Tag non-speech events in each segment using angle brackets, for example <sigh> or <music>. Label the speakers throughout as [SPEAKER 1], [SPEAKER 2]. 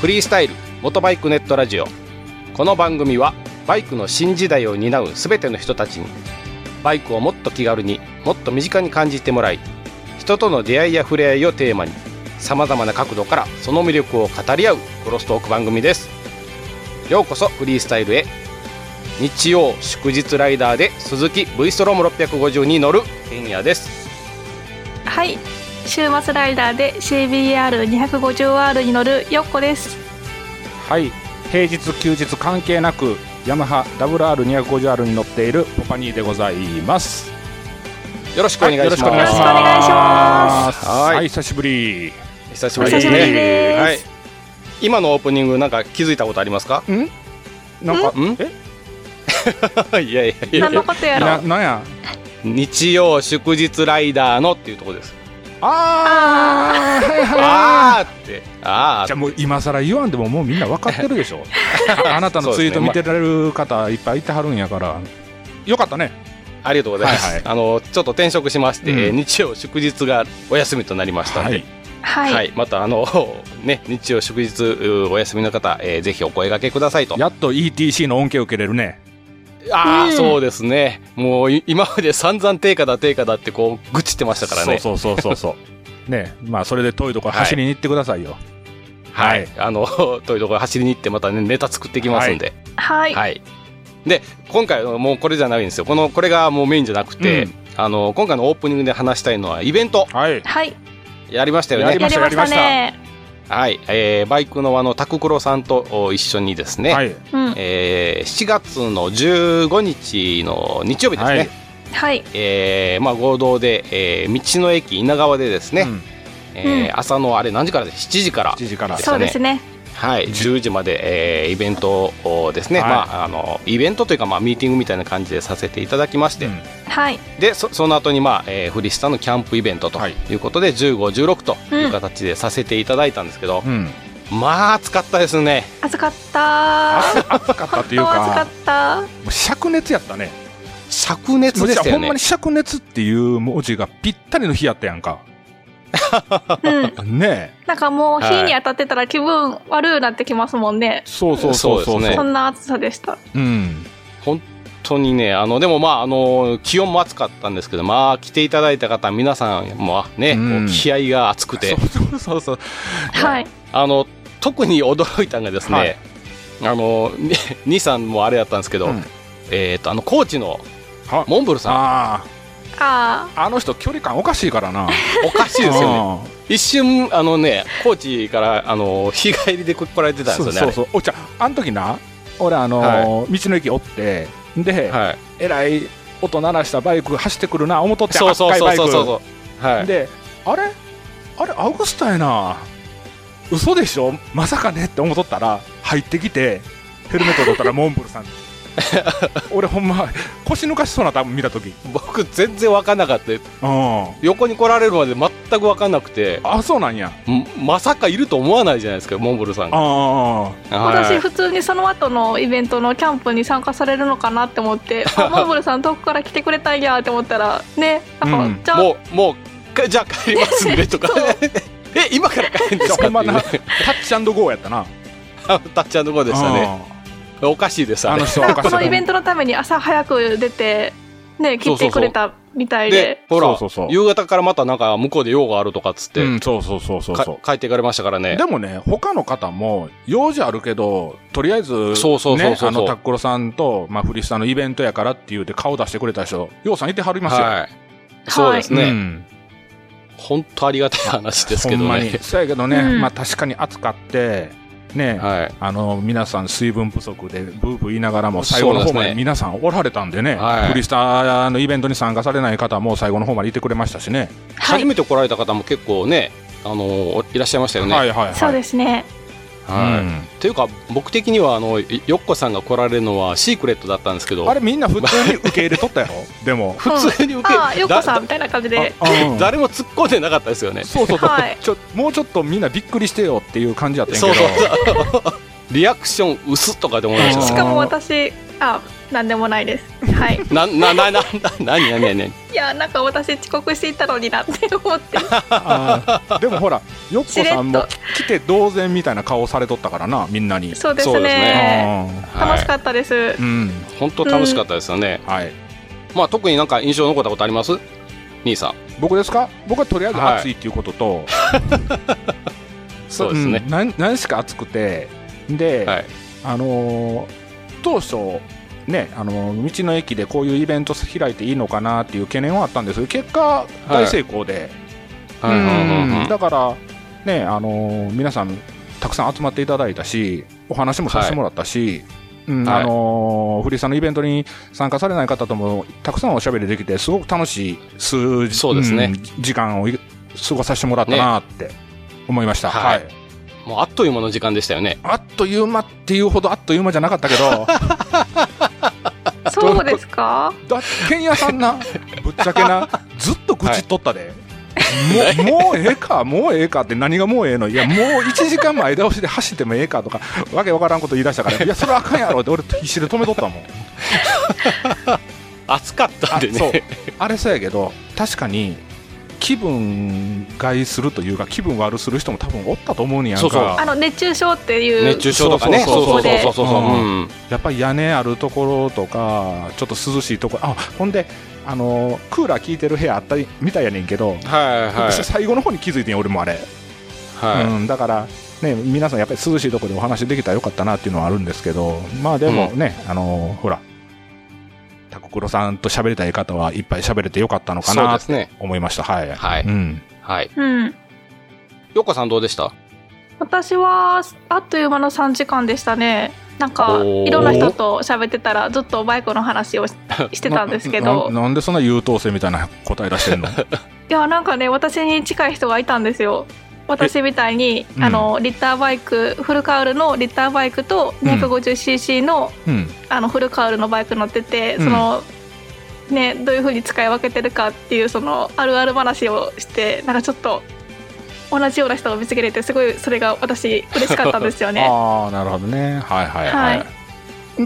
[SPEAKER 1] フリースタイル元バイクネットラジオこの番組はバイクの新時代を担う全ての人たちにバイクをもっと気軽にもっと身近に感じてもらい人との出会いや触れ合いをテーマにさまざまな角度からその魅力を語り合うクロストーク番組ですようこそフリースタイルへ日曜祝日ライダーで鈴木 V ストローム650に乗るケンヤです
[SPEAKER 2] はい週末ライダーで CBR250R に乗るよっこです
[SPEAKER 3] はい平日休日関係なくヤマハ WR250R に乗っているポパニーでございます
[SPEAKER 1] よろしくお願いします、
[SPEAKER 2] よろしくお願いします
[SPEAKER 1] はい
[SPEAKER 3] はい久しぶり
[SPEAKER 1] 久し
[SPEAKER 2] お
[SPEAKER 1] ぶり
[SPEAKER 2] 久
[SPEAKER 1] で
[SPEAKER 2] し
[SPEAKER 1] す
[SPEAKER 2] ぶり
[SPEAKER 1] ね
[SPEAKER 2] です、
[SPEAKER 1] はい今のオープニングなんか気づいたことありますか
[SPEAKER 3] なんか
[SPEAKER 1] ん <laughs>
[SPEAKER 3] え
[SPEAKER 1] いやいや
[SPEAKER 2] 何
[SPEAKER 1] い
[SPEAKER 2] の
[SPEAKER 1] や
[SPEAKER 2] ことや
[SPEAKER 3] な
[SPEAKER 2] ろ
[SPEAKER 3] なんや
[SPEAKER 1] 日曜祝日ライダーのっていうところです
[SPEAKER 3] あーはいはいはい
[SPEAKER 1] あーってあ
[SPEAKER 3] <laughs> じゃ
[SPEAKER 1] ー
[SPEAKER 3] あもう今更言わんでももうみんな分かってるでしょあなたのツイート見てられる方いっぱいいてはるんやからよかったね
[SPEAKER 1] ありがとうございます、
[SPEAKER 3] はいはい
[SPEAKER 1] あのちょっと転職しまして、
[SPEAKER 3] うん
[SPEAKER 1] えー日曜祝日がお休みとなりましたので、
[SPEAKER 3] はい
[SPEAKER 2] は、
[SPEAKER 1] はいい、またあの <laughs> ね日曜祝日うお休みの方、えーぜひお声掛けくださいと。
[SPEAKER 3] やっと ETC の恩恵を受けれるね
[SPEAKER 1] ああ、
[SPEAKER 2] うん
[SPEAKER 1] そうですね。もうい今まで散々定価だ定価だってこう愚痴ってましたからね。
[SPEAKER 3] そうそうそうそうそうねまあそれで遠いとこ走りに行ってくださいよ
[SPEAKER 1] はい、あの <laughs> というところ走りに行ってまたねネタ作ってきますんで。
[SPEAKER 2] は
[SPEAKER 1] はいい。で今回はもうこれじゃないんですよ。このこれがもうメインじゃなくて、
[SPEAKER 3] うん
[SPEAKER 1] あの今回のオープニングで話したいのはイベント
[SPEAKER 3] はい
[SPEAKER 2] はい
[SPEAKER 1] やりましたよ
[SPEAKER 3] や
[SPEAKER 1] ね
[SPEAKER 3] り。
[SPEAKER 2] や
[SPEAKER 3] まし
[SPEAKER 2] り
[SPEAKER 3] た
[SPEAKER 2] ましたね
[SPEAKER 1] はい、えーバイクの輪のタククロさんとお一緒にですね。
[SPEAKER 3] はい
[SPEAKER 2] うん
[SPEAKER 1] えー7月の15日の日曜日ですね、
[SPEAKER 2] は
[SPEAKER 3] はい
[SPEAKER 2] い
[SPEAKER 1] えーまあ、合同で、えー道の駅稲川でですね、
[SPEAKER 3] うん
[SPEAKER 1] えー
[SPEAKER 2] うん
[SPEAKER 1] 朝のあれ何時からで7時から、
[SPEAKER 3] 7時から
[SPEAKER 1] です
[SPEAKER 2] そ
[SPEAKER 1] よ
[SPEAKER 2] う
[SPEAKER 1] ね
[SPEAKER 2] ですね
[SPEAKER 1] はい、10時まで、えーイベントをですね、
[SPEAKER 3] はい
[SPEAKER 1] まあ、あのイベントというか、まあ、ミーティングみたいな感じでさせていただきまして、
[SPEAKER 3] うん
[SPEAKER 2] はい
[SPEAKER 1] でそその後に、まあえーフリスタのキャンプイベントと
[SPEAKER 3] はい
[SPEAKER 1] いうことで、1516という形でさせていただいたんですけど、
[SPEAKER 3] うん
[SPEAKER 1] まあ暑かったですね。
[SPEAKER 2] 暑かったー
[SPEAKER 3] 暑かったっていう
[SPEAKER 2] 本
[SPEAKER 1] <laughs>
[SPEAKER 2] 当暑か
[SPEAKER 3] か
[SPEAKER 2] った
[SPEAKER 3] もう灼熱やったね
[SPEAKER 1] 灼熱でした
[SPEAKER 3] ほ
[SPEAKER 1] よ
[SPEAKER 3] んまに
[SPEAKER 1] ね。
[SPEAKER 3] 灼熱っていう文字がぴったりの日やったやんか
[SPEAKER 1] <laughs>
[SPEAKER 2] うん
[SPEAKER 3] ねえ
[SPEAKER 2] なんかもう火に当たってたら気分悪くなってきますもんね、
[SPEAKER 3] そうそうそう
[SPEAKER 1] そ
[SPEAKER 3] そう
[SPEAKER 1] うですね
[SPEAKER 2] そ
[SPEAKER 3] うん
[SPEAKER 2] な暑さでした
[SPEAKER 3] うん
[SPEAKER 1] 本当にね、あのでもまあ、あの気温も暑かったんですけど、まあ、来ていただいた方、皆さんもね、
[SPEAKER 3] うん
[SPEAKER 1] こう気合が熱くて、
[SPEAKER 3] そうそう
[SPEAKER 1] <laughs>
[SPEAKER 3] そう
[SPEAKER 2] はい
[SPEAKER 1] あの特に驚いたのがですね、
[SPEAKER 3] はい
[SPEAKER 1] あのに兄さんもあれだったんですけど、
[SPEAKER 3] うん
[SPEAKER 1] えっ、と、あの高知の
[SPEAKER 3] は
[SPEAKER 1] モンブルさん、
[SPEAKER 3] あ
[SPEAKER 2] あ
[SPEAKER 3] ああの人距離感おかしいからな
[SPEAKER 1] おかしいですよね、
[SPEAKER 3] あ
[SPEAKER 1] 一瞬、あのね、高知からあの日帰りで来られて
[SPEAKER 3] ー
[SPEAKER 1] たん
[SPEAKER 3] そ
[SPEAKER 1] で
[SPEAKER 3] う
[SPEAKER 1] すよ
[SPEAKER 3] そう
[SPEAKER 1] ね、
[SPEAKER 3] そうお茶あの時な俺あのー道の駅おってで
[SPEAKER 1] あれはい、
[SPEAKER 3] えらい音鳴らしたバイク走ってくるな思っとって
[SPEAKER 1] そうそう
[SPEAKER 3] 赤
[SPEAKER 1] そう
[SPEAKER 3] い
[SPEAKER 1] そう
[SPEAKER 3] バイク
[SPEAKER 1] そうそう、はい、
[SPEAKER 3] であれあれアウグスタやな嘘でしょまさかねって思っとったら入ってきてヘルメット取っ
[SPEAKER 1] <laughs>
[SPEAKER 3] たらモンブルさん俺ほんま腰抜かしそうな多分見た時うん
[SPEAKER 1] 僕、全然分かんなかった、
[SPEAKER 3] あ
[SPEAKER 1] 横に来られるまで全く分かんなくて。
[SPEAKER 3] そうなんや
[SPEAKER 1] んまさかいると思わないじゃないですかモンブルさんが <laughs>
[SPEAKER 3] あー
[SPEAKER 2] あ私普通にその後のイベントのキャンプに参加されるのかなって思ってあモーブルさん遠くから来てくれたんやって思ったらねな
[SPEAKER 3] うん
[SPEAKER 2] か
[SPEAKER 3] ん
[SPEAKER 2] じゃあ、
[SPEAKER 1] もうもうかじゃあ帰りますんでとか <laughs> え今から帰るんですか
[SPEAKER 3] ほん
[SPEAKER 1] っていう、
[SPEAKER 3] まな
[SPEAKER 1] ね
[SPEAKER 3] タ、ッチゴーやったな
[SPEAKER 1] タッチとこでしたねおかしいです
[SPEAKER 3] あ
[SPEAKER 1] <laughs> あ
[SPEAKER 3] ーあ
[SPEAKER 1] れ
[SPEAKER 3] の人はおかし
[SPEAKER 2] こ
[SPEAKER 3] いと
[SPEAKER 2] の
[SPEAKER 3] 思
[SPEAKER 2] イ
[SPEAKER 3] う
[SPEAKER 2] ベントのために朝早く出てね切ってくれたみたい
[SPEAKER 1] で
[SPEAKER 2] で
[SPEAKER 1] ほら
[SPEAKER 3] そうそうそう
[SPEAKER 1] 夕方からまたなんか向こうで用があるとかっつって、
[SPEAKER 3] うんそうそうそうそう
[SPEAKER 1] か
[SPEAKER 3] そう
[SPEAKER 1] 帰っていかれましたからね
[SPEAKER 3] でもね、他の方も、用事あるけど、とりあえず、ね、
[SPEAKER 1] そうそうそうそう
[SPEAKER 3] あの、タックロさんと、まあ、フリスタのイベントやからって言うて顔出してくれた人、ようさんいてはりますよ。
[SPEAKER 1] はいそうですね、
[SPEAKER 3] うん
[SPEAKER 1] 本当ありがたい話ですけ
[SPEAKER 3] ほ
[SPEAKER 1] ど
[SPEAKER 3] んま
[SPEAKER 1] ね
[SPEAKER 3] に。そうやけどね、
[SPEAKER 2] うん
[SPEAKER 3] まあ、確かに暑かって、ね、
[SPEAKER 1] はい
[SPEAKER 3] あの、皆さん水分不足で、ブーブー言いながらも、最後の
[SPEAKER 1] そ
[SPEAKER 3] 方
[SPEAKER 1] うで
[SPEAKER 3] ます
[SPEAKER 1] ね
[SPEAKER 3] で皆さんおられたんでね、
[SPEAKER 1] はい
[SPEAKER 3] フリスタのイベントに参加されない方も最後の方までいてくれましたしね。
[SPEAKER 2] は
[SPEAKER 1] 初
[SPEAKER 2] い
[SPEAKER 1] めて来られた方も結構ねあのいらっしゃいましたよね、
[SPEAKER 3] はいはいはい。
[SPEAKER 2] そうですね
[SPEAKER 1] はい
[SPEAKER 3] うん
[SPEAKER 1] っていうか僕的にはあのいよっこさんが来られるのはシークレットだったんですけど
[SPEAKER 3] あれみんな普通に受け入れとったやろでも。
[SPEAKER 1] 普通に受け、
[SPEAKER 2] ああようこさんみ
[SPEAKER 1] だ
[SPEAKER 2] たいな感じで
[SPEAKER 3] あうん
[SPEAKER 1] 誰も突っ込んでなかったですよね
[SPEAKER 3] そうそうそう、
[SPEAKER 2] はい
[SPEAKER 3] ちょもうちょっとみんなびっくりしてよっていう感じやったんやけ
[SPEAKER 1] そう
[SPEAKER 3] ど
[SPEAKER 1] <laughs> そうそうリアクション薄っとかで思いました
[SPEAKER 3] あ
[SPEAKER 1] ね
[SPEAKER 2] しかも私あなんでもないですはい
[SPEAKER 1] <laughs> ななななな何何何何
[SPEAKER 2] いやなんか私遅刻していたのになって思って
[SPEAKER 3] あーでもほらよっこさんも
[SPEAKER 2] し
[SPEAKER 3] 来て同然みたいな顔されとったからなみんなに
[SPEAKER 2] そうです
[SPEAKER 1] そうです
[SPEAKER 2] ね
[SPEAKER 3] あ
[SPEAKER 2] 楽しかったです、
[SPEAKER 3] ーうん
[SPEAKER 1] ー本当楽しかったですよね、
[SPEAKER 3] はい
[SPEAKER 1] まあ特になんか印象残ったことあります兄さん
[SPEAKER 3] 僕ですか僕はとりあえず
[SPEAKER 1] はい
[SPEAKER 3] 暑いっていうことと、
[SPEAKER 1] そうですね
[SPEAKER 3] ん、何何しか暑くてで、
[SPEAKER 1] はい
[SPEAKER 3] あのー当初ねあのー道の駅でこういうイベント開いていいのかなっていう懸念はあったんですけど結果大成功で、
[SPEAKER 1] はいはいはいはい
[SPEAKER 3] うんだからねあのー皆さんたくさん集まっていただいたしお話もさせてもらったし、うん
[SPEAKER 1] はい
[SPEAKER 3] あのーフリーさんのイベントに参加されない方ともたくさんおしゃべりできてすごく楽しい数日
[SPEAKER 1] そうですね
[SPEAKER 3] ん時間をい過ごさせてもらったなって思いました、
[SPEAKER 1] はい
[SPEAKER 3] はい
[SPEAKER 1] もうあっという間の時間でしたよね
[SPEAKER 3] あっという間っていうほどあっという間じゃなかったけど
[SPEAKER 2] そうですか
[SPEAKER 3] だけんやさんなぶっちゃけなずっと愚痴っとったで、もうもうええかもうええかって何がもうええのいやもう1時間前倒しで走ってもええかとかわけわからんこと言い出したからいやそれはあかんやろって俺必死で止めとったもん
[SPEAKER 1] 暑かったんで
[SPEAKER 3] そう
[SPEAKER 1] ね
[SPEAKER 3] あれそうやけど確かに気分害するというか気分悪する人も多分おったと思うんやんか
[SPEAKER 1] そうそう
[SPEAKER 2] あの熱中症ってい
[SPEAKER 1] <laughs>
[SPEAKER 2] う
[SPEAKER 1] 熱中症とかね
[SPEAKER 3] そう
[SPEAKER 2] そうそう
[SPEAKER 1] そうそうそう
[SPEAKER 3] う
[SPEAKER 1] うん
[SPEAKER 3] んやっぱり屋根あるところとかちょっと涼しいところあほんであのクーラー効いてる部屋あったりみたいやねんけど
[SPEAKER 1] はいはい
[SPEAKER 3] 最後の方に気づいてん俺もあれ、
[SPEAKER 1] は
[SPEAKER 3] うん、だから、ね、皆さんやっぱり涼しいところでお話できたらよかったなっていうのはあるんですけどまあでもね、あのほらタコクロさんと喋りたい方はいっぱい喋れてよかったの
[SPEAKER 1] い
[SPEAKER 3] か
[SPEAKER 1] そう
[SPEAKER 3] な
[SPEAKER 1] で
[SPEAKER 3] と
[SPEAKER 1] すね
[SPEAKER 3] 思いましたはい、
[SPEAKER 1] は
[SPEAKER 3] う
[SPEAKER 1] い
[SPEAKER 3] ん、
[SPEAKER 1] はい
[SPEAKER 2] うん
[SPEAKER 1] よっこさんどうでした
[SPEAKER 2] 私はあっという間の3時間でしたねなんか
[SPEAKER 1] おー
[SPEAKER 2] いろんな人と喋ってたらずっとバイクの話
[SPEAKER 3] <laughs>
[SPEAKER 2] をししてたんですけど
[SPEAKER 3] ななんでそんな優等生みたいな答え
[SPEAKER 1] <laughs>
[SPEAKER 3] 出してんの
[SPEAKER 2] いやなんかね私に近い人がいたんですよ私みたいに、
[SPEAKER 3] うん
[SPEAKER 2] あのリッターバイクフルカウルのリッターバイクと 250cc の,、
[SPEAKER 3] うん
[SPEAKER 2] あのフルカウルのバイク乗ってて
[SPEAKER 3] うん
[SPEAKER 2] その、ね、どういうふうに使い分けてるかっていうそのあるある話をしてなんかちょっと同じような人を見つけれてすごいそれが私嬉しかったんですよ
[SPEAKER 3] <laughs>
[SPEAKER 2] ね。
[SPEAKER 3] ああなるほどねはいはいはい、
[SPEAKER 2] は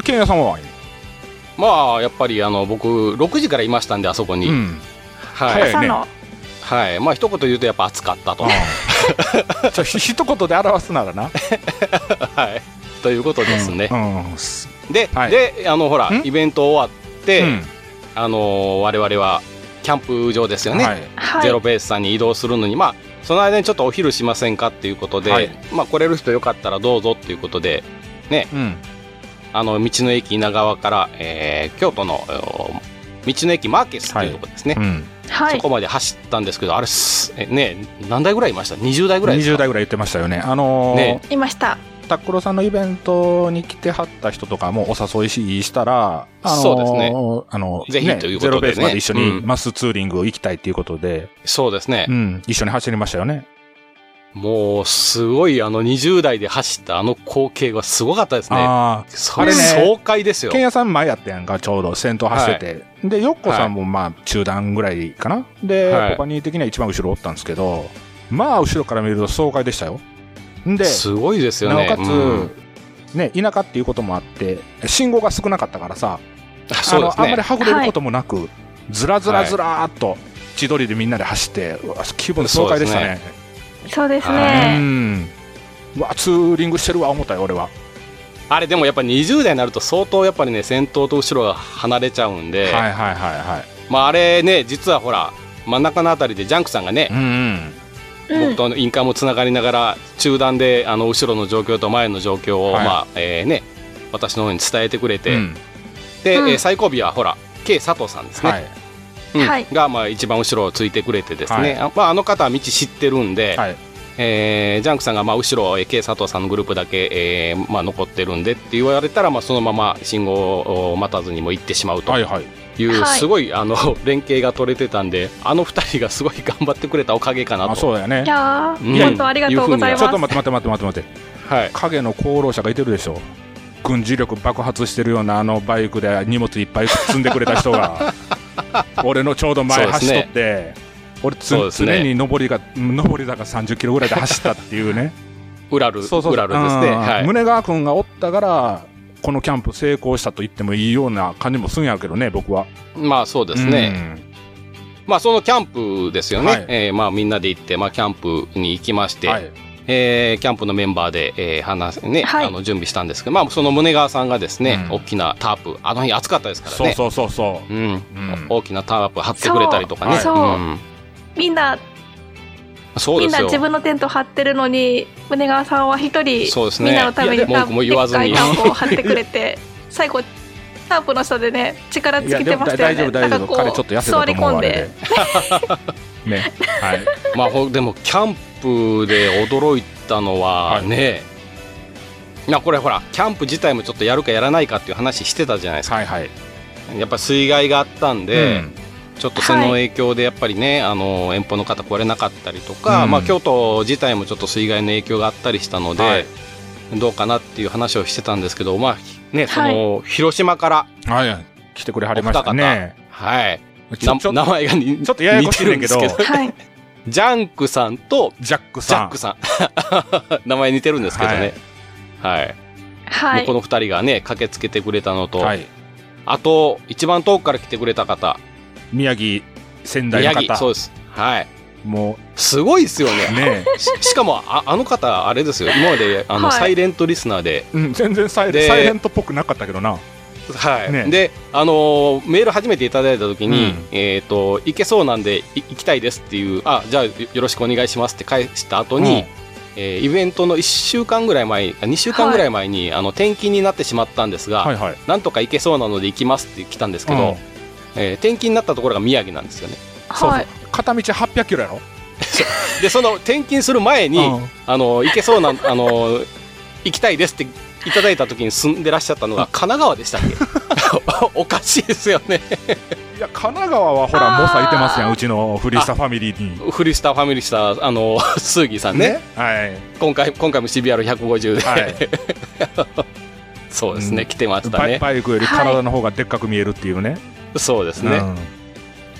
[SPEAKER 3] ケンヤさんは、
[SPEAKER 1] まあやっぱりあの僕6時からいましたんであそこに、
[SPEAKER 3] うん、
[SPEAKER 1] は
[SPEAKER 3] 早
[SPEAKER 1] い
[SPEAKER 3] い
[SPEAKER 2] 朝の
[SPEAKER 1] はいまあ一言言うとやっぱ暑かったと
[SPEAKER 3] あ
[SPEAKER 1] <laughs>
[SPEAKER 3] ーじゃあひ一言で表すならな
[SPEAKER 1] はいということですね、
[SPEAKER 3] うん、うんす
[SPEAKER 1] で、
[SPEAKER 3] はい
[SPEAKER 1] であのほら
[SPEAKER 3] ん
[SPEAKER 1] イベント終わって、
[SPEAKER 3] うん
[SPEAKER 1] あの我々はキャンプ場ですよね、
[SPEAKER 3] はい
[SPEAKER 2] は
[SPEAKER 1] ゼロ
[SPEAKER 2] い、
[SPEAKER 1] ベースさんに移動するのに、まあ、その間にちょっとお昼しませんかっていうことで、
[SPEAKER 3] はい
[SPEAKER 1] まあ、来れる人よかったらどうぞっていうことで
[SPEAKER 3] うん
[SPEAKER 1] あの道の駅稲川から、えー京都のえー道の駅マーケスっていうところですね、
[SPEAKER 3] うん
[SPEAKER 2] は
[SPEAKER 1] そ
[SPEAKER 2] い
[SPEAKER 1] こまで走ったんですけどあれすえね何台ぐらいいました20台ぐらいですか
[SPEAKER 3] 20代ぐらい言ってましたよね、あのー
[SPEAKER 1] ね
[SPEAKER 2] いました
[SPEAKER 3] タックロさんのイベントに来てはった人とかもお誘いししたら、あのー
[SPEAKER 1] そうですね
[SPEAKER 3] あの
[SPEAKER 1] ぜひということでね
[SPEAKER 3] ゼロベースまで一緒に
[SPEAKER 1] うん
[SPEAKER 3] マスツーリングを行きたいということで、
[SPEAKER 1] そうですね
[SPEAKER 3] うん、一緒に走りましたよね。
[SPEAKER 1] もうすごいあの20代で走ったあの光景がすごかったですね
[SPEAKER 3] ああ、
[SPEAKER 1] そ
[SPEAKER 3] あれね
[SPEAKER 1] 爽快ですよ
[SPEAKER 3] ケンヤさん前やったやんか、ちょうど先頭走ってて、で、ヨッコさんもまあ中段ぐらいかな、で、
[SPEAKER 1] はい
[SPEAKER 3] コパニー的には一番後ろおったんですけど、まあ後ろから見ると爽快でしたよ。で、
[SPEAKER 1] すごいですよ
[SPEAKER 3] なお
[SPEAKER 1] ね
[SPEAKER 3] かつ、
[SPEAKER 1] うん
[SPEAKER 3] ね、田舎っていうこともあって、信号が少なかったからさ、
[SPEAKER 1] あそうです
[SPEAKER 3] あのあんまり
[SPEAKER 1] ね
[SPEAKER 3] はぐれることもなく、ずらずらずらーっと千鳥でみんなで走って、うわ気分爽快でしたね。
[SPEAKER 2] そうです
[SPEAKER 1] は
[SPEAKER 3] う
[SPEAKER 2] ね。
[SPEAKER 3] んうわツーリングしてるわ思ったよ俺は、
[SPEAKER 1] あれでもやっぱ20代になると相当やっぱりね先頭と後ろが離れちゃうんで、
[SPEAKER 3] はいはいはいはい
[SPEAKER 1] まああれね実はほら真ん中のあたりでジャンクさんがね
[SPEAKER 3] う、んうん
[SPEAKER 2] うん
[SPEAKER 1] 僕とインカムつながりながら中断であの後ろの状況と前の状況を、
[SPEAKER 3] はい
[SPEAKER 1] まあえーね私の方に伝えてくれて、
[SPEAKER 3] うん
[SPEAKER 1] で、
[SPEAKER 2] うん
[SPEAKER 1] えー最後尾はほら K 佐藤さんですね、
[SPEAKER 3] はい
[SPEAKER 1] うん
[SPEAKER 2] はい
[SPEAKER 1] がまあ一番後ろをついてくれてですね、
[SPEAKER 3] はい
[SPEAKER 1] あまあ、あの方は道知ってるんで、
[SPEAKER 3] はい
[SPEAKER 1] えージャンクさんがまあ後ろ、えー K 佐藤さんのグループだけ、えーまあ、残ってるんでって言われたら、まあ、そのまま信号を待たずにも行ってしまうと
[SPEAKER 3] はいはい
[SPEAKER 1] いう、
[SPEAKER 2] はい
[SPEAKER 1] すごいあの <laughs> 連携が取れてたんで、あの二人がすごい頑張ってくれたおかげかな
[SPEAKER 3] あ
[SPEAKER 1] と。
[SPEAKER 3] そうだよね
[SPEAKER 2] いやー、
[SPEAKER 1] うん
[SPEAKER 2] 本当ありがとうございます。
[SPEAKER 3] ちょっと待って待って待って待って待って
[SPEAKER 1] はい、
[SPEAKER 3] 影の功労者がいてるでしょ軍事力爆発してるようなあのバイクで荷物いっぱい積んでくれた
[SPEAKER 1] <laughs>
[SPEAKER 3] 人が俺のちょうど前
[SPEAKER 1] そうです
[SPEAKER 3] 走
[SPEAKER 1] ね
[SPEAKER 3] っとって、俺つ、
[SPEAKER 1] そうですね
[SPEAKER 3] 常に上りが上り坂30キ
[SPEAKER 1] <laughs>
[SPEAKER 3] ロぐらいで走ったっていうね
[SPEAKER 1] ウラル、
[SPEAKER 3] そうそう
[SPEAKER 1] ウラルですね。
[SPEAKER 3] うん
[SPEAKER 1] はい、
[SPEAKER 3] 胸川君がおったからこのキャンプ成功したと言ってもいいような感じもするんやけどね、僕は。
[SPEAKER 1] まあそうですね。まあそのキャンプですよね。
[SPEAKER 3] はい
[SPEAKER 1] えーまあみんなで行って、まあキャンプに行きまし
[SPEAKER 3] う
[SPEAKER 1] て、
[SPEAKER 3] ん。はい。
[SPEAKER 1] えーキャンプのメンバーで、えー話、ね、
[SPEAKER 2] はい
[SPEAKER 1] あの準備したんですけど、まあその宗川さんがですね、
[SPEAKER 3] うん
[SPEAKER 1] 大きなタープ、あの日暑かったですから
[SPEAKER 3] そう
[SPEAKER 1] ね。。
[SPEAKER 3] そうそうそう
[SPEAKER 1] ん。
[SPEAKER 3] う。うん。
[SPEAKER 1] 大きなタープ張ってくれたりとかね。
[SPEAKER 3] そう
[SPEAKER 1] うん
[SPEAKER 2] みんな
[SPEAKER 1] そう
[SPEAKER 2] み
[SPEAKER 1] で
[SPEAKER 2] ん
[SPEAKER 1] す
[SPEAKER 2] な自
[SPEAKER 1] よ。
[SPEAKER 2] 分のテント張ってるのに宗川さんは一人、
[SPEAKER 1] そうですね
[SPEAKER 2] みんなのために
[SPEAKER 1] いやでも文句も言わずに
[SPEAKER 2] でっかいタープを張ってくれ
[SPEAKER 3] <laughs>
[SPEAKER 2] て最後タープの下でね力尽きてま
[SPEAKER 3] だ
[SPEAKER 2] した
[SPEAKER 3] 大丈
[SPEAKER 2] よね
[SPEAKER 3] 夫、大
[SPEAKER 2] な
[SPEAKER 3] 丈
[SPEAKER 2] ん
[SPEAKER 3] 夫。
[SPEAKER 2] かこう
[SPEAKER 3] 彼ちょっと痩せたと思う
[SPEAKER 2] 座り込ん
[SPEAKER 3] わあれ
[SPEAKER 2] で
[SPEAKER 3] で。ね。
[SPEAKER 2] <laughs>
[SPEAKER 3] はい。
[SPEAKER 1] まあほでもキャンプで驚いたのは
[SPEAKER 3] はい
[SPEAKER 1] ね、いやこれほらキャンプ自体もちょっとやるかやらないかっていう話してたじゃないですか。
[SPEAKER 3] はいはい。
[SPEAKER 1] やっぱり水害があったんで。ちょっとその影響でやっぱりね、あの遠方の方来れなかったりとか、
[SPEAKER 3] うん
[SPEAKER 1] まあ、京都自体もちょっと水害の影響があったりしたので、
[SPEAKER 3] はい
[SPEAKER 1] どうかなっていう話をしてたんですけど、まあね、その広島から、
[SPEAKER 3] うん。はい。来てくれはりましたね。
[SPEAKER 1] はい、
[SPEAKER 3] ちょ
[SPEAKER 1] な
[SPEAKER 3] ちょ
[SPEAKER 1] 名前がに
[SPEAKER 3] ちょっとややこしいねんけど
[SPEAKER 1] 似てるんです
[SPEAKER 2] はい
[SPEAKER 1] ジャンクさんと
[SPEAKER 3] ジャック
[SPEAKER 1] ジャ
[SPEAKER 3] さ
[SPEAKER 1] ッ
[SPEAKER 3] ん
[SPEAKER 1] ク。さん <laughs> 名前似てるんですけどね、はい
[SPEAKER 2] は
[SPEAKER 1] もうこ
[SPEAKER 2] い
[SPEAKER 1] の2人がね駆けつけてくれたのと、
[SPEAKER 3] はい。
[SPEAKER 1] あと一番遠くから来てくれた方
[SPEAKER 3] 宮城、仙台
[SPEAKER 1] 宮
[SPEAKER 3] の
[SPEAKER 1] 城そう
[SPEAKER 3] 方。
[SPEAKER 1] ですはい
[SPEAKER 3] も
[SPEAKER 1] すごいですよ
[SPEAKER 3] う、
[SPEAKER 1] ね <laughs>
[SPEAKER 3] ね。
[SPEAKER 1] ししかもああの方あれですよ今まであの、
[SPEAKER 2] はい
[SPEAKER 1] サイレントリスナーで
[SPEAKER 3] うん、全然サイ
[SPEAKER 1] で
[SPEAKER 3] サイレントっぽくなかったけどな。
[SPEAKER 1] はい、
[SPEAKER 3] ね
[SPEAKER 1] で、あのーメール初めていただいた時に、
[SPEAKER 3] うん
[SPEAKER 1] えっ、と行けそうなんでい行きたいですっていうあじゃあよよろしくお願いしますって返した後に、
[SPEAKER 3] うん
[SPEAKER 1] えーイベントの1週間ぐらい前2週間ぐらい前に、あの転勤になってしまったんですが、
[SPEAKER 3] はいはい。
[SPEAKER 1] なんとか行けそうなので行きますって来たんですけ
[SPEAKER 3] うん
[SPEAKER 1] ど、えー転勤になったところが宮城なんですよね
[SPEAKER 3] そう
[SPEAKER 2] は
[SPEAKER 3] そう
[SPEAKER 2] い
[SPEAKER 3] 片道800キロやろ
[SPEAKER 1] でその転勤する前に、
[SPEAKER 3] うん
[SPEAKER 1] あの行けそうなあの行きたいですっていただいた時に住んでらっしゃったのが神奈川でした
[SPEAKER 3] <laughs>
[SPEAKER 1] っけおかしいですよね
[SPEAKER 3] いや、神奈川はほら、
[SPEAKER 2] あー
[SPEAKER 3] 猛者いてますやん、うちのフリースタファミリーに。
[SPEAKER 1] フリスターファミリスターあのスーギーさんね。
[SPEAKER 3] はい。
[SPEAKER 1] 今回今回も CBR150 で、
[SPEAKER 3] はい。
[SPEAKER 1] <laughs> そうですね、
[SPEAKER 3] うん
[SPEAKER 1] 来てました
[SPEAKER 3] バイ
[SPEAKER 1] ね
[SPEAKER 3] バイクより体の方がでっかく見えるっていうね。
[SPEAKER 1] そうです
[SPEAKER 3] う
[SPEAKER 1] ね、
[SPEAKER 3] ん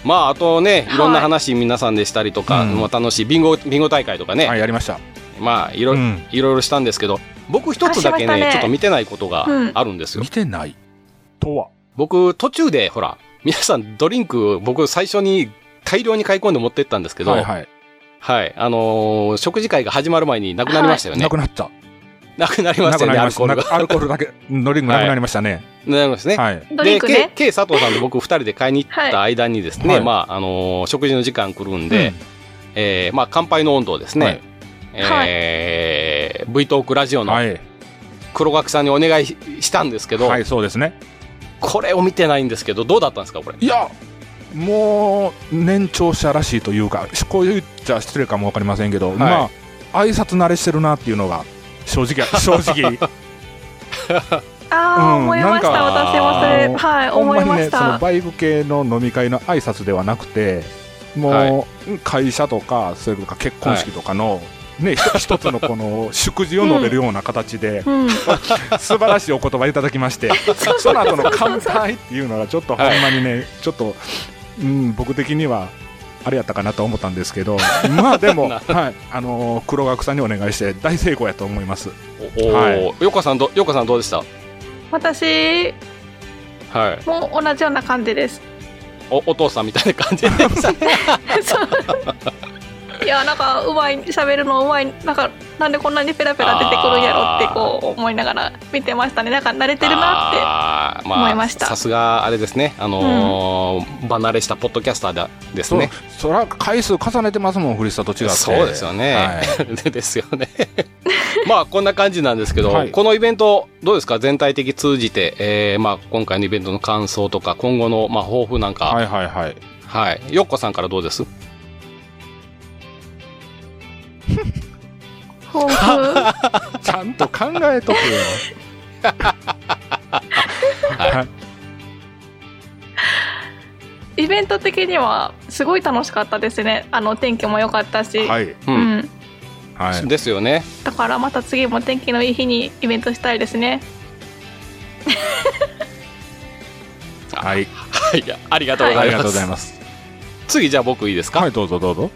[SPEAKER 1] まああとね
[SPEAKER 2] はい
[SPEAKER 1] いろんな話皆さんでしたりとか、
[SPEAKER 3] うん
[SPEAKER 1] もう楽しいビンゴビンゴ大会とかね、
[SPEAKER 3] はい、やりました。
[SPEAKER 1] まあいろ,、
[SPEAKER 3] うん
[SPEAKER 1] いろいろしたんですけど僕一つだけ
[SPEAKER 2] あ
[SPEAKER 1] ね
[SPEAKER 2] しましたね
[SPEAKER 1] ちょっと見てないことがあるんですよ、
[SPEAKER 3] 見てないとは。
[SPEAKER 1] 僕途中でほら皆さんドリンク僕最初に大量に買い込んで持ってったんですけど、
[SPEAKER 3] は
[SPEAKER 1] はいい、
[SPEAKER 3] はい。
[SPEAKER 1] あのー食事会が始まる前になくなりましたよね。
[SPEAKER 3] なくなった。
[SPEAKER 1] なくなりまし
[SPEAKER 3] な
[SPEAKER 1] た
[SPEAKER 3] く
[SPEAKER 1] よね、
[SPEAKER 3] なり
[SPEAKER 1] ア
[SPEAKER 3] ま
[SPEAKER 1] ル
[SPEAKER 3] し
[SPEAKER 1] コール
[SPEAKER 3] た。な
[SPEAKER 1] が。
[SPEAKER 3] くアルコールだけ、ドリンクなくなりましたね。
[SPEAKER 1] なりますね。
[SPEAKER 3] はい。
[SPEAKER 2] ドリンクね
[SPEAKER 1] で K, K 佐藤さんと僕2人で買いに行った間にですね、
[SPEAKER 3] はい
[SPEAKER 1] まああのー食事の時間来るんで、えーまあ、乾杯の温度をですね、
[SPEAKER 3] はい
[SPEAKER 1] えー V トークラジオ
[SPEAKER 3] は
[SPEAKER 1] の
[SPEAKER 3] い。
[SPEAKER 1] 黒垣さんにお願いししたんですけど、
[SPEAKER 3] はい、そうですね。
[SPEAKER 1] これを見てないんですけどどうだったんですかこれ
[SPEAKER 3] いや、もう、年長者らしいというか、しこう言っちゃ失礼かもわかりませんけど、
[SPEAKER 1] い
[SPEAKER 3] まあ、挨拶慣れしてるなっていうのが、正直、
[SPEAKER 1] <laughs>
[SPEAKER 3] 正直、
[SPEAKER 2] ああ、
[SPEAKER 3] うん
[SPEAKER 2] 思いました
[SPEAKER 3] なん
[SPEAKER 1] か
[SPEAKER 2] 私もそれはい
[SPEAKER 3] ほん
[SPEAKER 2] 思い
[SPEAKER 3] に
[SPEAKER 2] ま
[SPEAKER 3] ね
[SPEAKER 2] し
[SPEAKER 3] その
[SPEAKER 2] た、
[SPEAKER 3] バイク系の飲み会の挨拶ではなくてもう、
[SPEAKER 1] は
[SPEAKER 3] 会社とかそれとか結婚式とかの、ね、ひと一つのこの祝辞を述べるような形で、
[SPEAKER 2] うん
[SPEAKER 3] 素晴らしいお言葉いただきまして
[SPEAKER 1] <laughs>
[SPEAKER 3] その後の乾杯っていうのがちょっとほんまにね、ちょっと、うん、僕的にはあれやったかなと思ったんですけど <laughs> まあでも、はいあのー黒学さんにお願いして大成功やと思います
[SPEAKER 1] おお、
[SPEAKER 3] はい
[SPEAKER 1] よこさんどよこさんどうでした
[SPEAKER 2] 私
[SPEAKER 1] はい
[SPEAKER 2] も同じような感じです
[SPEAKER 1] おお父さんみたいな感じで
[SPEAKER 3] <laughs>
[SPEAKER 1] したね
[SPEAKER 2] そういやなんかうまい喋るのうまいなんかなんでこんなにペラペラ出てくるんやろってこう思いながら見てましたねなんか慣れてるなっ
[SPEAKER 1] あー
[SPEAKER 2] 思いました
[SPEAKER 1] さすがあれですねあのー離れしたポッドキャスターだですね
[SPEAKER 3] そそら回数重ねてますもんフリスタと違って
[SPEAKER 1] そうですよね
[SPEAKER 3] はい
[SPEAKER 1] <laughs> ですよねまあこんな感じなんですけど、
[SPEAKER 3] はい
[SPEAKER 1] このイベントどうですか全体的通じて、えーまあ、今回のイベントの感想とか今後のまあ抱負なんかは、
[SPEAKER 3] はいいはいはい
[SPEAKER 1] よっこさんからどうです
[SPEAKER 2] て抱負
[SPEAKER 3] ちゃんと考えとくよ。
[SPEAKER 1] <laughs> は
[SPEAKER 2] イベント的にはすごい楽しかったですねあの天気も良かったし、
[SPEAKER 3] はい。
[SPEAKER 1] う、
[SPEAKER 2] うんん、
[SPEAKER 3] はい。
[SPEAKER 1] ですよね
[SPEAKER 2] だからまた次も天気のいい日にイベントしたいですね
[SPEAKER 3] はい。
[SPEAKER 1] はいありがとうご
[SPEAKER 3] あ
[SPEAKER 1] ざい
[SPEAKER 3] り
[SPEAKER 1] ます,、
[SPEAKER 3] がとうございます。
[SPEAKER 1] 次じゃあ僕いいですか
[SPEAKER 3] は
[SPEAKER 1] はい、
[SPEAKER 3] い、どうぞどうぞ。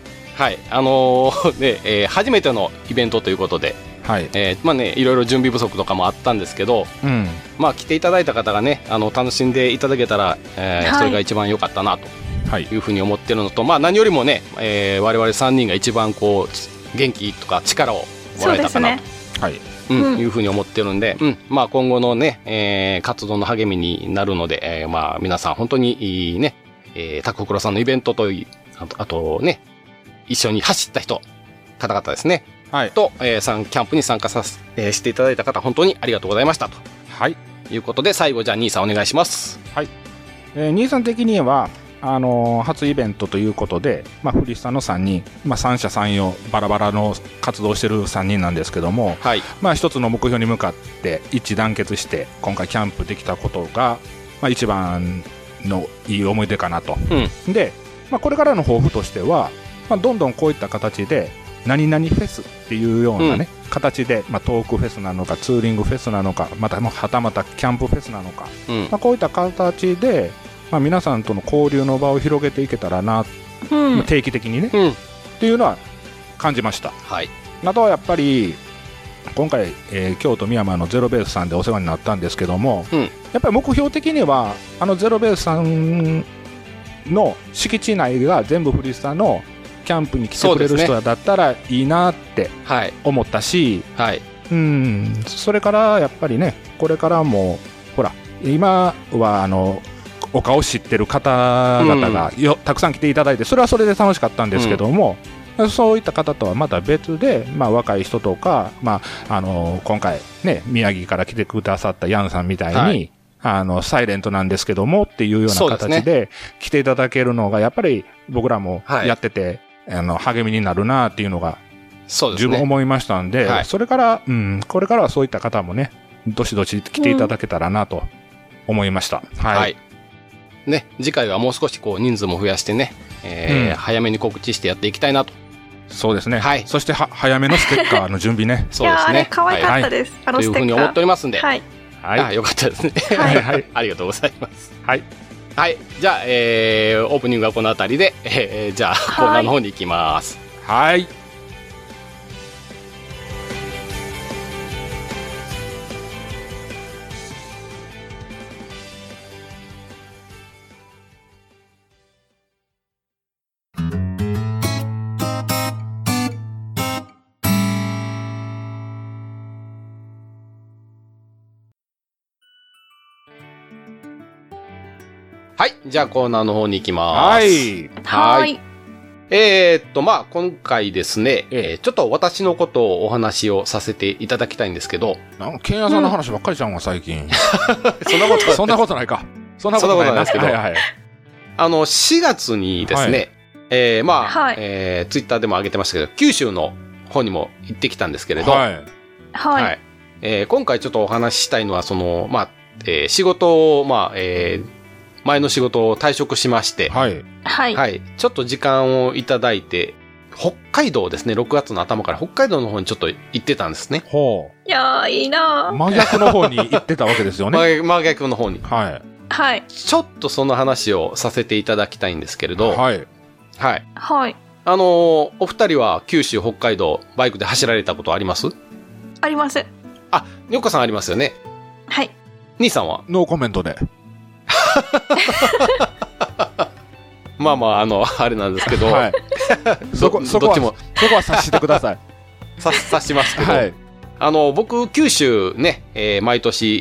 [SPEAKER 1] あのーねえー初めてのイベントということで、
[SPEAKER 3] はい。
[SPEAKER 1] えーまあねいろいろ準備不足とかもあったんですけど
[SPEAKER 3] うん。
[SPEAKER 1] まあ来ていただいた方がねあの楽しんでいただけたら、えー
[SPEAKER 2] はい
[SPEAKER 1] それが一番良かったなと
[SPEAKER 3] はい
[SPEAKER 1] いうふうに思ってるのと、まあ、何よりもね、えー我々3人が一番こう元気とか力をも
[SPEAKER 2] そ
[SPEAKER 1] ら
[SPEAKER 2] う
[SPEAKER 1] え
[SPEAKER 2] で
[SPEAKER 1] た
[SPEAKER 2] す
[SPEAKER 1] かな
[SPEAKER 2] ね
[SPEAKER 1] と。
[SPEAKER 3] はい
[SPEAKER 1] うん
[SPEAKER 2] うん
[SPEAKER 1] いうふうに思ってるんで、うんまあ、今後のね、えー活動の励みになるので、えーまあ、皆さん本当にいいね、えー、タクフクロさんのイベントといい、あと、あとね、一緒に走った人、方々ですね、
[SPEAKER 3] はい
[SPEAKER 1] と、えーさんキャンプに参加させ、えーしていただいた方、本当にありがとうございました。と
[SPEAKER 3] はい
[SPEAKER 1] いうことで、最後、じゃあ、兄さんお願いします。
[SPEAKER 3] えー兄さん的にはあのー初イベントということで、まあ、フリスタの3人、まあ、三者三様バラバラの活動してる3人なんですけども、
[SPEAKER 1] はい。
[SPEAKER 3] まあ、一つの目標に向かって一致団結して今回キャンプできたことが、まあ、一番のいい思い出かなと、で、まあ、これからの抱負としては、まあ、どんどんこういった形で何々フェスっていうようなね、形で、まあ、トークフェスなのかツーリングフェスなのかまたもうはたまたキャンプフェスなのか
[SPEAKER 1] うん
[SPEAKER 3] ま。あ、こういった形で、まあ、皆さんとの交流の場を広げていけたらな、
[SPEAKER 2] うん
[SPEAKER 3] まあ、定期的にね、
[SPEAKER 1] うん。
[SPEAKER 3] っていうのは感じました
[SPEAKER 1] はい。
[SPEAKER 3] あとはやっぱり今回、えー京都深山のゼロベースさんでお世話になったんですけども、
[SPEAKER 1] うん
[SPEAKER 3] やっぱり目標的にはあのゼロベースさんの敷地内が全部フリースタのキャンプに来てく
[SPEAKER 1] そ
[SPEAKER 3] れ
[SPEAKER 1] う
[SPEAKER 3] る
[SPEAKER 1] ですね
[SPEAKER 3] 人だったらいいなって
[SPEAKER 1] はい。
[SPEAKER 3] 思ったし、
[SPEAKER 1] はい。
[SPEAKER 3] うん、それからやっぱりね、これからも、ほら、今はあのお顔知ってる方々がよ、たくさん来ていただいて、それはそれで楽しかったんですけども、そういった方とはまた別で、まあ、若い人とか、まああの今回、ね、宮城から来てくださったヤンさんみたいに、
[SPEAKER 1] はい
[SPEAKER 3] あのサイレントなんですけどもっていうような
[SPEAKER 1] そうですね
[SPEAKER 3] 形で来ていただけるのが、やっぱり僕らも
[SPEAKER 1] はい
[SPEAKER 3] やってて、あの励みになるなっていうのが
[SPEAKER 1] そうです
[SPEAKER 3] 十
[SPEAKER 1] ね。
[SPEAKER 3] 分思いましたんで、
[SPEAKER 1] はい
[SPEAKER 3] それから、うん、これからはそういった方もね、どしどし来ていただけたらなと思いました。はい。
[SPEAKER 1] はい。ね、次回はもう少しこう人数も増やしてね、えー
[SPEAKER 3] うん
[SPEAKER 1] 早めに告知してやっていきたいなと。
[SPEAKER 3] そうですね。
[SPEAKER 1] はい。
[SPEAKER 3] そしては、早めのステッカーの準備ね
[SPEAKER 1] <laughs> そうです
[SPEAKER 2] いやーあれ
[SPEAKER 1] ね。
[SPEAKER 2] 可愛
[SPEAKER 1] は
[SPEAKER 2] かったです、あ
[SPEAKER 1] い、と
[SPEAKER 2] の
[SPEAKER 1] い
[SPEAKER 2] ス
[SPEAKER 1] う
[SPEAKER 2] テ
[SPEAKER 1] ふう
[SPEAKER 2] ッ
[SPEAKER 1] に
[SPEAKER 2] カ
[SPEAKER 1] 思って
[SPEAKER 2] ー
[SPEAKER 1] おりますんで、
[SPEAKER 2] はい
[SPEAKER 3] は
[SPEAKER 1] あ
[SPEAKER 3] い。
[SPEAKER 1] よかったですね。
[SPEAKER 2] はい
[SPEAKER 3] はい
[SPEAKER 1] ありがとうございます。
[SPEAKER 3] はい。
[SPEAKER 1] はい。じゃあ、えーオープニングはこの辺りで、えーじゃあ、コ
[SPEAKER 2] はい
[SPEAKER 1] ーナーの方に行きます。
[SPEAKER 3] はい。
[SPEAKER 1] はい。じゃあ、コーナーの方に行きます。
[SPEAKER 3] はい。
[SPEAKER 1] はい
[SPEAKER 2] はい
[SPEAKER 1] えーっと、まあ、今回ですね、え
[SPEAKER 3] え
[SPEAKER 1] ーちょっと私のことをお話をさせていただきたいんですけど、
[SPEAKER 3] なんか、ケンヤさんの話ばっかりちゃうんわ、
[SPEAKER 1] <laughs>
[SPEAKER 3] 最近。
[SPEAKER 1] そんなことは
[SPEAKER 3] そんなことないか。そんなことない
[SPEAKER 1] そんなことないですけど
[SPEAKER 3] はいはい。
[SPEAKER 1] あの、4月にですね、
[SPEAKER 3] は
[SPEAKER 1] えーまあ、
[SPEAKER 2] はい
[SPEAKER 1] えツイッター Twitter でも上げてましたけど、九州の方にも行ってきたんですけれど、
[SPEAKER 3] はい。
[SPEAKER 2] はい、
[SPEAKER 1] はいえー今回ちょっとお話ししたいのは、その、まあ、えー仕事を、まあ、えー前の仕事を退職しまして、は
[SPEAKER 3] はい。
[SPEAKER 2] はい
[SPEAKER 1] い、ちょっと時間をいただいて、北海道ですね、6月の頭から北海道の方にちょっと行ってたんですね。
[SPEAKER 3] ほ
[SPEAKER 2] いやーいいな
[SPEAKER 3] う。
[SPEAKER 2] ー
[SPEAKER 3] 真逆の方に行ってたわけですよね。
[SPEAKER 1] 真真逆の方に。
[SPEAKER 3] はい。
[SPEAKER 2] はい
[SPEAKER 1] ちょっとその話をさせていただきたいんですけれど、はい。
[SPEAKER 3] はい。
[SPEAKER 2] はい
[SPEAKER 1] あのーお二人は九州、北海道、バイクで走られたことあります
[SPEAKER 2] あります
[SPEAKER 1] あ、よっこさんありますよね。
[SPEAKER 2] はい
[SPEAKER 1] 兄さんは
[SPEAKER 3] ノーコメントで。
[SPEAKER 1] まあまあ、あの、 <laughs> あれなんですけど、
[SPEAKER 3] はい。そこ、そ
[SPEAKER 1] ど
[SPEAKER 3] こ
[SPEAKER 1] っ
[SPEAKER 3] は、
[SPEAKER 1] ち
[SPEAKER 3] そ
[SPEAKER 1] も
[SPEAKER 3] こは察してください。
[SPEAKER 1] ささします <laughs> けど、
[SPEAKER 3] はい。
[SPEAKER 1] あの、僕、九州ね、えー毎年、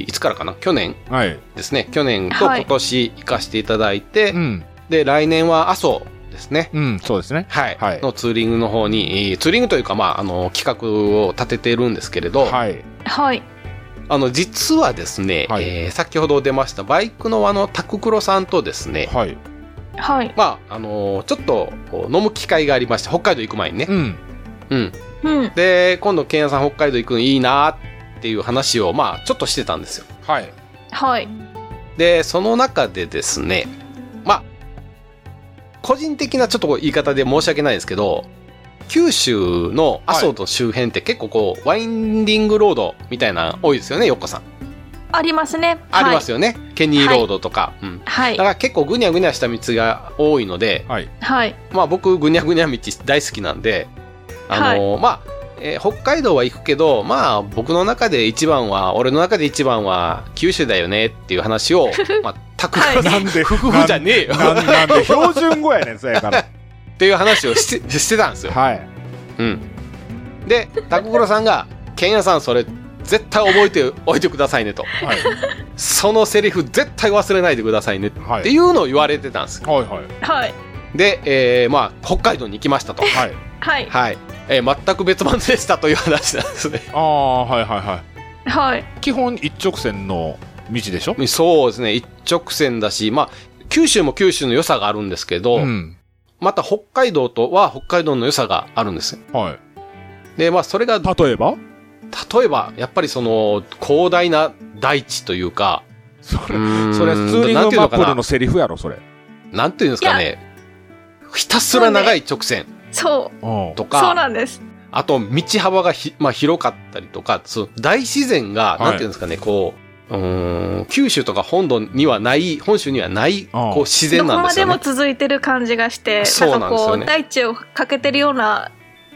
[SPEAKER 1] いいつからかな去年
[SPEAKER 3] はい。
[SPEAKER 1] ですね。去年と
[SPEAKER 2] はい
[SPEAKER 1] 今年行かせていただいて、
[SPEAKER 3] うん。
[SPEAKER 1] で、来年は阿蘇ですね。
[SPEAKER 3] うん、そうですね。
[SPEAKER 1] はい。
[SPEAKER 3] はい
[SPEAKER 1] のツーリングの方に、えーツーリングというか、まあ、あの、企画を立ててるんですけれど、
[SPEAKER 3] はい。
[SPEAKER 2] はい
[SPEAKER 1] あの、実はですね、
[SPEAKER 3] はい
[SPEAKER 1] えー先ほど出ましたバイクのあの、タククロさんとですね、
[SPEAKER 3] はい。
[SPEAKER 2] はい
[SPEAKER 1] まあ、あのちょっとこう飲む機会がありまして、北海道行く前にね。
[SPEAKER 3] うん。
[SPEAKER 1] うん。
[SPEAKER 2] うん
[SPEAKER 1] で、今度、ケンヤさん北海道行くのいいなっていう話を、まあ、ちょっとしてたんですよ。
[SPEAKER 3] はい。
[SPEAKER 2] はい
[SPEAKER 1] で、その中でですね、まあ、個人的なちょっとこう言い方で申し訳ないですけど、九州の阿蘇と周辺って結構こう、ワインディングロードみたいなの多いですよね、よっこさん。
[SPEAKER 2] ありますね
[SPEAKER 1] あります
[SPEAKER 2] よ
[SPEAKER 1] よね。ケニーロードとか。うん。
[SPEAKER 2] はい
[SPEAKER 1] だから結構ぐにゃぐにゃした道が多いので、
[SPEAKER 3] はい。
[SPEAKER 2] はい
[SPEAKER 1] まあ僕ぐにゃぐにゃ道大好きなんで、あのーまあえー北海道は行くけどまあ僕の中で一番は俺の中で一番は九州だよねっていう話
[SPEAKER 2] <laughs>
[SPEAKER 1] をまあタク
[SPEAKER 2] はい
[SPEAKER 3] なんで
[SPEAKER 1] 夫婦じゃねえよ
[SPEAKER 3] なんなんで標準語やねん <laughs> そやから
[SPEAKER 1] っていう話をしてしてたんですよ、
[SPEAKER 3] はい
[SPEAKER 1] うん、でタククロさんが「ケンヤさんそれ絶対覚えておいてくださいね」と
[SPEAKER 3] はい
[SPEAKER 1] 「そのセリフ絶対忘れないでくださいね」
[SPEAKER 3] は
[SPEAKER 1] って
[SPEAKER 3] い
[SPEAKER 1] いうのを言われてたんですよ
[SPEAKER 3] はいはい
[SPEAKER 2] はい
[SPEAKER 1] で、えーまあ北海道に行きましたと
[SPEAKER 3] はい
[SPEAKER 2] はい
[SPEAKER 1] はい、えー全く別物でしたという話なんですね
[SPEAKER 3] ああはいはいは
[SPEAKER 2] はい
[SPEAKER 3] い基本一直線の道でしょ
[SPEAKER 1] <laughs> そうですね一直線だしまあ九州も九州の良さがあるんですけど、
[SPEAKER 3] うん
[SPEAKER 1] また北海道とは北海道の良さがあるんですよ
[SPEAKER 3] はい
[SPEAKER 1] でまあそれが
[SPEAKER 3] 例えば
[SPEAKER 1] 例えばやっぱりその広大な大地というか
[SPEAKER 3] それ
[SPEAKER 1] そ
[SPEAKER 3] それツーリン
[SPEAKER 1] なんて
[SPEAKER 3] グ
[SPEAKER 1] いうの
[SPEAKER 3] マップ
[SPEAKER 1] か
[SPEAKER 3] ル
[SPEAKER 1] な
[SPEAKER 3] のセリフやろそれ
[SPEAKER 1] なんていうんですかねひたすら長い直線
[SPEAKER 2] そう
[SPEAKER 3] うん
[SPEAKER 1] と
[SPEAKER 2] そう
[SPEAKER 1] か、
[SPEAKER 2] なんです
[SPEAKER 1] あと道幅がひ、まあ、広かったりとかそう大自然が
[SPEAKER 3] はい
[SPEAKER 1] なんていうんですかね、こううーん九州とか本土にはない本州にはないこう自
[SPEAKER 2] ど
[SPEAKER 1] 然
[SPEAKER 2] こ
[SPEAKER 1] なんで
[SPEAKER 2] ますで
[SPEAKER 1] よ
[SPEAKER 2] も
[SPEAKER 1] ね。
[SPEAKER 2] 続いてる感じがして
[SPEAKER 1] そうなん
[SPEAKER 2] か
[SPEAKER 1] です
[SPEAKER 2] こ
[SPEAKER 1] よ
[SPEAKER 2] う、
[SPEAKER 1] ね
[SPEAKER 2] 大地をかけてるような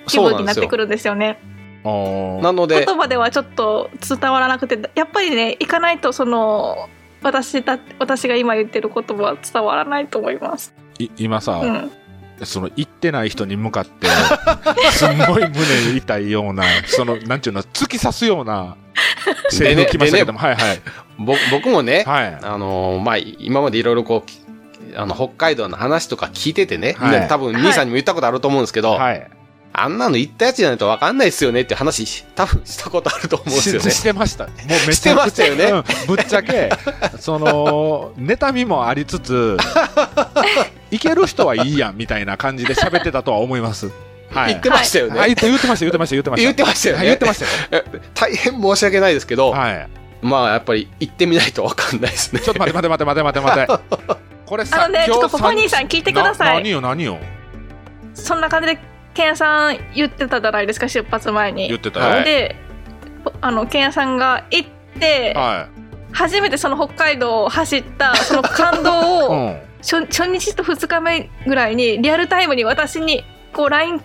[SPEAKER 2] 気
[SPEAKER 1] そう
[SPEAKER 2] 分
[SPEAKER 1] なん
[SPEAKER 2] に
[SPEAKER 1] で
[SPEAKER 2] なっ
[SPEAKER 1] す
[SPEAKER 2] て
[SPEAKER 1] よ
[SPEAKER 2] く。るんですよね
[SPEAKER 3] あー
[SPEAKER 1] なので
[SPEAKER 2] 言、葉ではちょっと伝わらなくてやっぱりね行かないとその私た私が今言ってる言葉は伝わらないと思います。
[SPEAKER 3] い今さ、
[SPEAKER 2] うん、
[SPEAKER 3] その行ってない人に向かって、 <laughs> すんごい胸痛いような、その、なんていうの、突き刺すような、セリフ来ましたけども、はいはい。
[SPEAKER 1] ぼ僕もね、
[SPEAKER 3] はい。
[SPEAKER 1] あのーまあ、今までいろいろこうき、あの、北海道の話とか聞いててね、
[SPEAKER 3] はい
[SPEAKER 1] みんな多分兄さんにも言ったことあると思うんですけど、
[SPEAKER 3] はい。
[SPEAKER 1] あんなの言ったやつじゃないと分かんないっすよねって話し、多分したことあると思うんですよね
[SPEAKER 3] し。してました。もうめ
[SPEAKER 1] してましたよね
[SPEAKER 3] うんぶっち
[SPEAKER 1] <laughs>
[SPEAKER 3] ゃけ、その、妬みもありつつ、行ける人はいいやん、みたいな感じで喋ってたとは思います。は
[SPEAKER 1] 言っ
[SPEAKER 3] い
[SPEAKER 1] て。ましたよね。
[SPEAKER 3] あ言って言ってました、言ってました、言ってました。
[SPEAKER 1] 言ってましたよね
[SPEAKER 3] はい言ってましたよ。
[SPEAKER 1] 大変申し訳ないですけど、
[SPEAKER 3] はい。
[SPEAKER 1] まあやっぱり行ってみないと分かんないですね。
[SPEAKER 3] ちょっと待って待って待って待って待って
[SPEAKER 1] <laughs>
[SPEAKER 3] 待って。これさ、
[SPEAKER 2] あのねち
[SPEAKER 3] 今
[SPEAKER 2] ょ
[SPEAKER 3] 日
[SPEAKER 2] っとポポニーさん聞いてくださ
[SPEAKER 3] ない何よ、何よ。
[SPEAKER 2] そんな感じでケンヤさん言ってたじゃないですか出発前
[SPEAKER 3] 言っ
[SPEAKER 2] に。
[SPEAKER 3] てたよ。
[SPEAKER 1] はい
[SPEAKER 2] でぽあのケンヤさんが行って、
[SPEAKER 3] は
[SPEAKER 2] 初めてその北海道を走ったその感動
[SPEAKER 3] い。
[SPEAKER 2] を、
[SPEAKER 3] うん。
[SPEAKER 2] 初初日と2日目ぐらいにリアルタイムに私にこう LINE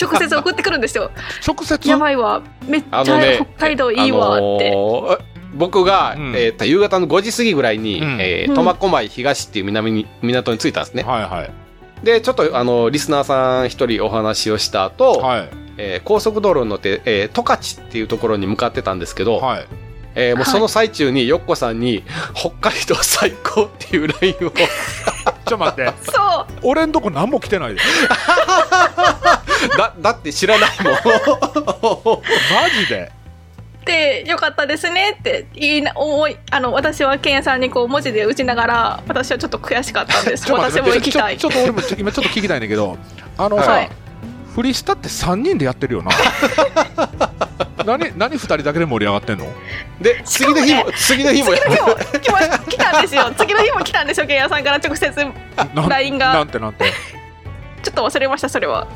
[SPEAKER 2] 直接送ってくるんですよ。
[SPEAKER 3] 直接
[SPEAKER 2] やばいわめっちゃ
[SPEAKER 1] あのね
[SPEAKER 2] <laughs> 北海道いいわって、
[SPEAKER 1] あのー僕が、
[SPEAKER 3] うん
[SPEAKER 1] えーと夕方の5時過ぎぐらいに、
[SPEAKER 3] うん
[SPEAKER 1] え
[SPEAKER 2] う
[SPEAKER 1] ー
[SPEAKER 2] ん
[SPEAKER 1] 苫小牧東っていう南に港に着いたんですね。
[SPEAKER 3] はいはい
[SPEAKER 1] で、ちょっとあのリスナーさん一人お話をした後、
[SPEAKER 3] はい
[SPEAKER 1] えー高速道路に乗って、えー、十勝っていうところに向かってたんですけど、
[SPEAKER 3] はい
[SPEAKER 1] えーもう
[SPEAKER 2] はい
[SPEAKER 1] その最中によっこさんに、北海道最高っていうライ
[SPEAKER 2] <laughs>
[SPEAKER 1] ンを、
[SPEAKER 3] ちょっと待って
[SPEAKER 2] そう
[SPEAKER 3] 俺んとこ何も来てないで
[SPEAKER 1] だ、だって知らない
[SPEAKER 2] <laughs>
[SPEAKER 1] もん。
[SPEAKER 3] マジで
[SPEAKER 2] でよかったですねって言いな思いあの私はケンヤさんにこう文字で打ちながら私はちょっと悔しかったんです
[SPEAKER 3] ちょっと待
[SPEAKER 2] 私
[SPEAKER 3] って
[SPEAKER 2] も行きたい
[SPEAKER 3] ちょちょっと俺もちょ今ちょっと聞きたいんだけどあのさ、
[SPEAKER 2] はい
[SPEAKER 3] フリスタって3人でやってるよな何何2人だけで盛り上がってんの
[SPEAKER 1] で、
[SPEAKER 2] し
[SPEAKER 1] 次の
[SPEAKER 2] かも
[SPEAKER 1] 日
[SPEAKER 2] ね
[SPEAKER 1] も、次の日もや
[SPEAKER 2] 次の日も来ま来たんですよ次の日も来たんですよケンヤさんから直接ちょ
[SPEAKER 3] な
[SPEAKER 2] LINE が
[SPEAKER 3] なんてなんて
[SPEAKER 2] っと忘れましたそれは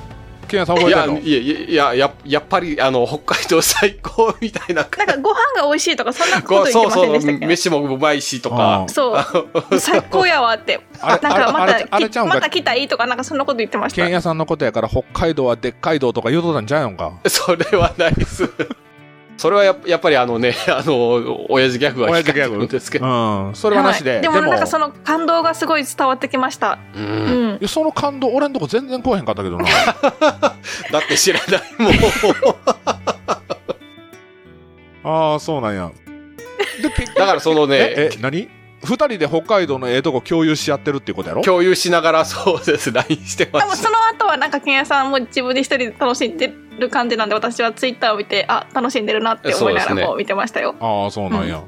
[SPEAKER 3] ケンヤさん覚
[SPEAKER 1] い
[SPEAKER 3] えて
[SPEAKER 1] や
[SPEAKER 3] んの
[SPEAKER 1] いやいやいやややっぱりあの北海道最高みたいな
[SPEAKER 2] なんかご飯が美味しいとかそんなこ
[SPEAKER 1] ことう
[SPEAKER 2] 言って
[SPEAKER 1] そう
[SPEAKER 2] ませ
[SPEAKER 1] そう
[SPEAKER 2] んでしたっけ
[SPEAKER 1] 飯もうまいしとか
[SPEAKER 2] そう最高やわって
[SPEAKER 3] あ
[SPEAKER 2] なん
[SPEAKER 3] れ
[SPEAKER 2] か
[SPEAKER 3] あれ
[SPEAKER 2] ま
[SPEAKER 3] あれあれ
[SPEAKER 2] た
[SPEAKER 3] ちゃうん
[SPEAKER 2] き
[SPEAKER 3] か
[SPEAKER 2] また来たいとかなんかそんなこと言ってまし
[SPEAKER 3] ケ
[SPEAKER 2] た
[SPEAKER 3] ンヤさんのことやから北海道はでっかい道とか言うとったんじゃうんか
[SPEAKER 1] それはないっすそれはやっやっぱりあのねあの親父ギャグは
[SPEAKER 3] 親
[SPEAKER 1] 光っ
[SPEAKER 3] 父ギ
[SPEAKER 1] て
[SPEAKER 3] ャグ
[SPEAKER 1] るんですけど、
[SPEAKER 3] うんそれはなしで、
[SPEAKER 2] はいでもなんかその感動がすごい伝わってきました
[SPEAKER 1] うん
[SPEAKER 2] うん
[SPEAKER 3] いやその感動俺んとこ全然来おへんかったけどな
[SPEAKER 1] だって知らない
[SPEAKER 3] <laughs>
[SPEAKER 1] もん
[SPEAKER 3] ああそうなんやで結局
[SPEAKER 1] だからその
[SPEAKER 3] え
[SPEAKER 1] ね、
[SPEAKER 3] え、何二人で北海道のええとこ共有し合ってるってことやろ
[SPEAKER 1] 共有しながらそうです LINE してま
[SPEAKER 2] でも
[SPEAKER 1] した
[SPEAKER 2] その後はなんかケンヤさんも自分で一人で楽しんでる感じなんで私はツイッターを見てあ楽しんでるなって思いな
[SPEAKER 1] そうです
[SPEAKER 2] が
[SPEAKER 1] ね
[SPEAKER 2] らこう見てましたよ、
[SPEAKER 3] ああ、そうなんや。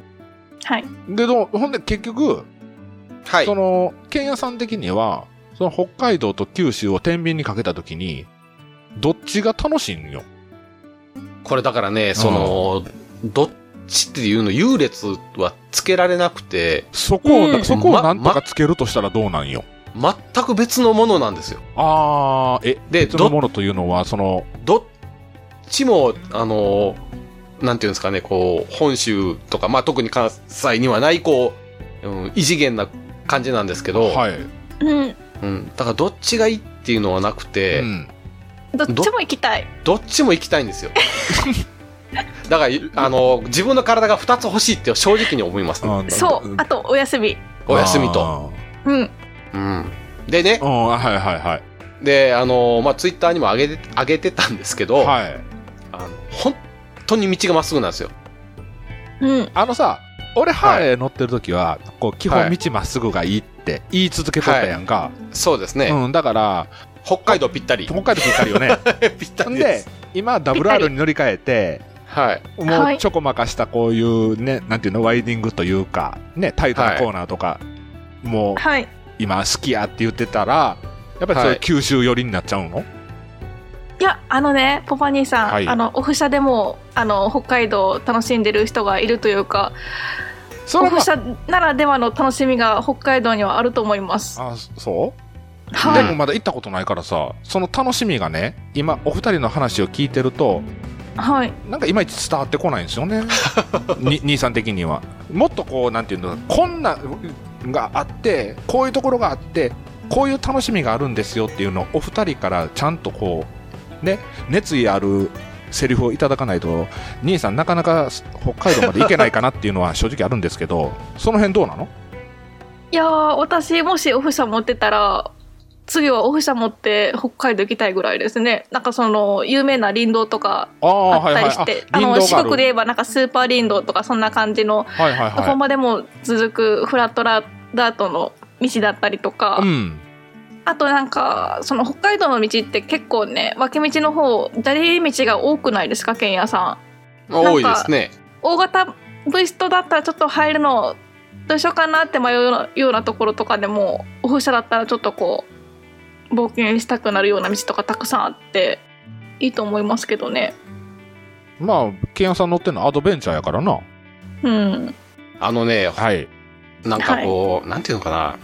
[SPEAKER 2] はい
[SPEAKER 3] で、どうほんで結局、
[SPEAKER 1] はい
[SPEAKER 3] その、ケンヤさん的には、その北海道と九州を天秤にかけたときに、どっちが楽しいんよ。
[SPEAKER 1] これだからねその、どっちっていうの優劣はつけられなくて
[SPEAKER 3] そこを、
[SPEAKER 2] うん
[SPEAKER 3] そこを
[SPEAKER 1] ま
[SPEAKER 3] なんとかつけるとしたらどうなんよ。
[SPEAKER 1] 全く別のものなんですよ
[SPEAKER 3] ああ、え、
[SPEAKER 1] で
[SPEAKER 3] その
[SPEAKER 1] ど
[SPEAKER 3] ものというのは、その、
[SPEAKER 1] どっちも、あの、なんていうんですかね、こう、本州とか、まあ特に関西にはない、こう、うん異次元な感じなんですけど、
[SPEAKER 3] はい。
[SPEAKER 2] うん
[SPEAKER 1] うん、だからどっちがいいっていうのはなくて、
[SPEAKER 3] うん。
[SPEAKER 2] どっちも行きたい
[SPEAKER 1] どっちも行きたいん
[SPEAKER 3] <laughs>
[SPEAKER 1] ですよだからあの自分の体が2つ欲しいって正直に思います、
[SPEAKER 3] あ
[SPEAKER 2] そうあとお休み
[SPEAKER 1] お休みと、
[SPEAKER 2] うん
[SPEAKER 1] うん、でね
[SPEAKER 3] あーうんはいはいはい
[SPEAKER 1] であのまあツイッターにも上げて上げてたんですけど、
[SPEAKER 3] はい
[SPEAKER 1] あの本当に道がまっすぐなんですよ
[SPEAKER 2] うん
[SPEAKER 3] あのさ俺ハーレー乗ってる時は、こう基
[SPEAKER 1] は
[SPEAKER 3] 本
[SPEAKER 1] い
[SPEAKER 3] 道まっすぐがいいって言い続けとったやんか、
[SPEAKER 1] そうですね、
[SPEAKER 3] うん、だから
[SPEAKER 1] 北海道ぴったり
[SPEAKER 3] 北海道ぴったりよね
[SPEAKER 1] <laughs> ぴった
[SPEAKER 3] ほん
[SPEAKER 1] りで
[SPEAKER 3] です今 WR に乗り換えて
[SPEAKER 1] はい
[SPEAKER 3] も
[SPEAKER 2] は
[SPEAKER 3] う
[SPEAKER 2] い
[SPEAKER 3] ちょこまかしたこういうねなんていうのワイディングというかねタイトなコーナーとか、もう
[SPEAKER 2] はい
[SPEAKER 3] 今好きやって言ってたらやっぱりそ
[SPEAKER 1] は
[SPEAKER 3] れ
[SPEAKER 1] い
[SPEAKER 3] 九州寄りになっちゃうの、
[SPEAKER 2] いやあのねポパ兄さん、
[SPEAKER 3] はい
[SPEAKER 2] あのオフ車でもあの北海道を楽しんでる人がいるというか
[SPEAKER 3] それ
[SPEAKER 2] オ
[SPEAKER 3] はま
[SPEAKER 2] フ
[SPEAKER 3] あ
[SPEAKER 2] 車ならではの楽しみが北海道にはあると思います
[SPEAKER 3] あそう
[SPEAKER 2] は
[SPEAKER 3] で
[SPEAKER 2] い
[SPEAKER 3] もまだ行ったことないからさその楽しみがね今お二人の話を聞いてると
[SPEAKER 2] はい
[SPEAKER 3] なんかいまいち伝わってこないんですよね <laughs> に兄さん的にはもっとこうなんていうのこんながあってこういうところがあってこういう楽しみがあるんですよっていうのをお二人からちゃんとこうね熱意あるセリフをいただかないと兄さんなかなか北海道まで行けないかなっていうのは正直あるんですけどその辺どうなの
[SPEAKER 2] いやー私もしオフ車持ってたら次はオフ車持って北海道行きたいぐらいですねなんかその有名な林道とか
[SPEAKER 3] あ
[SPEAKER 2] あ
[SPEAKER 3] あ
[SPEAKER 2] ったりして、あの四国で言えばなんかスーパー林道とかそんな感じの
[SPEAKER 3] はいはい
[SPEAKER 2] どこ
[SPEAKER 3] は
[SPEAKER 2] までも続くフラットラダートの道だったりとか、
[SPEAKER 3] いうん
[SPEAKER 2] あとなんかその北海道の道って結構ね脇道の方砂利道が多くないですか剣屋さん
[SPEAKER 1] 多いですね
[SPEAKER 2] 大型ブイストだったらちょっと入るのどうしようかなって迷うようなようなところとかでもオフ車だったらちょっとこう冒険したくなるような道とかたくさんあっていいと思いますけどね
[SPEAKER 3] まあケンヤさん乗ってるのはアドベンチャーやからな
[SPEAKER 2] うん
[SPEAKER 1] あのね
[SPEAKER 3] はい
[SPEAKER 1] なんかこう、なんていうのかな。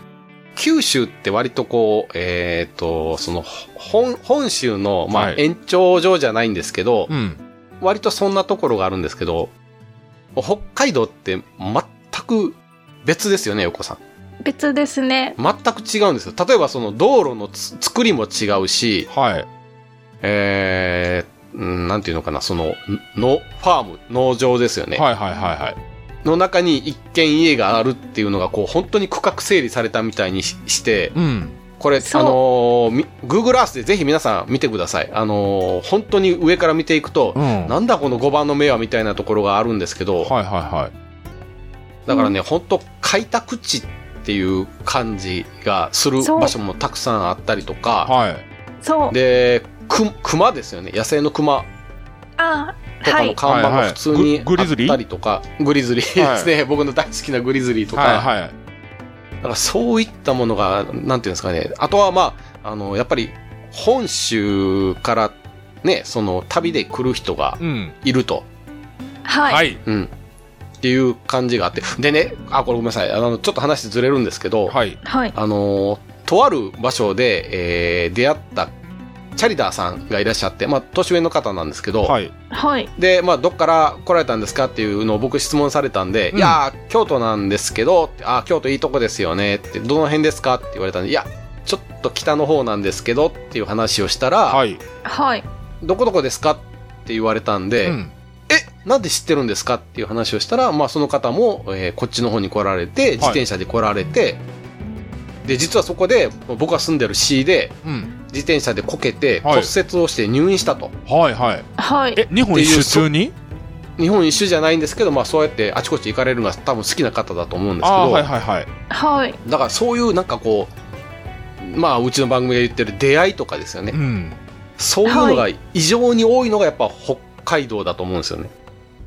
[SPEAKER 1] 九州って割とこう、えっ、と、その、本、本州の、まあ、
[SPEAKER 3] はい
[SPEAKER 1] 延長上じゃないんですけど、
[SPEAKER 3] うん
[SPEAKER 1] 割とそんなところがあるんですけど、北海道って全く別ですよね、横さん。
[SPEAKER 2] 別ですね
[SPEAKER 1] 全く違うんですよ。例えばその道路のつ作りも違うし、
[SPEAKER 3] はい
[SPEAKER 1] えーうんなんていうのかな、その、の、ファーム、農場ですよね。
[SPEAKER 3] はいはいはいはい
[SPEAKER 1] の中に一軒家があるっていうのが、こう、本当に区画整理されたみたいにしして、
[SPEAKER 3] うん
[SPEAKER 1] これ、あ
[SPEAKER 2] そう
[SPEAKER 1] のーみ Google Earth でぜひ皆さん見てください。あのー本当に上から見ていくと、
[SPEAKER 3] うん
[SPEAKER 1] なんだこの5番の目はみたいなところがあるんですけど、
[SPEAKER 3] はいはいはい。
[SPEAKER 1] だからね、本当開拓地っていう感じがする
[SPEAKER 2] そう
[SPEAKER 1] 場所もたくさんあったりとか、
[SPEAKER 3] はい。
[SPEAKER 2] そう
[SPEAKER 1] で、く熊ですよね。野生の熊
[SPEAKER 2] あ
[SPEAKER 1] と
[SPEAKER 2] は
[SPEAKER 1] かの
[SPEAKER 2] い
[SPEAKER 1] 看板
[SPEAKER 3] はい
[SPEAKER 1] が
[SPEAKER 3] はい
[SPEAKER 1] 普通に
[SPEAKER 3] ググ
[SPEAKER 1] あ
[SPEAKER 3] リ
[SPEAKER 1] っ
[SPEAKER 3] ズリー
[SPEAKER 1] たりとか、グリズリーですね。僕の大好きなグリズリーとか、
[SPEAKER 3] はいはい。
[SPEAKER 1] だからそういったものが、なんていうんですかね、あとはまあ、あの、やっぱり本州からね、その旅で来る人が
[SPEAKER 3] うん。
[SPEAKER 1] いると、
[SPEAKER 2] はい、
[SPEAKER 3] はい。
[SPEAKER 1] うん、っていう感じがあって、でね、あ、これごめんなさい、あの、ちょっと話ずれるんですけど、
[SPEAKER 3] はい。
[SPEAKER 2] はい。
[SPEAKER 1] あの、とある場所で、えー出会ったチャリダーさんがいらっしゃって、まあ、年上の方なんですけど、
[SPEAKER 3] はい。
[SPEAKER 2] はい。
[SPEAKER 1] で、まあ、どっから来られたんですかっていうのを僕質問されたんで、
[SPEAKER 3] うん
[SPEAKER 1] いやー、京都なんですけど、ってあー京都いいとこですよねって、どの辺ですかって言われたんで、いや、ちょっと北の方なんですけどっていう話をしたら、
[SPEAKER 3] はい。
[SPEAKER 2] はい。
[SPEAKER 1] どこどこですかって言われたんで、
[SPEAKER 3] うん。
[SPEAKER 1] え、なんで知ってるんですかっていう話をしたら、まあ、その方も、えーこっちの方に来られて、自転車で来られて、で、実はそこで、僕が住んでる C で、
[SPEAKER 3] うん。
[SPEAKER 1] 自転車でこけて、骨
[SPEAKER 3] はい
[SPEAKER 1] 折をして入院したと。
[SPEAKER 3] はいはい。
[SPEAKER 2] はい。
[SPEAKER 3] え、日本一周中に
[SPEAKER 1] 日本一周じゃないんですけど、まあ、そうやってあちこち行かれるのが多分好きな方だと思うんですけど、
[SPEAKER 3] ああー、はいはいはい。
[SPEAKER 2] はい。
[SPEAKER 1] だからそういうなんかこうまあうちの番組が言ってる出会いとかですよね、
[SPEAKER 3] うん。
[SPEAKER 1] そういうのが異常に多いのがやっぱ北海道だと思うんですよね、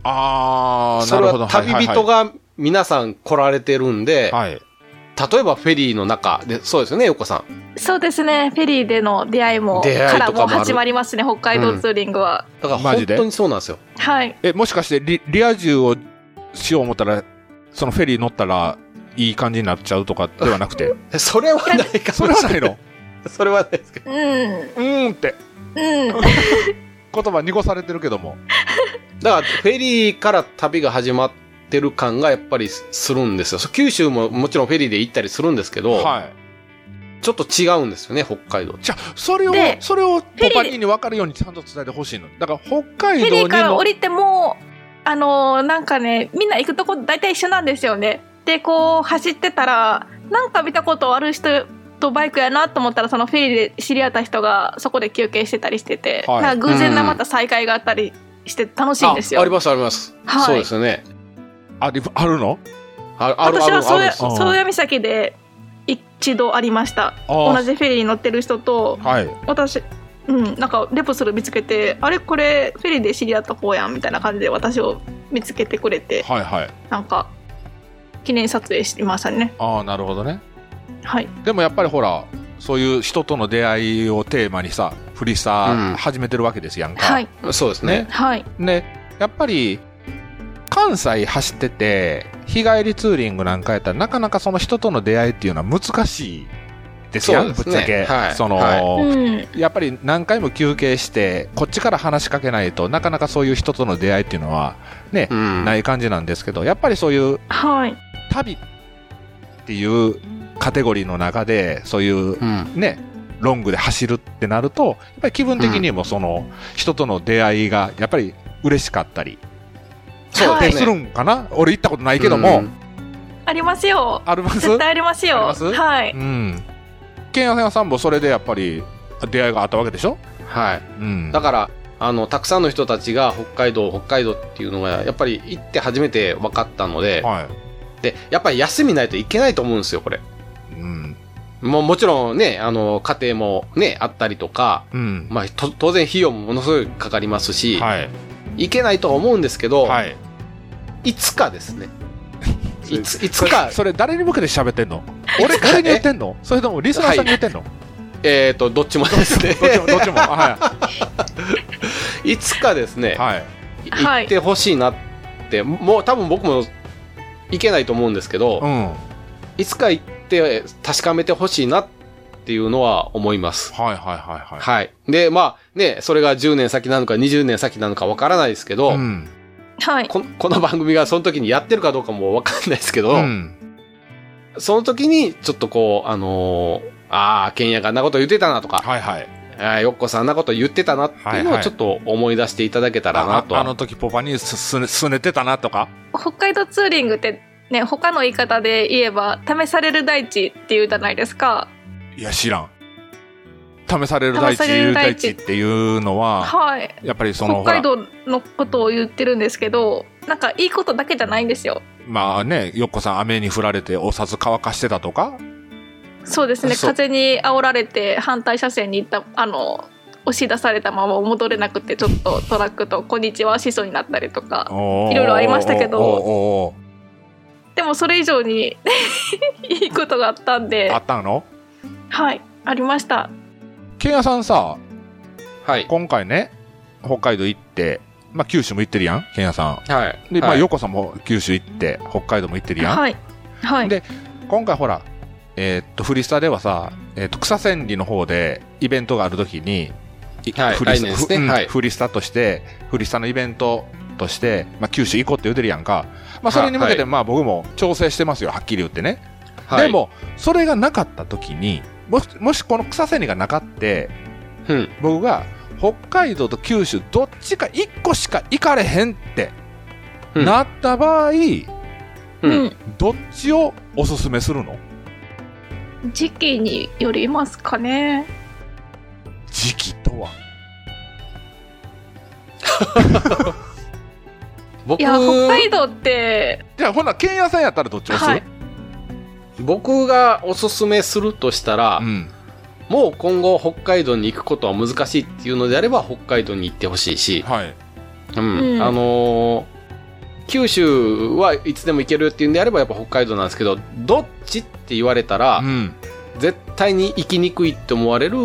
[SPEAKER 3] ああ、
[SPEAKER 1] そ
[SPEAKER 3] な
[SPEAKER 1] れ
[SPEAKER 3] るほど。
[SPEAKER 1] は旅人が皆さん来られてるんで、
[SPEAKER 3] はいはいはい。はい。
[SPEAKER 1] 例えばフェリーの中でそうですよね横さん
[SPEAKER 2] そうですね。フェリーでの出会いも、
[SPEAKER 1] 出
[SPEAKER 2] か
[SPEAKER 1] 会いとからもあ
[SPEAKER 2] も
[SPEAKER 1] る
[SPEAKER 2] う始まりますね、北海道ツーリングは。
[SPEAKER 1] だから
[SPEAKER 3] マジ
[SPEAKER 1] 本
[SPEAKER 3] で
[SPEAKER 1] 当にそうなんですよ
[SPEAKER 2] はい。
[SPEAKER 3] え、もしかしてリ、リア充をしよう思ったら、そのフェリー乗ったら、いい感じになっちゃうとかではなくて。
[SPEAKER 1] <laughs> それはないか
[SPEAKER 3] それ
[SPEAKER 1] も
[SPEAKER 3] は
[SPEAKER 1] し
[SPEAKER 3] ない
[SPEAKER 1] れ
[SPEAKER 3] の
[SPEAKER 1] それはないですけど
[SPEAKER 2] うん。
[SPEAKER 3] うーん
[SPEAKER 1] <laughs>
[SPEAKER 3] って、
[SPEAKER 2] うん。
[SPEAKER 3] 言葉濁されてるけども。
[SPEAKER 1] だからフェリーから旅が始まってる感がやっぱりするんですよそう九州ももちろんフェリーで行ったりするんですけど、
[SPEAKER 3] は
[SPEAKER 1] ちょっと違うんですよね北海道
[SPEAKER 3] じゃあそれを
[SPEAKER 2] で
[SPEAKER 3] それをポ
[SPEAKER 2] リで
[SPEAKER 3] パニーに分かるようにちゃんと伝えてほしいのだから北海
[SPEAKER 2] フェ
[SPEAKER 3] 道
[SPEAKER 2] リー
[SPEAKER 3] に
[SPEAKER 2] から
[SPEAKER 3] も
[SPEAKER 2] 降りてもあのーなんかねみんな行くとこ大体一緒なんですよねでこう走ってたらなんか見たことある人とバイクやなと思ったらそのフェリーで知り合った人がそこで休憩してたりしてて、
[SPEAKER 3] はい
[SPEAKER 2] なんか偶然な
[SPEAKER 1] うん
[SPEAKER 2] また再会があったりして楽しいんですよ、
[SPEAKER 1] あありますあります、
[SPEAKER 2] はい
[SPEAKER 1] そうですよね
[SPEAKER 3] ありあるの
[SPEAKER 1] ああるあ
[SPEAKER 2] 私
[SPEAKER 1] るあ
[SPEAKER 2] は
[SPEAKER 1] るんで
[SPEAKER 2] 宗谷
[SPEAKER 1] す
[SPEAKER 3] あ
[SPEAKER 1] よ
[SPEAKER 3] ー
[SPEAKER 2] 宗谷岬で一度ありました
[SPEAKER 3] あ
[SPEAKER 2] 同
[SPEAKER 3] あ
[SPEAKER 2] じフェリーに乗ってる人と
[SPEAKER 3] はい
[SPEAKER 2] 私うんなんかレポする見つけてあれこれフェリーで知り合った方やんみたいな感じで私を見つけてくれて
[SPEAKER 3] はいはい
[SPEAKER 2] なんか記念撮影してましたね
[SPEAKER 3] ああなるほどね
[SPEAKER 2] はい
[SPEAKER 3] でもやっぱりほらそういう人との出会いをテーマにさフリス
[SPEAKER 1] うん
[SPEAKER 3] タ始めてるわけですやんか、
[SPEAKER 2] はい
[SPEAKER 1] そうですね
[SPEAKER 3] ね
[SPEAKER 2] はい
[SPEAKER 3] ねやっぱり関西走ってて日帰りツーリングなんかやったらなかなかその人との出会いっていうのは難しいですよ
[SPEAKER 1] そうです
[SPEAKER 3] ぶ
[SPEAKER 1] ね
[SPEAKER 3] っちゃけ、
[SPEAKER 1] はい
[SPEAKER 3] その、
[SPEAKER 1] は
[SPEAKER 2] うん
[SPEAKER 3] やっぱり何回も休憩してこっちから話しかけないとなかなかそういう人との出会いっていうのは
[SPEAKER 1] うん
[SPEAKER 3] ない感じなんですけど、やっぱりそういう
[SPEAKER 2] はい
[SPEAKER 3] 旅っていうカテゴリーの中でそういう
[SPEAKER 1] うん
[SPEAKER 3] ねロングで走るってなるとやっぱり気分的にもその、人との出会いがやっぱり嬉しかったり、
[SPEAKER 1] そう
[SPEAKER 2] は
[SPEAKER 1] で
[SPEAKER 2] い
[SPEAKER 1] すね
[SPEAKER 3] えするんかな俺行ったことないけど
[SPEAKER 1] う
[SPEAKER 3] も、
[SPEAKER 1] ん
[SPEAKER 2] ありますよ
[SPEAKER 3] あります
[SPEAKER 2] 絶対ありますよ
[SPEAKER 3] あります
[SPEAKER 2] はい
[SPEAKER 3] うん剣屋さんもそれでやっぱり出会いがあったわけでしょ、
[SPEAKER 1] はい
[SPEAKER 3] うん、
[SPEAKER 1] だからあのたくさんの人たちが北海道北海道っていうのがやっぱり行って初めて分かったので、
[SPEAKER 3] はい、
[SPEAKER 1] でやっぱり休みないといけないと思うんですよこれ
[SPEAKER 3] うん
[SPEAKER 1] もうもちろんねあの家庭もねあったりとか、
[SPEAKER 3] うん
[SPEAKER 1] まあ、と当然費用もものすごいかかりますし、
[SPEAKER 3] はい
[SPEAKER 1] い、けないとは思うんですけど、
[SPEAKER 3] はい
[SPEAKER 1] い、つかです
[SPEAKER 3] <laughs>
[SPEAKER 1] ねいついつか
[SPEAKER 3] それ誰に向けて喋ってんの俺誰に言ってんのそれともリスナーさんに言ってんの、
[SPEAKER 1] えっ、とどっちもですね
[SPEAKER 3] <laughs> どっ
[SPEAKER 1] <laughs>
[SPEAKER 3] ちもどっちもはい
[SPEAKER 1] つかですね <laughs>
[SPEAKER 3] い、はい、
[SPEAKER 1] い
[SPEAKER 2] はい
[SPEAKER 1] 行ってほしいなってもう多分僕も行けないと思うんですけど、
[SPEAKER 3] うん
[SPEAKER 1] いつか行って確かめてほしいなっていうのは思います。
[SPEAKER 3] はいはいはいは
[SPEAKER 1] はい。で、まあね、それが10年先なのか20年先なのかわからないですけど、
[SPEAKER 3] いうん
[SPEAKER 2] はい
[SPEAKER 1] ここの番組がその時にやってるかどうかもわかんないですけど、
[SPEAKER 3] うん
[SPEAKER 1] その時にちょっとこう、あのーああ、ケンヤがあんなこと言ってたなとか、
[SPEAKER 3] はいはい
[SPEAKER 1] あーよっこさんあんなこと言ってたなっていうの
[SPEAKER 3] はい
[SPEAKER 1] を
[SPEAKER 3] はい
[SPEAKER 1] ちょっと思い出していただけたらなと
[SPEAKER 3] あ
[SPEAKER 1] は。
[SPEAKER 3] あの時ポパにすすねすねてたなとか
[SPEAKER 2] 北海道ツーリングってね他の言い方で言えば試される大地っていうじゃないですか
[SPEAKER 3] いや知らん試される大
[SPEAKER 2] 試
[SPEAKER 3] 地
[SPEAKER 2] される
[SPEAKER 3] 大
[SPEAKER 2] 大地
[SPEAKER 3] 地っていうのは
[SPEAKER 2] はい
[SPEAKER 3] やっぱりその
[SPEAKER 2] 北海道のことを言ってるんですけどなんかいいことだけじゃないんですよ
[SPEAKER 3] ほらまあねよっこさん雨に降られてお札乾かしてたとか
[SPEAKER 2] そうですね
[SPEAKER 1] そう
[SPEAKER 2] 風に煽られて反対車線に行ったあの押し出されたまま戻れなくてちょっとトラックと「こんにちは」始祖になったりとか
[SPEAKER 3] い
[SPEAKER 2] いろいろありましたけど
[SPEAKER 3] おーおーお
[SPEAKER 2] でもそれ以上に <laughs> いいことがあったん
[SPEAKER 3] ーあ
[SPEAKER 2] で
[SPEAKER 3] ったの
[SPEAKER 2] はいありました
[SPEAKER 3] ケンヤさんさ
[SPEAKER 1] はい。
[SPEAKER 3] 今回ね北海道行って、まあ、九州も行ってるやんケンヤさ
[SPEAKER 1] はい。
[SPEAKER 3] んで、まあ、
[SPEAKER 1] はい
[SPEAKER 3] ヨコさんも九州行って北海道も行ってるやん、
[SPEAKER 2] はいはい
[SPEAKER 3] で今回ほらえーっとフリスタではさ、えーっと草千里の方でイベントがある時に、い
[SPEAKER 1] はい
[SPEAKER 3] フリス
[SPEAKER 1] 来年ですね
[SPEAKER 3] ふうん
[SPEAKER 1] はい
[SPEAKER 3] フリスタとしてフリスタのイベントとして、まあ、九州行こうって言うてるやんか、まあ、それに向け
[SPEAKER 1] は
[SPEAKER 3] て
[SPEAKER 1] い
[SPEAKER 3] まあ僕も調整してますよはっきり言ってね、
[SPEAKER 1] はい
[SPEAKER 3] で、もそれがなかった時にもしもしこの草千里がなかって
[SPEAKER 1] うん。
[SPEAKER 3] 僕が北海道と九州どっちか1個しか行かれへんって
[SPEAKER 1] うん
[SPEAKER 3] なった場合、
[SPEAKER 1] う。
[SPEAKER 2] うんん、
[SPEAKER 3] どっちをおすすめするの
[SPEAKER 2] 時期によりますかね
[SPEAKER 3] 時期とは
[SPEAKER 1] 僕
[SPEAKER 2] いや北海道って
[SPEAKER 3] じゃあほな剣屋さんやったらどっち押す、
[SPEAKER 2] はい
[SPEAKER 1] 僕がおすすめするとしたら、
[SPEAKER 3] うん、
[SPEAKER 1] もう今後北海道に行くことは難しいっていうのであれば北海道に行ってほしいし、
[SPEAKER 3] はい
[SPEAKER 1] うん
[SPEAKER 2] うん
[SPEAKER 1] あのー九州はいつでも行けるっていうんであればやっぱ北海道なんですけどどっちって言われたら、
[SPEAKER 3] うん
[SPEAKER 1] 絶対に行きにくいって思われる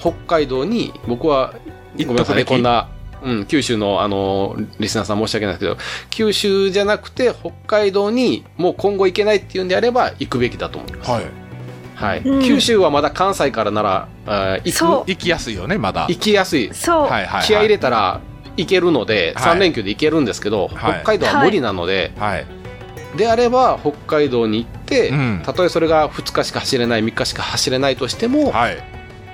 [SPEAKER 1] 北海道に僕は
[SPEAKER 3] 行
[SPEAKER 1] ご
[SPEAKER 3] っ
[SPEAKER 1] めんな
[SPEAKER 3] と
[SPEAKER 1] さ
[SPEAKER 3] く
[SPEAKER 1] いね
[SPEAKER 3] べ
[SPEAKER 1] こん
[SPEAKER 3] き
[SPEAKER 1] な、うん、九州の、あのーリスナーさん申し訳ないですけど九州じゃなくて北海道にもう今後行けないっていうんであれば行くべきだと思います。
[SPEAKER 3] はい
[SPEAKER 1] はい
[SPEAKER 2] うん
[SPEAKER 1] 九州はまだ関西からなら、あー行
[SPEAKER 2] そ
[SPEAKER 1] く
[SPEAKER 3] 行きやすいよねまだ
[SPEAKER 1] 行きやすい、
[SPEAKER 2] そう、
[SPEAKER 3] はいはい
[SPEAKER 1] 気合い入
[SPEAKER 3] れ
[SPEAKER 1] れたら行けるので、
[SPEAKER 3] はい
[SPEAKER 1] 3連休で行けるんですけど、
[SPEAKER 3] はい
[SPEAKER 1] 北海道は無理なので、
[SPEAKER 3] はい
[SPEAKER 1] であれば北海道に行って、
[SPEAKER 3] うん
[SPEAKER 1] たとえそれが2日しか走れない3日しか走れないとしても、
[SPEAKER 3] はい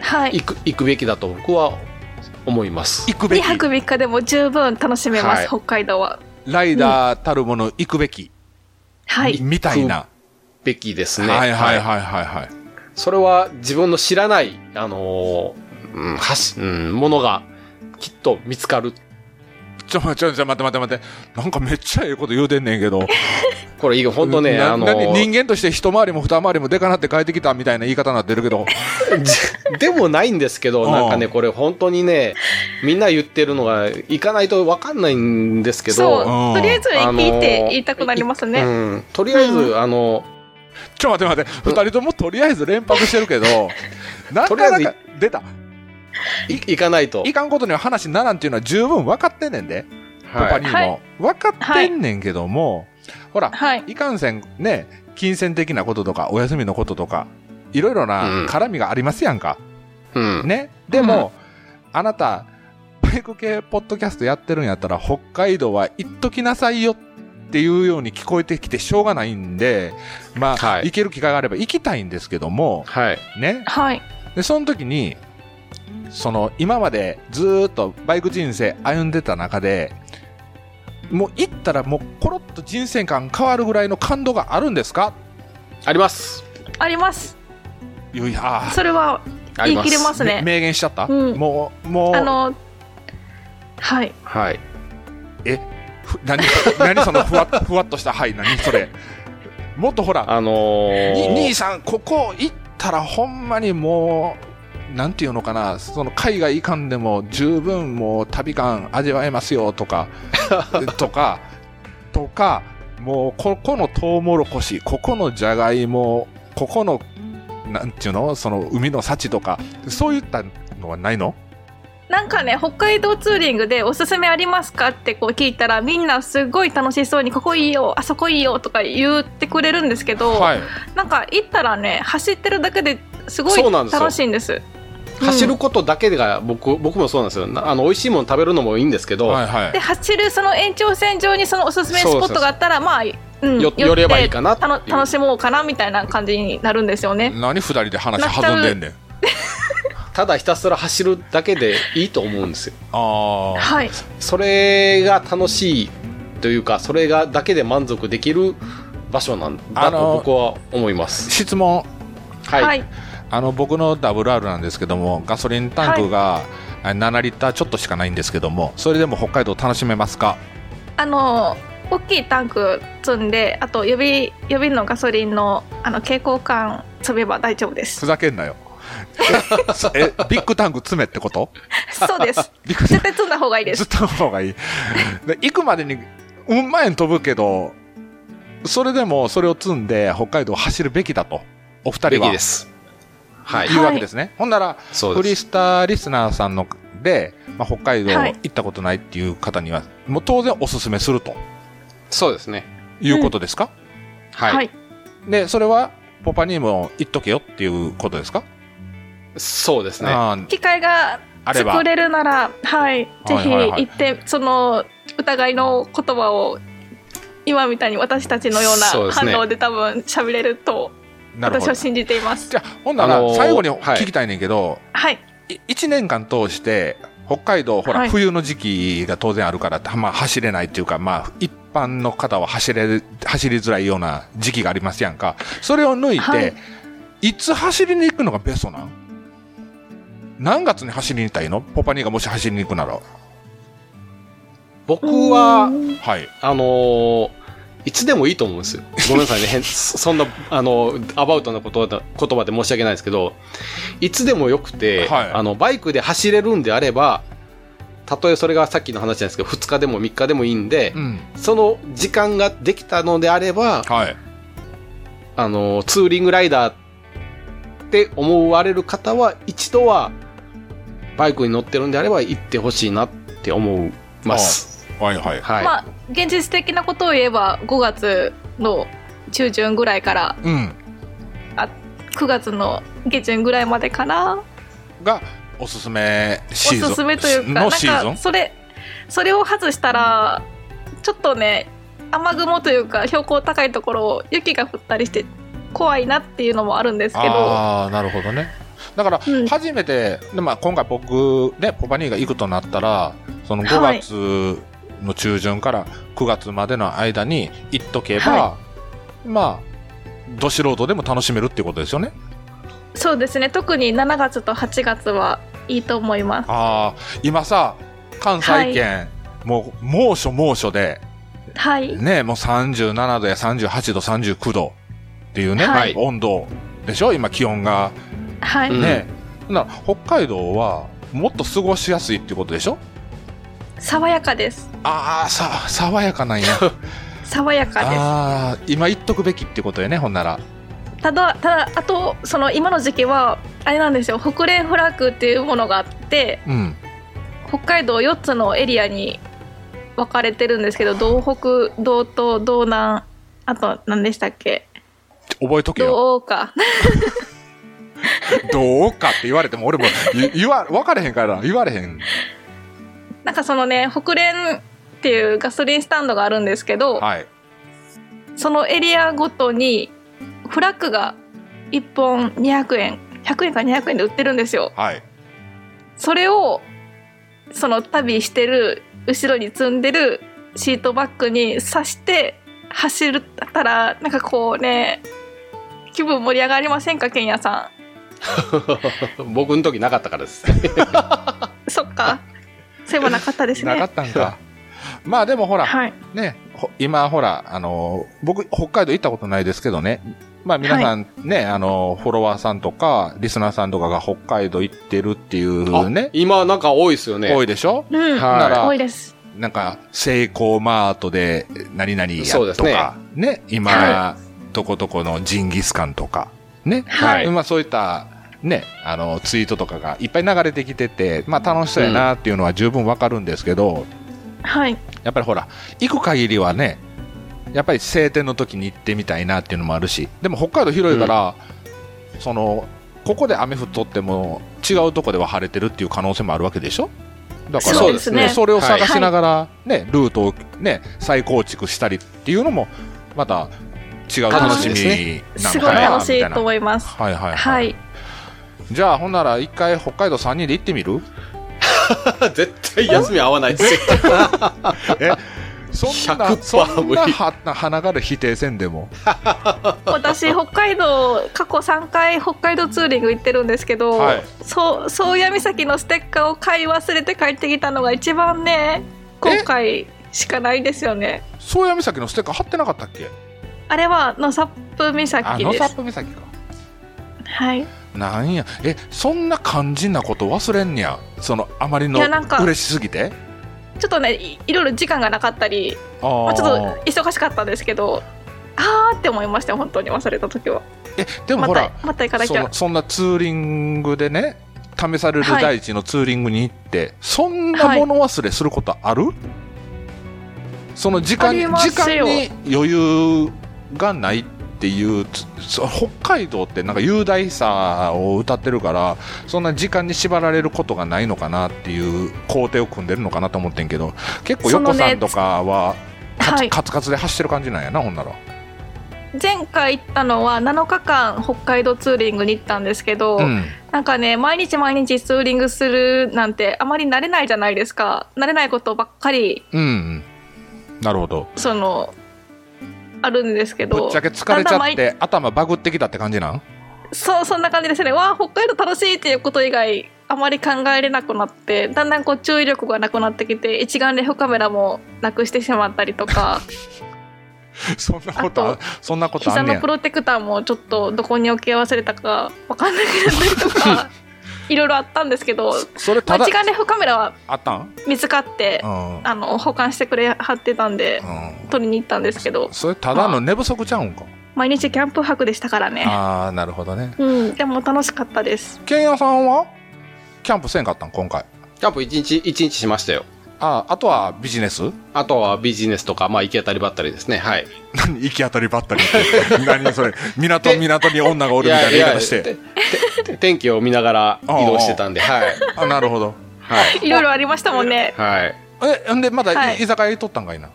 [SPEAKER 2] はい
[SPEAKER 1] 行く行くべきだと僕は思います
[SPEAKER 3] 行く
[SPEAKER 2] 2
[SPEAKER 3] べき
[SPEAKER 2] 泊3日でも十分楽しめます、
[SPEAKER 1] はい
[SPEAKER 2] 北海道は
[SPEAKER 3] ライダーたるもの行くべき、
[SPEAKER 2] はい
[SPEAKER 3] みみたいな、
[SPEAKER 1] べきですね
[SPEAKER 3] はいはい
[SPEAKER 1] はい
[SPEAKER 3] はいはいはい
[SPEAKER 1] それは自分の知らないあのーうんはしうん、ものがきっと見つかる
[SPEAKER 3] ちょ、ちょ、ちょ、待って待って待って。なんかめっちゃええこと言うてんねんけど。
[SPEAKER 1] これいい本当ね
[SPEAKER 3] な
[SPEAKER 1] あの
[SPEAKER 3] 何
[SPEAKER 1] ー
[SPEAKER 3] 人間として一回りも二回りもでかなって帰ってきたみたいな言い方になってるけど。
[SPEAKER 1] でもないんですけ
[SPEAKER 3] う
[SPEAKER 1] ど、
[SPEAKER 3] ん
[SPEAKER 1] なんかね、これ本当にね、みんな言ってるのが、行かないと分かんないんですけ
[SPEAKER 2] そう
[SPEAKER 1] ど、
[SPEAKER 3] うん
[SPEAKER 2] とりあえず
[SPEAKER 1] あの
[SPEAKER 2] 聞いて言いたくなりますね、
[SPEAKER 1] うんとりあえず、あの、
[SPEAKER 3] ちょ、待って待って。二人ともとりあえず連泊してるけど、
[SPEAKER 1] <laughs>
[SPEAKER 3] な
[SPEAKER 1] とりあ
[SPEAKER 3] か
[SPEAKER 1] えず
[SPEAKER 3] なか出た。
[SPEAKER 1] い行かないと
[SPEAKER 3] い。かんことには話ならんっていうのは十分分かってんねんで。パパ
[SPEAKER 1] は
[SPEAKER 3] に
[SPEAKER 1] い。
[SPEAKER 3] も。
[SPEAKER 2] はい
[SPEAKER 3] 分かってんねんけども、ほら、
[SPEAKER 2] はい
[SPEAKER 3] いかんせんね、金銭的なこととか、お休みのこととか、いろいろ
[SPEAKER 1] う
[SPEAKER 3] なん絡みがありますやんか。
[SPEAKER 1] うん
[SPEAKER 3] ね、でも、あなたバイク系ポッドキャストやってるんやったら北海道は行っときなさいよっていうように聞こえてきてしょうがないんでまあ、
[SPEAKER 1] はい
[SPEAKER 3] 行ける機会があれば行きたいんですけども
[SPEAKER 1] はい。
[SPEAKER 3] ね
[SPEAKER 2] はい
[SPEAKER 3] でその時にその今までずーっとバイク人生歩んでた中でもう行ったらもうコロッと人生観変わるぐらいの感動があるんですか
[SPEAKER 1] あります。
[SPEAKER 2] あります
[SPEAKER 3] いやいや
[SPEAKER 2] それは
[SPEAKER 1] あ。
[SPEAKER 2] 言い切れますすね
[SPEAKER 3] め明言しちゃった、
[SPEAKER 2] うん
[SPEAKER 3] もうもう
[SPEAKER 2] あのはい
[SPEAKER 1] はい。
[SPEAKER 3] ふ何 <laughs> 何そのふわふわっとした「はい何それ」もっとほら
[SPEAKER 1] あの
[SPEAKER 3] に兄
[SPEAKER 1] ー、
[SPEAKER 3] さんここ行ったらほんまにもうなんていうのかなその海外行かんでも十分もう旅感味わえますよと <laughs> かとかとかもうここのトウモロコシここのじゃがいもここのなんていうのその海の幸とかそういったのはないの
[SPEAKER 2] なんかね北海道ツーリングでおすすめありますかってこう聞いたらみんなすごい楽しそうにここいいよあそこいいよとか言ってくれるんですけど、
[SPEAKER 3] はい
[SPEAKER 2] なんか行ったらね走ってるだけですごい
[SPEAKER 1] そうなんですよ
[SPEAKER 2] 楽しいんです
[SPEAKER 1] 走ることだけが、僕、僕もそうなんですよ。なあの、美味しいもの食べるのもいいんですけど、
[SPEAKER 3] はいはい
[SPEAKER 2] で走るその延長線上にそのおすすめスポットがあったらまあ、うん、
[SPEAKER 1] よ寄ればいいかなって
[SPEAKER 2] たの
[SPEAKER 1] いう
[SPEAKER 2] 楽しもうかなみたいな感じになるんですよね。
[SPEAKER 3] 何二人で話弾んでんねん
[SPEAKER 1] ただひたすら走るだけでいいと思うんですよ。
[SPEAKER 2] <laughs>
[SPEAKER 3] ああ
[SPEAKER 2] はい、
[SPEAKER 1] それが楽しいというか、それがだけで満足できる場所なんだ
[SPEAKER 3] あの
[SPEAKER 1] と僕は思います。
[SPEAKER 3] 質問
[SPEAKER 1] はい。
[SPEAKER 2] はい、
[SPEAKER 3] あの僕の WR なんですけどもガソリンタンクがあ7リッターちょっとしかないんですけどもそれでも北海道楽しめますか
[SPEAKER 2] あの大きいタンク積んであと予備予備のガソリンのあの蛍光管積めば大丈夫で
[SPEAKER 3] ふ <laughs>
[SPEAKER 2] す。
[SPEAKER 3] ざけんなよえビッグタンク詰めってこと
[SPEAKER 2] そうです。
[SPEAKER 3] ビッグタン
[SPEAKER 2] 絶対積んだ方がいい
[SPEAKER 3] ク
[SPEAKER 2] です
[SPEAKER 3] ずっ。との方がいいで行くまでにうんまいに飛ぶけどそれでもそれを積んで北海道を走るべきだとお二
[SPEAKER 1] べ
[SPEAKER 3] 人は
[SPEAKER 1] きです。はい。
[SPEAKER 3] 言うわけですね、ほんなら
[SPEAKER 1] そう
[SPEAKER 3] フリ
[SPEAKER 1] です。
[SPEAKER 3] スターリスナーさんので、まあ、北海道
[SPEAKER 2] はい
[SPEAKER 3] 行ったことないっていう方には、もう当然おすすめすると
[SPEAKER 1] そうですね。
[SPEAKER 3] いうことですか、
[SPEAKER 1] はい。
[SPEAKER 2] はい、
[SPEAKER 3] でそれはポパにも行っとけよっていうことですか、
[SPEAKER 1] そうですね。
[SPEAKER 3] あー
[SPEAKER 2] 機会が
[SPEAKER 3] あれば
[SPEAKER 2] 作れるなら、はい、ぜひ
[SPEAKER 3] はいはい
[SPEAKER 2] 行って、そのお互いの言葉を今みたいに私たちのよう
[SPEAKER 1] そう
[SPEAKER 2] な
[SPEAKER 1] ですね
[SPEAKER 2] 反応で多分喋れると
[SPEAKER 3] なるほ
[SPEAKER 2] 私
[SPEAKER 3] ど
[SPEAKER 2] は
[SPEAKER 3] じ
[SPEAKER 2] 信じています。
[SPEAKER 3] ゃあほんなら、
[SPEAKER 1] あのー
[SPEAKER 3] 最後に
[SPEAKER 1] はい
[SPEAKER 3] 聞きたいねんけど、
[SPEAKER 2] はい、
[SPEAKER 3] い一1年間通して北海道ほら、
[SPEAKER 2] はい
[SPEAKER 3] 冬の時期が当然あるから、まあ、走れないっていうか、まあ、一般の方は走れ走りづらいような時期がありますやんかそれを抜いて、
[SPEAKER 2] はい
[SPEAKER 3] い、つ走りに行くのがベストなん何月に走りに行ったらいいのポパニーがもし走りに行くなら
[SPEAKER 1] 僕は
[SPEAKER 2] う、ん
[SPEAKER 3] はい
[SPEAKER 1] あのーいつでもいいと思うんですよ。ごめんなさいね。変そそんな、あのーアバウトなことだ言葉で申し訳ないですけど、いつでもよくて、
[SPEAKER 3] はい
[SPEAKER 1] あの、バイクで走れるんであれば、たとえそれがさっきの話じゃないですけど、2日でも3日でもいいんで、
[SPEAKER 3] うん
[SPEAKER 1] その時間ができたのであれば、
[SPEAKER 3] はい
[SPEAKER 1] あの、ツーリングライダーって思われる方は、一度はバイクに乗ってるんであれば行ってほしいなって思います。
[SPEAKER 3] はいはい
[SPEAKER 1] はい。
[SPEAKER 2] まあ現実的なことを言えば5月の中旬ぐらいから
[SPEAKER 3] うん
[SPEAKER 2] 9月の下旬ぐらいまでかな
[SPEAKER 3] がおすすめ
[SPEAKER 2] お
[SPEAKER 3] シーズン
[SPEAKER 2] すすめというか
[SPEAKER 3] のシーズ
[SPEAKER 2] なん
[SPEAKER 3] ン
[SPEAKER 2] かそれそれを外したらちょっとね雨雲というか標高高いところを雪が降ったりして怖いなっていうのもあるんですけど
[SPEAKER 3] ああなるほどねだから
[SPEAKER 2] うん
[SPEAKER 3] 初めて、でまあ、今回僕ねポパニーが行くとなったらその5
[SPEAKER 2] はい
[SPEAKER 3] 月の中旬から9月までの間に行っとけば、
[SPEAKER 2] は
[SPEAKER 3] まあど素人でも楽しめるっていうことですよね
[SPEAKER 2] そうですね特に7月と8月はいいと思います
[SPEAKER 3] ああ今さ関西圏、もう猛暑猛暑で
[SPEAKER 2] はい
[SPEAKER 3] ねもう37度や38度39度っていうね、
[SPEAKER 2] はい
[SPEAKER 3] 温度でしょ今気温が
[SPEAKER 2] はい、
[SPEAKER 1] うん
[SPEAKER 3] ね、な北海道はもっと過ごしやすいってことでしょ
[SPEAKER 2] 爽やかです
[SPEAKER 3] ああさ爽やか <laughs> なんや
[SPEAKER 2] 爽やかです
[SPEAKER 3] ああ今言っとくべきってことやねほんなら
[SPEAKER 2] ただただあとその今の時期はあれなんですよ北連フラッグっていうものがあって
[SPEAKER 3] うん
[SPEAKER 2] 北海道4つのエリアに分かれてるんですけど道北道東道南あと何でしたっけ
[SPEAKER 3] 覚えとけよ
[SPEAKER 2] 道央か <laughs>
[SPEAKER 3] どうかって言われても俺も言言わ分かれへんから言われへん
[SPEAKER 2] なんかそのね北連っていうガソリンスタンドがあるんですけど、
[SPEAKER 3] はい
[SPEAKER 2] そのエリアごとにフラッグが1本200円100円か200円で売ってるんですよ
[SPEAKER 3] はい
[SPEAKER 2] それをその旅してる後ろに積んでるシートバッグに刺して走るったらなんかこうね気分盛り上がりませんかけんやさ
[SPEAKER 1] 僕の時なかったからです。
[SPEAKER 2] んそっかそういえばなかったですね
[SPEAKER 3] なかったんかまあでもほら、
[SPEAKER 2] はい
[SPEAKER 3] ね、ほ今ほら、あのー僕、北海道行ったことないですけどね、まあ皆さんね、あのーフォロワーさんとか、リスナーさんとかが北海道行ってるっていうね、
[SPEAKER 1] 今なんか多いですよね。
[SPEAKER 3] 多いでしょ
[SPEAKER 2] うん、
[SPEAKER 1] はい
[SPEAKER 3] なら
[SPEAKER 2] 多いです
[SPEAKER 3] なんか、セイコーマートで何々や
[SPEAKER 1] そうで
[SPEAKER 3] と
[SPEAKER 1] すね
[SPEAKER 3] か、ね今、
[SPEAKER 2] は
[SPEAKER 3] とことこのジンギスカンとか、ね、
[SPEAKER 1] はい
[SPEAKER 3] まあそういった、ね、あの、ツイートとかがいっぱい流れてきてて、まあ楽しそうやなっていうのは十分わかるんですけど、
[SPEAKER 2] はい
[SPEAKER 3] やっぱりほら、行く限りはね、やっぱり晴天の時に行ってみたいなっていうのもあるし、でも北海道広いから、その、ここで雨降っとっても、違うとこでは晴れてるっていう可能性もあるわけでしょだから、
[SPEAKER 2] そうですね
[SPEAKER 3] ねそれを探
[SPEAKER 1] はい
[SPEAKER 3] しながら、ね、ルートをね、再構築したりっていうのも、また違う楽しみな
[SPEAKER 2] す
[SPEAKER 3] の
[SPEAKER 2] ごい
[SPEAKER 3] かな、
[SPEAKER 2] 楽し
[SPEAKER 3] みた
[SPEAKER 2] いと
[SPEAKER 3] いな。
[SPEAKER 2] 思います
[SPEAKER 3] はいはいはい。
[SPEAKER 2] はい
[SPEAKER 3] じゃあ、ほんなら一回北海道3人で行ってみる
[SPEAKER 1] <laughs> 絶対休み合わないですよ。 <laughs>
[SPEAKER 3] え <laughs> そんな、
[SPEAKER 1] 100%
[SPEAKER 3] そん
[SPEAKER 1] 無
[SPEAKER 3] な
[SPEAKER 1] 理
[SPEAKER 3] は花がる否定せんでも。 <laughs>
[SPEAKER 2] 私北海道過去3回北海道ツーリング行ってるんですけど、
[SPEAKER 3] はい
[SPEAKER 2] そう宗谷岬のステッカーを買い忘れて帰ってきたのが一番ね後悔しかないですよね
[SPEAKER 3] 宗谷岬のステッカー貼ってなかったっけ
[SPEAKER 2] あれは野サップ
[SPEAKER 3] あ
[SPEAKER 2] 岬
[SPEAKER 3] ノ
[SPEAKER 2] で
[SPEAKER 3] サ
[SPEAKER 2] す
[SPEAKER 3] ップ岬か
[SPEAKER 2] はい
[SPEAKER 3] なんやえそんな肝心なこと忘れんねやそのあまりの
[SPEAKER 2] いやなんか
[SPEAKER 3] 嬉しすぎて
[SPEAKER 2] ちょっとねいいろいろ時間がなかったり、
[SPEAKER 3] あー、
[SPEAKER 2] まあ、ちょっと忙しかったんですけどあーって思いましたよ本当に忘れた時は
[SPEAKER 3] えでも
[SPEAKER 2] ま
[SPEAKER 3] ほら
[SPEAKER 2] た、また行かなき
[SPEAKER 3] そ
[SPEAKER 2] ゃ
[SPEAKER 3] のそんなツーリングでね試される
[SPEAKER 2] はい
[SPEAKER 3] 大地のツーリングに行って、そんな物忘れすることある、その時間に
[SPEAKER 2] あります
[SPEAKER 3] 時間
[SPEAKER 2] よ
[SPEAKER 3] に余裕がないっていうつそ北海道ってなんか雄大さを歌ってるからそんな時間に縛られることがないのかなっていう工程を組んでるのかなと思ってんけど結構
[SPEAKER 2] その
[SPEAKER 3] 横
[SPEAKER 2] ね
[SPEAKER 3] さんとかは、カ
[SPEAKER 2] は
[SPEAKER 3] ツ
[SPEAKER 2] い
[SPEAKER 3] カツカツで走ってる感じなんやなほんなら
[SPEAKER 2] 前回行ったのは7日間北海道ツーリングに行ったんですけど、
[SPEAKER 3] うん
[SPEAKER 2] なんかね毎日毎日ツーリングするなんてあまり慣れないじゃないですか慣れないことばっかり
[SPEAKER 3] うんうんなるほど
[SPEAKER 2] そのあるんですけど
[SPEAKER 3] ぶっちゃけ疲れ
[SPEAKER 2] だん
[SPEAKER 3] ち
[SPEAKER 2] だん
[SPEAKER 3] ゃっ
[SPEAKER 2] 毎
[SPEAKER 3] て頭バグってきたって感じなん
[SPEAKER 2] そうそんな感じですねわあ北海道楽しいっていうこと以外あまり考えれなくなってだんだんこう注意力がなくなってきて一眼レフカメラもなくしてしまったりとか
[SPEAKER 3] <laughs> そんな
[SPEAKER 2] こ
[SPEAKER 3] こと
[SPEAKER 2] あ
[SPEAKER 3] とそんな <laughs> ことあ
[SPEAKER 2] 膝
[SPEAKER 3] んね
[SPEAKER 2] の
[SPEAKER 3] ん
[SPEAKER 2] プロテクターもちょっとどこに置き忘れたかわかんなくなったりと
[SPEAKER 3] <laughs>
[SPEAKER 2] かいろいろあったんですけど、
[SPEAKER 3] それ
[SPEAKER 2] まあ
[SPEAKER 3] ただ
[SPEAKER 2] 一眼レフカメラは
[SPEAKER 3] あったん
[SPEAKER 2] 見つかって
[SPEAKER 3] う、ん、うん、
[SPEAKER 2] あの保管してくれはってたんで、取りに行ったんですけど
[SPEAKER 3] それただの寝不足ちゃうんか
[SPEAKER 2] 毎日キャンプ泊でしたからね
[SPEAKER 3] ああなるほどね
[SPEAKER 2] うんでも楽しかったです
[SPEAKER 3] ケンヤさんはキャンプせんかったん今回
[SPEAKER 1] キャンプ一日一日しましたよ。
[SPEAKER 3] あーあとはビジネス
[SPEAKER 1] あとはビジネスとか、まあ行き当たりばったりですね。はい。
[SPEAKER 3] <laughs> 何行き当たりばったりって <laughs> 何それ港港に女がおるみたいな言い方して
[SPEAKER 1] てて天気を見ながら移動してたんで、はい。
[SPEAKER 3] あなるほど
[SPEAKER 1] はい。
[SPEAKER 2] いろいろありましたもんね
[SPEAKER 1] はい。
[SPEAKER 3] えんでまだ、
[SPEAKER 2] はい
[SPEAKER 3] 居酒屋行っとったんかいな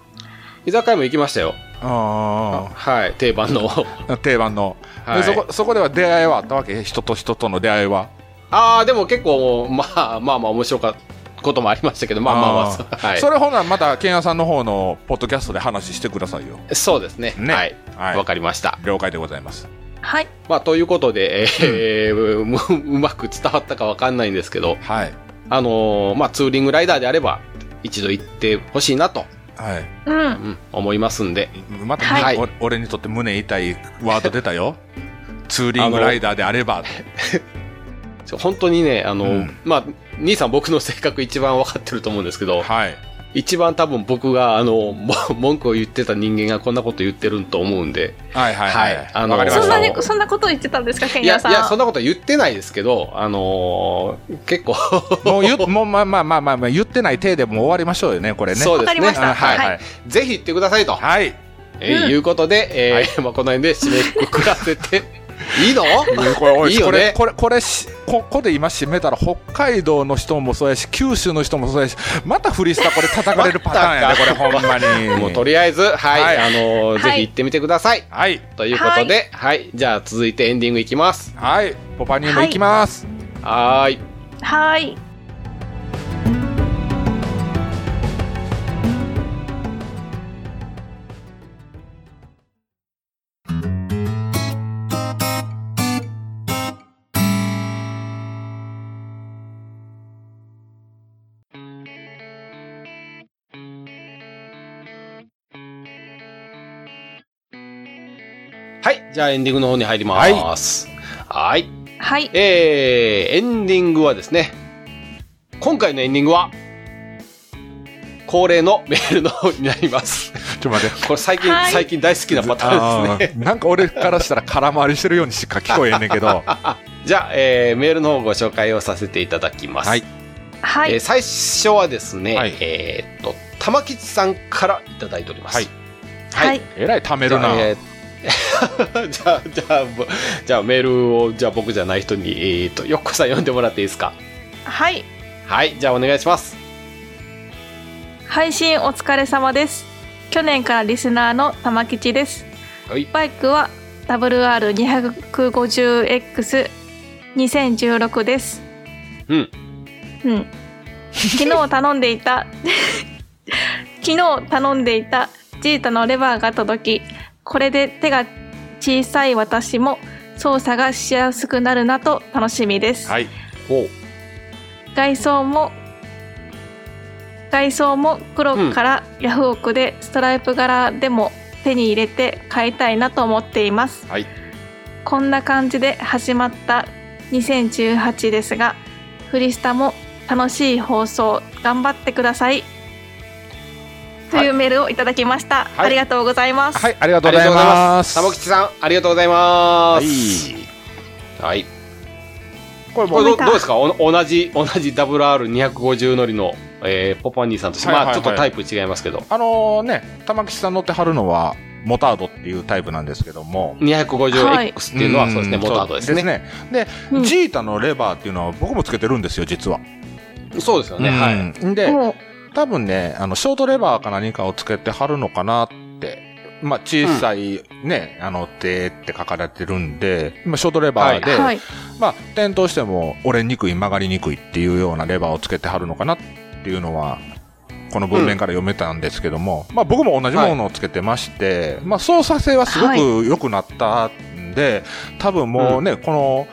[SPEAKER 1] 居酒屋も行きましたよ
[SPEAKER 3] あ
[SPEAKER 1] はい定番
[SPEAKER 3] <laughs>
[SPEAKER 1] の、
[SPEAKER 3] あ定番の、
[SPEAKER 1] はい、
[SPEAKER 3] でそこそこでは出会いはあったわけ人と人との出会いは
[SPEAKER 1] ああでも結構まあまあまあ面白かったこともありましたけどまあまあまあ
[SPEAKER 3] ー
[SPEAKER 1] はい
[SPEAKER 3] それほなまたケンヤさんの方のポッドキャストで話してくださいよ
[SPEAKER 1] そうですね
[SPEAKER 3] ね
[SPEAKER 1] はいわ、
[SPEAKER 3] はい
[SPEAKER 1] かりました
[SPEAKER 3] 了解でございます
[SPEAKER 2] はい
[SPEAKER 1] まあということで、えー <laughs> うまく伝わったかわかんないんですけど
[SPEAKER 3] はい
[SPEAKER 1] あのーまあツーリングライダーであれば一度行ってほしいなと、
[SPEAKER 3] はい
[SPEAKER 2] うん
[SPEAKER 1] うん思いますんで
[SPEAKER 3] また、
[SPEAKER 1] はい
[SPEAKER 3] お俺にとって胸痛いワード出たよツーリングライダーであれば
[SPEAKER 1] ちょ本当にねあのー、
[SPEAKER 3] うん
[SPEAKER 1] まあ兄さん僕の性格一番わかってると思うんですけど
[SPEAKER 3] はい
[SPEAKER 1] 一番多分僕があのも文句を言ってた人間がこんなこと言ってると思うんで
[SPEAKER 3] はいはいはい
[SPEAKER 1] はい
[SPEAKER 3] わ、
[SPEAKER 1] あの
[SPEAKER 3] かりま
[SPEAKER 2] そん
[SPEAKER 3] し
[SPEAKER 2] な
[SPEAKER 1] あ
[SPEAKER 3] た
[SPEAKER 1] の
[SPEAKER 2] にそんなこと言ってたんですかケン
[SPEAKER 1] いや
[SPEAKER 2] ヤ
[SPEAKER 1] い
[SPEAKER 2] さん
[SPEAKER 1] やそんなこと言ってないですけどあのー結構
[SPEAKER 3] もう言うもうまあまあまあまあまあ言ってない体でもう終わりましょうよねこれ
[SPEAKER 1] <laughs>
[SPEAKER 3] ね
[SPEAKER 1] そうですね
[SPEAKER 2] わかりました
[SPEAKER 1] あはい、
[SPEAKER 2] はい
[SPEAKER 3] はい
[SPEAKER 1] ぜひ行ってくださいと、
[SPEAKER 3] はい
[SPEAKER 1] えー
[SPEAKER 2] うん
[SPEAKER 1] いうことで、えー <laughs> まあ、この辺で締めくくらせ
[SPEAKER 3] <laughs>
[SPEAKER 1] ていいの
[SPEAKER 3] これおい
[SPEAKER 1] いいよ
[SPEAKER 3] こ
[SPEAKER 1] ね
[SPEAKER 3] れこれこれしここで今締めたら北海道の人もそうやし九州の人もそうやしまたフリスタこれ叩かれるパターンやねこれほんまに
[SPEAKER 1] もうとりあえずはい、
[SPEAKER 3] はい
[SPEAKER 1] あのーぜ
[SPEAKER 2] はい
[SPEAKER 1] ひ行ってみてください、
[SPEAKER 3] はい
[SPEAKER 1] ということではい、じゃあ続いてエンディングいきます
[SPEAKER 3] はいポパニウムいきます、
[SPEAKER 1] はーい
[SPEAKER 2] はい
[SPEAKER 1] はいじゃあエンディングの方に入りますはい
[SPEAKER 2] はい
[SPEAKER 1] えーエンディングはですね、今回のエンディングは、恒例のメールの方になります。 <laughs>
[SPEAKER 3] ちょっと待って
[SPEAKER 1] これ最近、
[SPEAKER 2] はい
[SPEAKER 1] 最近大好きなパターンですね。
[SPEAKER 3] あーなんか俺からしたら空回りしてるようにしか聞こえんねんけど
[SPEAKER 1] <laughs>
[SPEAKER 3] は
[SPEAKER 1] じゃあ、えーメールの方をご紹介をさせていただきます。
[SPEAKER 3] はい
[SPEAKER 2] は
[SPEAKER 1] えー
[SPEAKER 2] い
[SPEAKER 1] 最初はですね、
[SPEAKER 3] はい
[SPEAKER 1] えーっと、玉吉さんからいただいております。
[SPEAKER 3] はい
[SPEAKER 1] はい
[SPEAKER 2] はい
[SPEAKER 3] えらい貯めるな、
[SPEAKER 1] えーじゃあ、 <laughs> じゃあ、ぼじゃあメールを、じゃあ僕じゃない人に、えーっと、よっこさん読んでもらっていいですか。
[SPEAKER 2] はい
[SPEAKER 1] はい、じゃあお願いします。
[SPEAKER 2] 配信お疲れ様です去年からリスナーの玉吉です
[SPEAKER 1] はい。
[SPEAKER 2] バイクは WR250X2016 です
[SPEAKER 1] うん。
[SPEAKER 2] うん昨日頼んでいた昨日頼んでいたジータのレバーが届きこれで手が小さい私も操作がしやすくなるなと楽しみです、
[SPEAKER 3] はい
[SPEAKER 1] ほう。
[SPEAKER 2] 外装も外装も黒からヤフオクでストライプ柄でも手に入れて買いたいなと思っています、
[SPEAKER 3] はい
[SPEAKER 2] こんな感じで始まった2018ですがフリスタも楽しい放送頑張ってくださいというメールをいただきました、
[SPEAKER 3] い
[SPEAKER 2] ありがとうございます、
[SPEAKER 3] はいありがとうございます
[SPEAKER 1] ありがとうござい玉吉さん、ありがとうございます。はい。
[SPEAKER 3] これも
[SPEAKER 1] こ
[SPEAKER 3] う
[SPEAKER 1] れど
[SPEAKER 2] 見た
[SPEAKER 1] どうですかお同じ、同じ WR250 乗りの、えーポポンニーさんとして、
[SPEAKER 3] はいはいはい
[SPEAKER 1] まあちょっとタイプ違いますけど、
[SPEAKER 3] あのね玉吉さん乗ってはるのはモタードっていうタイプなんですけども
[SPEAKER 1] 250X っていうのは、そうですね、
[SPEAKER 3] ん
[SPEAKER 1] モタードですね。
[SPEAKER 3] ですねで、
[SPEAKER 2] うん
[SPEAKER 3] ジータのレバーっていうのは僕もつけてるんですよ実は、
[SPEAKER 1] そうですよね、はい。
[SPEAKER 3] うんで、
[SPEAKER 2] もう
[SPEAKER 3] 多分ね、あの、ショートレバーか何かをつけてはるのかなって。まあ、小さいね、あの、手って書かれてるんで、まあ、ショートレバーで、
[SPEAKER 2] はい
[SPEAKER 3] まあ、転倒しても折れにくい、曲がりにくいっていうようなレバーをつけてはるのかなっていうのは、この文面から読めたんですけども、まあ、僕も同じものをつけてまして、まあ、操作性はすごく良くなったんで、多分もうね、この、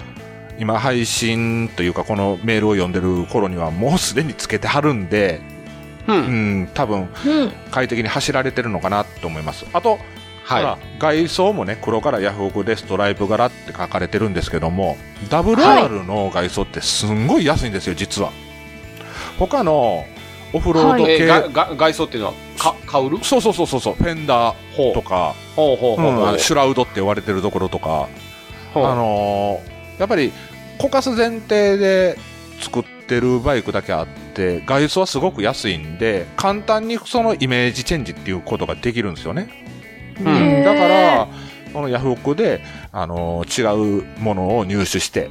[SPEAKER 3] 今配信というかこのメールを読んでる頃にはもうすでにつけてはるんで、
[SPEAKER 1] う。
[SPEAKER 3] うんん、多
[SPEAKER 2] う
[SPEAKER 3] 分
[SPEAKER 2] ん
[SPEAKER 3] 快適に走られてるのかなと思います。あと、ほ
[SPEAKER 1] は
[SPEAKER 3] ら外装もね黒からヤフオクでストライプ柄って書かれてるんですけども WR の外装ってすんごい安いんですよ実は。他のオフロ
[SPEAKER 1] い。
[SPEAKER 3] ード
[SPEAKER 2] は
[SPEAKER 1] え
[SPEAKER 3] 系、
[SPEAKER 1] ー、がが外装っていうのは、か、カウル
[SPEAKER 3] そうそうそうそうそうフェンダー
[SPEAKER 1] ほう
[SPEAKER 3] と。か、
[SPEAKER 1] ほうほう
[SPEAKER 3] う
[SPEAKER 1] ほうほう。
[SPEAKER 3] んあのシュラウドって呼ばれてるところとか、
[SPEAKER 1] ほう
[SPEAKER 3] あのーやっぱりこかす前提で作ってるバイクだけあって外装はすごく安いんで簡単にそのイメージチェンジっていうことができるんですよね、
[SPEAKER 1] ん
[SPEAKER 3] うんだか
[SPEAKER 2] へ
[SPEAKER 3] らこのヤフオクで、あのー違うものを入手してっ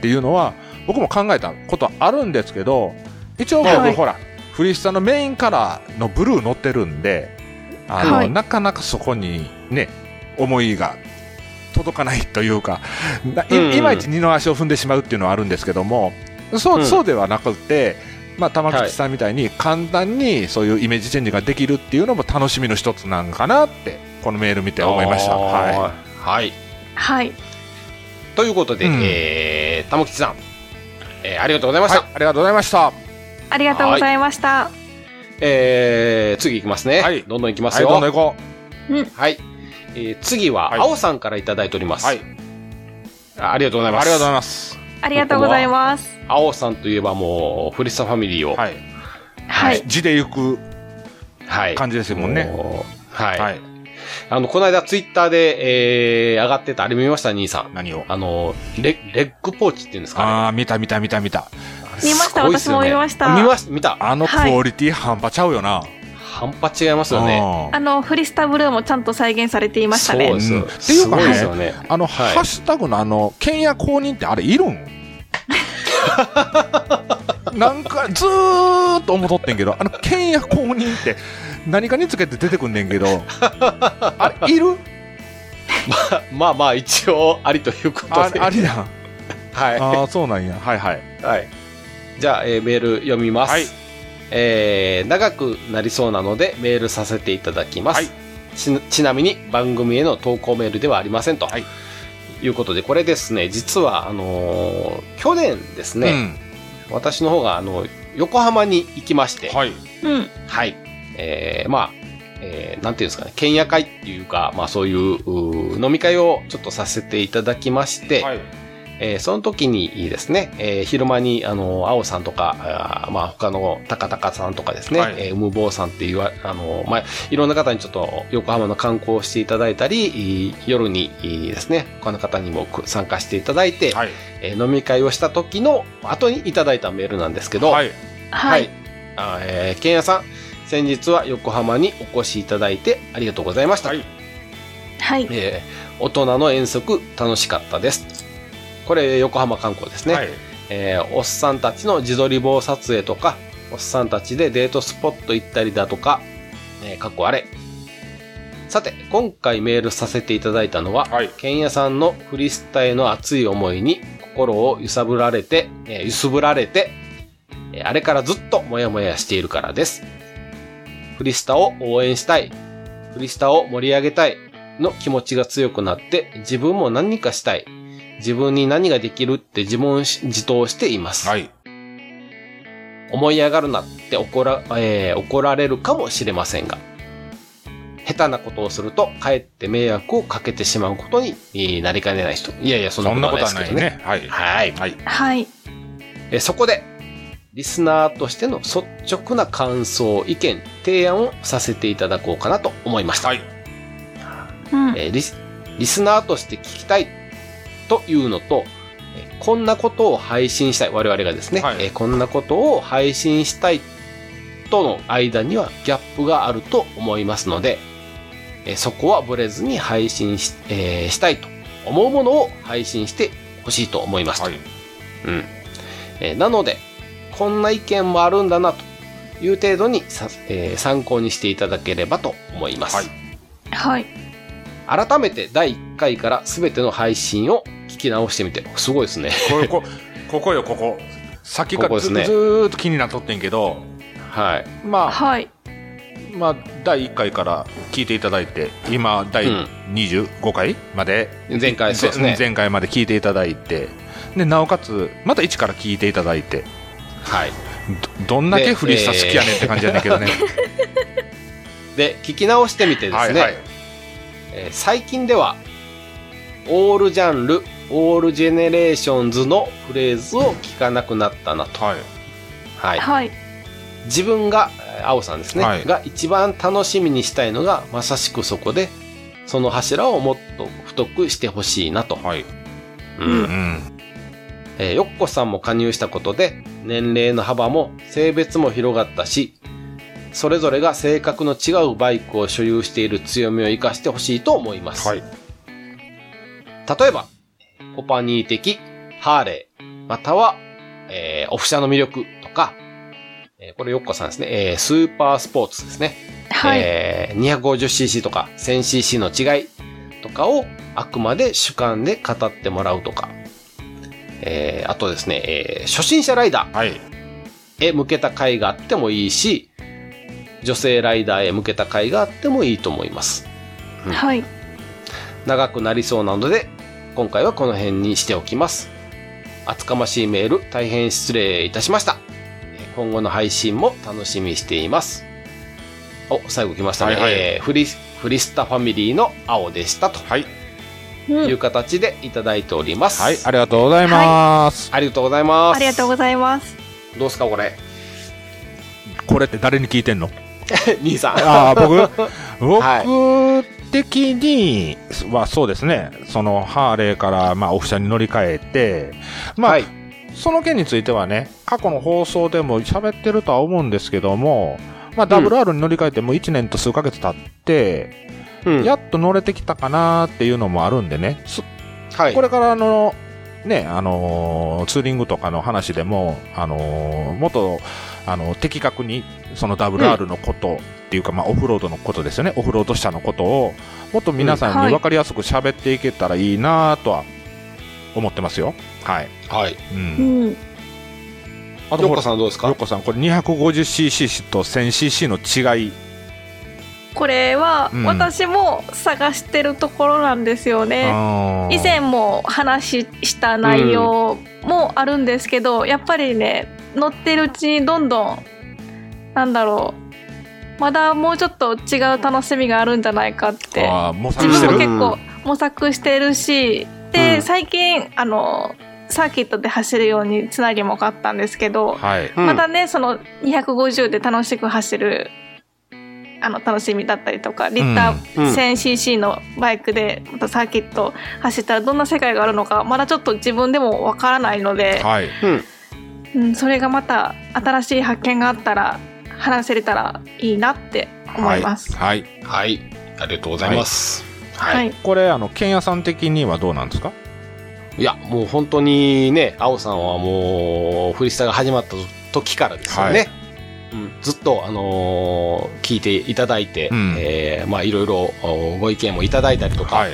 [SPEAKER 3] ていうのは僕も考えたことあるんですけど一応僕、
[SPEAKER 2] はい
[SPEAKER 3] ほらフリスタのメインカラーのブルー乗ってるんであの、
[SPEAKER 2] はい
[SPEAKER 3] なかなかそこにね思いが届かないというかない
[SPEAKER 1] うんうん
[SPEAKER 3] いまいち二の足を踏んでしまうっていうのはあるんですけどもそう,、
[SPEAKER 1] うん、
[SPEAKER 3] そうではなくて、まあ、玉吉さんみたいに簡単にそういうイメージチェンジができるっていうのも楽しみの一つなんかなってこのメール見て思いました。はい
[SPEAKER 1] はい、
[SPEAKER 2] はい
[SPEAKER 1] ということで、
[SPEAKER 3] うん
[SPEAKER 1] えー、玉吉さん、えーありがとうござい
[SPEAKER 3] い
[SPEAKER 1] まし
[SPEAKER 3] はい
[SPEAKER 1] た、、
[SPEAKER 3] ありがとうございました。
[SPEAKER 2] ありがとうございました
[SPEAKER 1] えー、次いきますね、
[SPEAKER 3] はい
[SPEAKER 1] どんどんいきます
[SPEAKER 3] はい、
[SPEAKER 1] よ
[SPEAKER 3] ど
[SPEAKER 1] は
[SPEAKER 3] ん
[SPEAKER 1] い、
[SPEAKER 3] どん行こ
[SPEAKER 1] えー次は、
[SPEAKER 3] はい
[SPEAKER 1] 青さんからいただいております、
[SPEAKER 3] はい
[SPEAKER 1] あありがとうござ
[SPEAKER 3] う。あ
[SPEAKER 1] い
[SPEAKER 3] り
[SPEAKER 1] ます
[SPEAKER 3] がとうございます。
[SPEAKER 2] ありがとうございます
[SPEAKER 1] 青さんといえばもうフリスタファミリーをは、
[SPEAKER 3] はいい、
[SPEAKER 2] はい
[SPEAKER 3] 字で行く感じですもんね。
[SPEAKER 1] もうはい、
[SPEAKER 3] はい、
[SPEAKER 1] あのこの間ツイッターで、えー、上がってたあれ見ました兄さん
[SPEAKER 3] 何を。
[SPEAKER 1] あのレレッグポーチっていうんですかね
[SPEAKER 3] ああ、見た見た見た見た。
[SPEAKER 2] 見まし
[SPEAKER 1] す
[SPEAKER 2] た
[SPEAKER 1] ごいっす
[SPEAKER 2] 私
[SPEAKER 1] よ
[SPEAKER 2] も
[SPEAKER 1] ね
[SPEAKER 2] 見ました
[SPEAKER 1] 見ました見た
[SPEAKER 3] あのクオリティ半端ちゃうよな。
[SPEAKER 1] 半端違いますよね
[SPEAKER 2] あのフリスタブルーもちゃんと再現されていましたね
[SPEAKER 1] そうです、
[SPEAKER 3] うん
[SPEAKER 1] すごいですよね
[SPEAKER 3] うんあの、
[SPEAKER 1] はい
[SPEAKER 3] ハッシュタグのあの、剣や公認ってあれいる <laughs> んなんかずーっと思っとってんけど、あの、剣や公認って何かにつけて出てくんねん <laughs> けど、あれいる
[SPEAKER 1] まあまあ一応ありということ
[SPEAKER 3] あ
[SPEAKER 1] で
[SPEAKER 3] ありやん。
[SPEAKER 1] はい
[SPEAKER 3] ああ、そうなんや。はいはい。
[SPEAKER 1] はい。じゃあ、えーメール読みます。
[SPEAKER 3] はい
[SPEAKER 1] えー長くなりそうなのでメールさせていただきます。
[SPEAKER 3] はい
[SPEAKER 1] ちちなみに番組への投稿メールではありませんと。
[SPEAKER 3] はいい、
[SPEAKER 1] うことで、これですね、実は、あのー去年ですね、私の方が、あの、横浜に行きまし
[SPEAKER 3] う
[SPEAKER 1] て、
[SPEAKER 3] ん。
[SPEAKER 1] はい。
[SPEAKER 3] はい。
[SPEAKER 2] うん
[SPEAKER 1] えーまあ、えーなんていうんですかね、県夜会っていうか、まあそういううー飲み会をちょっとさせていただきまして、
[SPEAKER 3] はい。
[SPEAKER 1] えーその時にですね、えー昼間に、あの、青さんとか、あーまあ、他の、高高さんとかですね、
[SPEAKER 3] はい
[SPEAKER 1] えー、無謀さんっていう、ああの、まあ、いろんな方にちょっと横浜の観光をしていただいたり、いい夜にいいですね、他の方にもく参加していただいて、
[SPEAKER 3] はい。
[SPEAKER 1] えー飲み会をした時の後にいただいたメールなんですけど、
[SPEAKER 3] はい。
[SPEAKER 2] はい、
[SPEAKER 1] あーえー、けんやさん、先日は横浜にお越しいただいてありがとうございました。
[SPEAKER 3] はい
[SPEAKER 2] はい
[SPEAKER 1] えー大人の遠足楽しかったです。これ、横浜観光ですね。
[SPEAKER 3] はい。
[SPEAKER 1] えーおっさんたちの自撮り棒撮影とか、おっさんたちでデートスポット行ったりだとか、えーかっこあれ。さて、今回メールさせていただいたのは、
[SPEAKER 3] はい。
[SPEAKER 1] ケンヤさんのフリスタへの熱い思いに心を揺さぶられて、えー揺すぶられて、えーあれからずっとモヤモヤしているからです。フリスタを応援したい。フリスタを盛り上げたい。の気持ちが強くなって、自分も何かしたい。自分に何ができるって自問し自答しています。
[SPEAKER 3] はい。
[SPEAKER 1] 思い上がるなって怒ら,、えー怒られるかもしれませんが、下手なことをすると、かえって迷惑をかけてしまうことにえーなりかねない人。いやいや、そ
[SPEAKER 3] そ
[SPEAKER 1] ん
[SPEAKER 3] ん
[SPEAKER 1] な
[SPEAKER 3] な
[SPEAKER 1] こ
[SPEAKER 3] ことと
[SPEAKER 1] はな
[SPEAKER 3] は
[SPEAKER 1] い
[SPEAKER 3] な
[SPEAKER 1] ですけ
[SPEAKER 3] い
[SPEAKER 1] どね。
[SPEAKER 3] ね。は
[SPEAKER 1] は
[SPEAKER 3] い。
[SPEAKER 1] い、
[SPEAKER 3] はい。
[SPEAKER 2] はい
[SPEAKER 1] えーそこで、リスナーとしての率直な感想、意見、提案をさせていただこうかなと思いました。
[SPEAKER 3] はい。
[SPEAKER 2] うん
[SPEAKER 1] えーリスリスナーとして聞きたいというのと、えーこんなことを配信したい、我々がですね、
[SPEAKER 3] はい
[SPEAKER 1] えーこんなことを配信したいとの間にはギャップがあると思いますので、えーそこはブレずに配信し,、えーしたいと思うものを配信してほしいと思いますと。
[SPEAKER 3] はい。
[SPEAKER 1] うんえーなので、こんな意見もあるんだなという程度にさ、えー参考にしていただければと思います。
[SPEAKER 3] はい
[SPEAKER 2] はい
[SPEAKER 1] 改めて第1回から全ての配信を聞き直してみてすごいですね
[SPEAKER 3] これこここよここさっきか
[SPEAKER 1] ここ
[SPEAKER 3] ら
[SPEAKER 1] です
[SPEAKER 3] ず,、
[SPEAKER 1] ね
[SPEAKER 3] ずーっと気になっとってんけど
[SPEAKER 1] はい
[SPEAKER 3] まあ、
[SPEAKER 2] はい
[SPEAKER 3] まあ、第1回から聞いていただいて今第
[SPEAKER 1] うん
[SPEAKER 3] 25回まで、
[SPEAKER 1] 前回そうですね
[SPEAKER 3] ぜ前回まで聞いていただいてでなおかつまた1から聞いていただいて
[SPEAKER 1] はい
[SPEAKER 3] どどんだけフリスタ好きやねんって感じやねんけ
[SPEAKER 1] <laughs>
[SPEAKER 3] どね、
[SPEAKER 1] で聞き直してみてで
[SPEAKER 3] は
[SPEAKER 1] す
[SPEAKER 3] い
[SPEAKER 1] ね、
[SPEAKER 3] はい
[SPEAKER 1] えー最近ではオールジャンルオールジェネレーションズのフレーズを聞かなくなったなと、
[SPEAKER 3] はい
[SPEAKER 1] はい、
[SPEAKER 2] はい
[SPEAKER 1] 自分がえー青さんですね、
[SPEAKER 3] はい
[SPEAKER 1] が一番楽しみにしたいのがまさしくそこでその柱をもっと太くしてほしいなと、
[SPEAKER 3] はい
[SPEAKER 1] うん
[SPEAKER 3] うん
[SPEAKER 1] えーよっこさんも加入したことで、年齢の幅も性別も広がったし、それぞれが性格の違うバイクを所有している強みを活かしてほしいと思います。
[SPEAKER 3] はい
[SPEAKER 1] 例えば、コパニー的ハーレー、または、えーオフ車の魅力とか、えーこれよっこさんですね、えースーパースポーツですね。
[SPEAKER 2] はい。
[SPEAKER 1] えー 250cc とか 1000cc の違いとかをあくまで主観で語ってもらうとか、えーあとですね、えー初心者ライダ
[SPEAKER 3] はい。
[SPEAKER 1] ーへ向けた回があってもいいし女性ライダーへ向けた回があってもいいと思います
[SPEAKER 2] はい。
[SPEAKER 1] 長くなりそうなので今回はこの辺にしておきます厚かましいメール大変失礼いたしましたえー今後の配信も楽しみにしていますお最後来ましたね、
[SPEAKER 3] はいはい
[SPEAKER 1] えーフリフリスタファミリーの青でしたと
[SPEAKER 3] はい。
[SPEAKER 2] うん
[SPEAKER 1] いう形でいただいております、
[SPEAKER 3] はい。ありがとうございます。
[SPEAKER 1] ありがとうございます
[SPEAKER 2] ありがとうございます。
[SPEAKER 1] どうすかこれ <laughs>
[SPEAKER 3] これって誰に聞いてんの
[SPEAKER 1] 兄さん
[SPEAKER 3] ああ、僕 <laughs>
[SPEAKER 1] は
[SPEAKER 3] 僕的にはそうですね。その、ハーレーから、まあ、オフ車に乗り換えて、まあ、
[SPEAKER 1] はい
[SPEAKER 3] その件についてはね、過去の放送でも喋ってるとは思うんですけども、まあ、WR に乗り換えてもう1年と数ヶ月経って、
[SPEAKER 1] うん
[SPEAKER 3] やっと乗れてきたかなっていうのもあるんでね、そ
[SPEAKER 1] はい
[SPEAKER 3] これからあの、ね、あのーツーリングとかの話でも、あのーもっと、あの的確に、その WR のことっていうか、まあ、オフロードのことですよね、オフロード車のことを、もっと皆さ
[SPEAKER 2] うん
[SPEAKER 3] ん
[SPEAKER 2] は
[SPEAKER 3] に
[SPEAKER 2] い
[SPEAKER 3] 分かりやすく喋っていけたらいいなとは思ってますよ。はい。
[SPEAKER 1] はい
[SPEAKER 3] うん
[SPEAKER 2] うん。
[SPEAKER 1] ヨ
[SPEAKER 3] あ
[SPEAKER 1] ッ
[SPEAKER 3] ほ
[SPEAKER 1] コ
[SPEAKER 3] ら
[SPEAKER 1] さんどうです
[SPEAKER 3] よ
[SPEAKER 1] か
[SPEAKER 3] っこさん、これ 250cc と 1000cc の違い。
[SPEAKER 2] これは
[SPEAKER 3] うん
[SPEAKER 2] 私も探してるところなんですよね。
[SPEAKER 3] あー
[SPEAKER 2] 以前も話した内容もあるんですけど、やっぱりね乗ってるうちにどんどんなんだろうまだもうちょっと違う楽しみがあるんじゃないかって
[SPEAKER 3] あー模
[SPEAKER 2] 自
[SPEAKER 3] 索して
[SPEAKER 2] 分も
[SPEAKER 3] る。
[SPEAKER 2] 結構模索してるしで、
[SPEAKER 1] うん
[SPEAKER 2] 最近あのサーキットで走るようにつなぎも買ったんですけど、
[SPEAKER 3] はい。
[SPEAKER 1] うん
[SPEAKER 2] またねその250で楽しく走るあの楽しみだったりとかリッター
[SPEAKER 1] うんうん
[SPEAKER 2] 1000cc のバイクでまたサーキット走ったらどんな世界があるのかまだちょっと自分でもわからないので、
[SPEAKER 3] はい。
[SPEAKER 1] うん
[SPEAKER 2] うん、それがまた新しい発見があったら話せれたらいいなって思います。
[SPEAKER 3] はい。はい
[SPEAKER 1] はいありがとうございます
[SPEAKER 2] はい、
[SPEAKER 1] い、
[SPEAKER 3] これ、あの、剣屋さん的にはどうなんですか
[SPEAKER 1] いやもう本当にね青さんはもうフリスタが始まった時からですよね、
[SPEAKER 3] はい
[SPEAKER 1] うん、ずっと、あのー聞いていただいて、
[SPEAKER 3] うん
[SPEAKER 1] えーまあいろいろおご意見もいただいたりとか、
[SPEAKER 3] はい。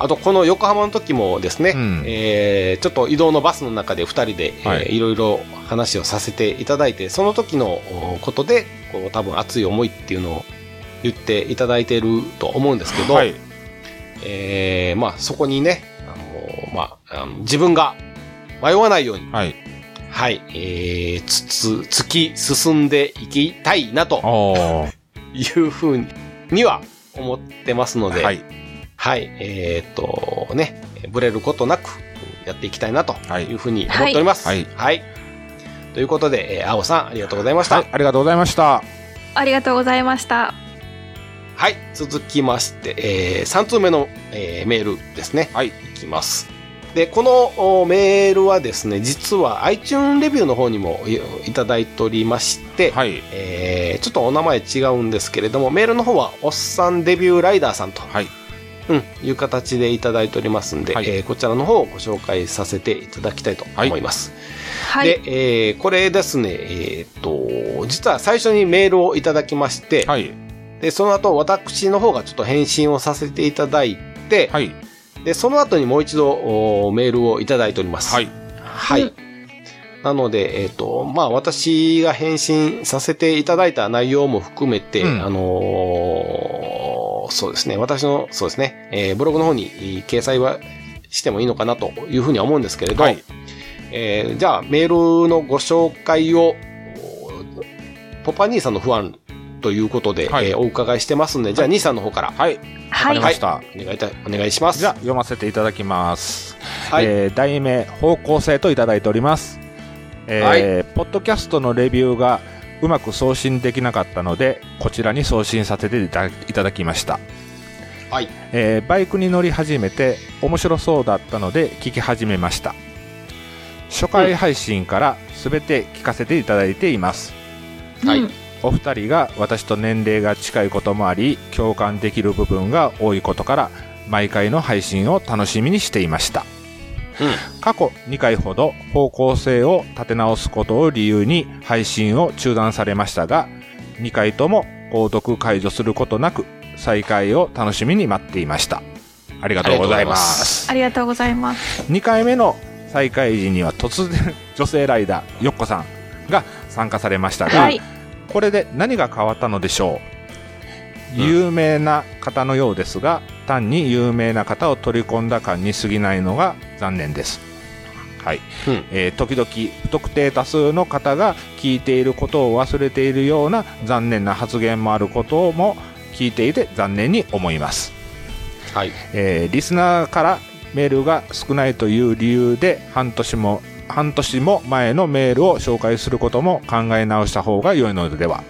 [SPEAKER 1] あとこの横浜の時もですね、
[SPEAKER 3] うん
[SPEAKER 1] えーちょっと移動のバスの中で2人で、
[SPEAKER 3] はい
[SPEAKER 1] いえーいろいろ話をさせていただいてその時のおことでこう多分熱い思いっていうのを言っていただいてると思うんですけど、
[SPEAKER 3] はい。
[SPEAKER 1] えーまあ、そこにね、あのまああの、自分が迷わないように、
[SPEAKER 3] はい。
[SPEAKER 1] はい、えーつつ突き進んでいきたいなと
[SPEAKER 3] おー。
[SPEAKER 1] いうふうには思ってますので、
[SPEAKER 3] はい。
[SPEAKER 1] はい、えーっとね、ぶれることなくやっていきたいなと
[SPEAKER 3] はい
[SPEAKER 1] いうふうに思っております。
[SPEAKER 3] はい
[SPEAKER 1] はい。ということで、えー、青さん、ありがとうございました。は
[SPEAKER 3] はい
[SPEAKER 1] い、。
[SPEAKER 3] ありがとうございました。
[SPEAKER 2] ありがとうございました。
[SPEAKER 1] 続きまして、え3通目の、えーメールですね。
[SPEAKER 3] はい。
[SPEAKER 1] いきます。で、このおメールはですね、実は iTune レビューの方にもいいただいておりまして、
[SPEAKER 3] はい。
[SPEAKER 1] えーちょっとお名前違うんですけれども、メールの方は、おっさんデビューライダーさんと、
[SPEAKER 3] はい。
[SPEAKER 1] うん、いう形でいただいておりますんで、
[SPEAKER 3] はい
[SPEAKER 1] えーこちらの方をご紹介させていただきたいと思います。
[SPEAKER 2] はい、
[SPEAKER 1] で、えーこれですね、えーっと、実は最初にメールをいただきまして、
[SPEAKER 3] はい。
[SPEAKER 1] で、その後私の方がちょっと返信をさせていただいて、
[SPEAKER 3] はい。
[SPEAKER 1] で、その後にもう一度おメールをいただいております。
[SPEAKER 3] はい。
[SPEAKER 1] はい。
[SPEAKER 2] うん
[SPEAKER 1] なので、えっ、と、まあ、私が返信させていただいた内容も含めて、
[SPEAKER 3] うん
[SPEAKER 1] あのーそうですね、私の、そうですね、えーブログの方にえー掲載はしてもいいのかなというふうには思うんですけれど、
[SPEAKER 3] はい
[SPEAKER 1] えーじゃあ、メールのご紹介を、ポパ兄さんの不安ということで、
[SPEAKER 3] はい
[SPEAKER 1] えーお伺いしてますんで、じゃあ、兄さんの方から、
[SPEAKER 3] はい。わ
[SPEAKER 2] は
[SPEAKER 3] か
[SPEAKER 2] い、
[SPEAKER 3] りました。
[SPEAKER 1] お願いいた、お願いします。
[SPEAKER 3] じゃあ、読ませていただきます。
[SPEAKER 1] はい。
[SPEAKER 3] えー題名方向性といただいております、えー
[SPEAKER 1] は
[SPEAKER 3] ポッドキャストのレビューがうまく送信できなかったのでこちらに送信させていただいただきました、
[SPEAKER 1] はい。
[SPEAKER 3] えーバイクに乗り始めて面白そうだったので聞き始めました初回配信から全て聞かせていただいています、
[SPEAKER 1] はい
[SPEAKER 2] うん
[SPEAKER 3] お二人が私と年齢が近いこともあり共感できる部分が多いことから毎回の配信を楽しみにしていました過去2回ほど方向性を立て直すことを理由に配信を中断されましたが2回とも購読解除することなく再開を楽しみに待っていましたありがとうございます
[SPEAKER 2] ありがとうございます
[SPEAKER 3] 2回目の再開時には突然女性ライダーよっこさんが参加されましたが、
[SPEAKER 2] はい
[SPEAKER 3] これで何が変わったのでしょ
[SPEAKER 1] う
[SPEAKER 3] う、
[SPEAKER 1] ん
[SPEAKER 3] 有名な方のようですが単に有名な方を取り込んだ感に過ぎないのが残念ですはい、
[SPEAKER 1] うん
[SPEAKER 3] えー時々不特定多数の方が聞いていることを忘れているような残念な発言もあることも聞いていて残念に思います
[SPEAKER 1] はい
[SPEAKER 3] えーリスナーからメールが少ないという理由で半年も半年も前のメールを紹介することも考え直した方が良いのでは、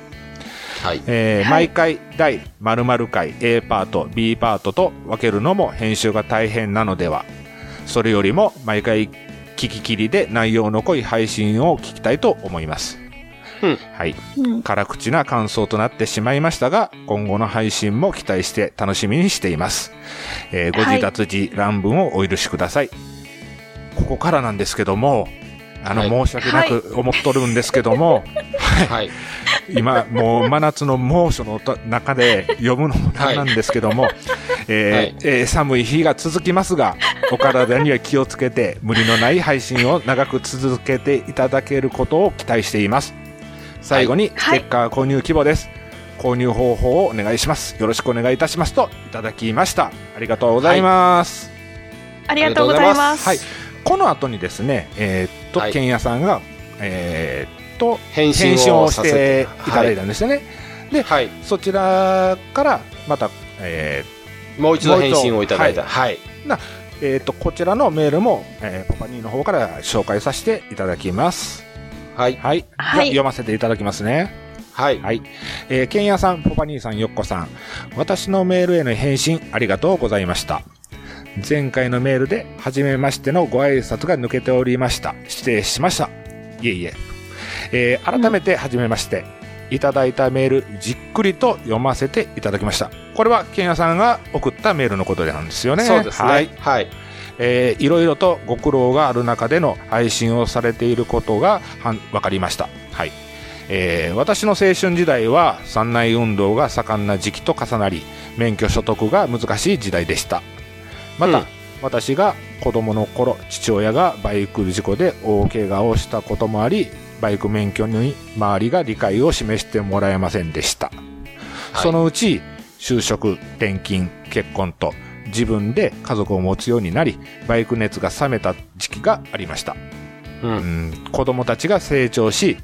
[SPEAKER 1] はい
[SPEAKER 3] えー
[SPEAKER 2] はい
[SPEAKER 3] 毎回第〇〇回 A パート B パートと分けるのも編集が大変なのではそれよりも毎回聞ききりで内容の濃い配信を聞きたいと思います、
[SPEAKER 1] うん
[SPEAKER 3] はい
[SPEAKER 2] うん
[SPEAKER 3] 辛口な感想となってしまいましたが、今後の配信も期待して楽しみにしています。えーご
[SPEAKER 2] はい
[SPEAKER 3] 自立自乱文をお許しください。ここからなんですけども、あの、
[SPEAKER 1] はい
[SPEAKER 3] 申し訳なく思っとるんですけど
[SPEAKER 1] <laughs>
[SPEAKER 3] も、
[SPEAKER 1] はい
[SPEAKER 3] 今、もう真夏の猛暑の中で読むのもなんなんですけども、えー
[SPEAKER 1] はい
[SPEAKER 3] えー寒い日が続きますが、お体には気をつけて、無理のない配信を長く続けていただけることを期待しています。最後に、ス
[SPEAKER 2] はい
[SPEAKER 3] テッカー購入規模です。購入方法をお願いします。よろしくお願いいたしますと、いただきました。ありがとうございます。
[SPEAKER 2] ありがとうございます
[SPEAKER 1] はい
[SPEAKER 3] この後にですね、えーっと、
[SPEAKER 1] はい
[SPEAKER 3] けんやさんが、えーっと、
[SPEAKER 1] 返信
[SPEAKER 3] 返信
[SPEAKER 1] を
[SPEAKER 3] をし
[SPEAKER 1] させ
[SPEAKER 3] て
[SPEAKER 1] て
[SPEAKER 3] いただいたんですよね。
[SPEAKER 1] はい
[SPEAKER 3] そちらからまた、え
[SPEAKER 1] もう一度返信をいただいたはい
[SPEAKER 3] ーえーとこちらのメールも、えーパパニーの方から紹介させていただきます。
[SPEAKER 1] はい
[SPEAKER 3] はい、
[SPEAKER 2] はい
[SPEAKER 3] じゃあ読ませていただきますね。
[SPEAKER 1] はい
[SPEAKER 3] はい、えー、ケンヤさん、パパニーさん、ヨッコさん、私のメールへの返信ありがとうございました。前回のメールで、初めましてのご挨拶が抜けておりました。失礼しました。いえいえ。えー改めて、初めまして。いただいたメール、じっくりと読ませていただきました。これは、ケンヤさんが送ったメールのことなんですよね。
[SPEAKER 1] そうです
[SPEAKER 3] はい
[SPEAKER 1] ね。はい
[SPEAKER 3] えーいろいろとご苦労がある中での配信をされていることがはん分かりました、はいえー私の青春時代は山内運動が盛んな時期と重なり免許所得が難しい時代でしたまた、
[SPEAKER 1] うん
[SPEAKER 3] 私が子供の頃父親がバイク事故で大怪我をしたこともありバイク免許に周りが理解を示してもらえませんでした
[SPEAKER 1] はい
[SPEAKER 3] そのうち就職転勤結婚と自分で家族を持つようになりバイク熱が冷めた時期がありました
[SPEAKER 1] うん
[SPEAKER 3] うん子供たちが成長し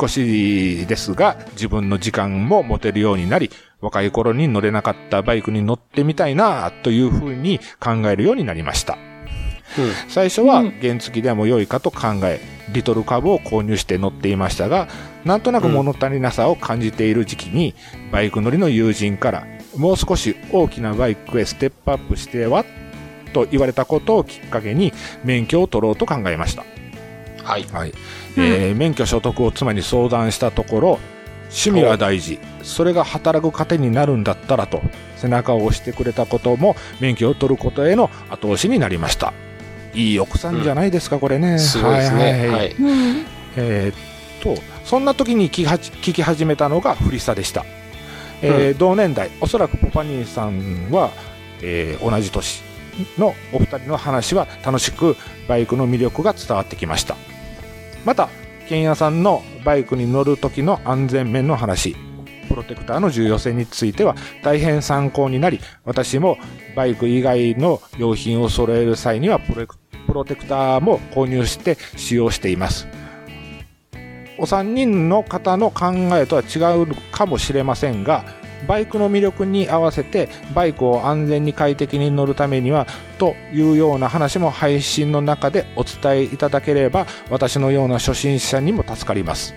[SPEAKER 3] 少しですが自分の時間も持てるようになり若い頃に乗れなかったバイクに乗ってみたいなというふうに考えるようになりました
[SPEAKER 1] うん
[SPEAKER 3] 最初は原付でも良いかと考え、リトルカブを購入して乗っていましたがなんとなく物足りなさを感じている時期に、バイク乗りの友人からもう少し大きなバイクへステップアップしてはと言われたことをきっかけに免許を取ろうと考えました、
[SPEAKER 1] はい
[SPEAKER 3] はいえー免許所得を妻に相談したところ趣味は大事それが働く糧になるんだったらと背中を押してくれたことも免許を取ることへの後押しになりましたいい奥さんじゃないですか、これね
[SPEAKER 1] すごいですね
[SPEAKER 3] は
[SPEAKER 1] はい
[SPEAKER 3] はい
[SPEAKER 1] い
[SPEAKER 2] うん
[SPEAKER 3] えーっとそんな時に聞きはじ聞き始めたのがフリサでした、えー同年代おそらくポパニーさんは、えー同じ年のお二人の話は楽しくバイクの魅力が伝わってきましたまたケンヤさんのバイクに乗る時の安全面の話プロテクターの重要性については大変参考になり私もバイク以外の用品を揃える際にはプロプロテクターも購入して使用していますお三人の方の考えとは違うかもしれませんがバイクの魅力に合わせてバイクを安全に快適に乗るためにはというような話も配信の中でお伝えいただければ私のような初心者にも助かります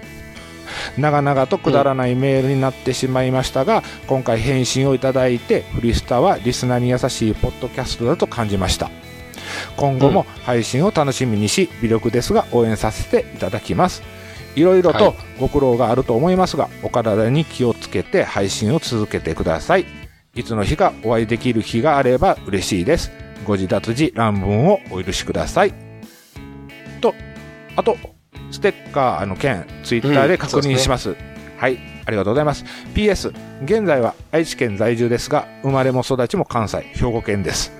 [SPEAKER 3] 長々とくだらないメールになってしまいましたが、今回返信をいただいてフリスタはリスナーに優しいポッドキャストだと感じました今後も配信を楽しみにし微力ですが応援させていただきますいろいろ
[SPEAKER 1] は
[SPEAKER 3] と
[SPEAKER 1] い
[SPEAKER 3] ご苦労があると思いますが、お体に気をつけて配信を続けてくださいいつの日かお会いできる日があれば嬉しいですご自立時乱文をお許しくださいとあとステッカーの件ツイッターで確認します、はいあありがとうございます PS 現在は愛知県在住ですが生まれも育ちも関西兵庫県です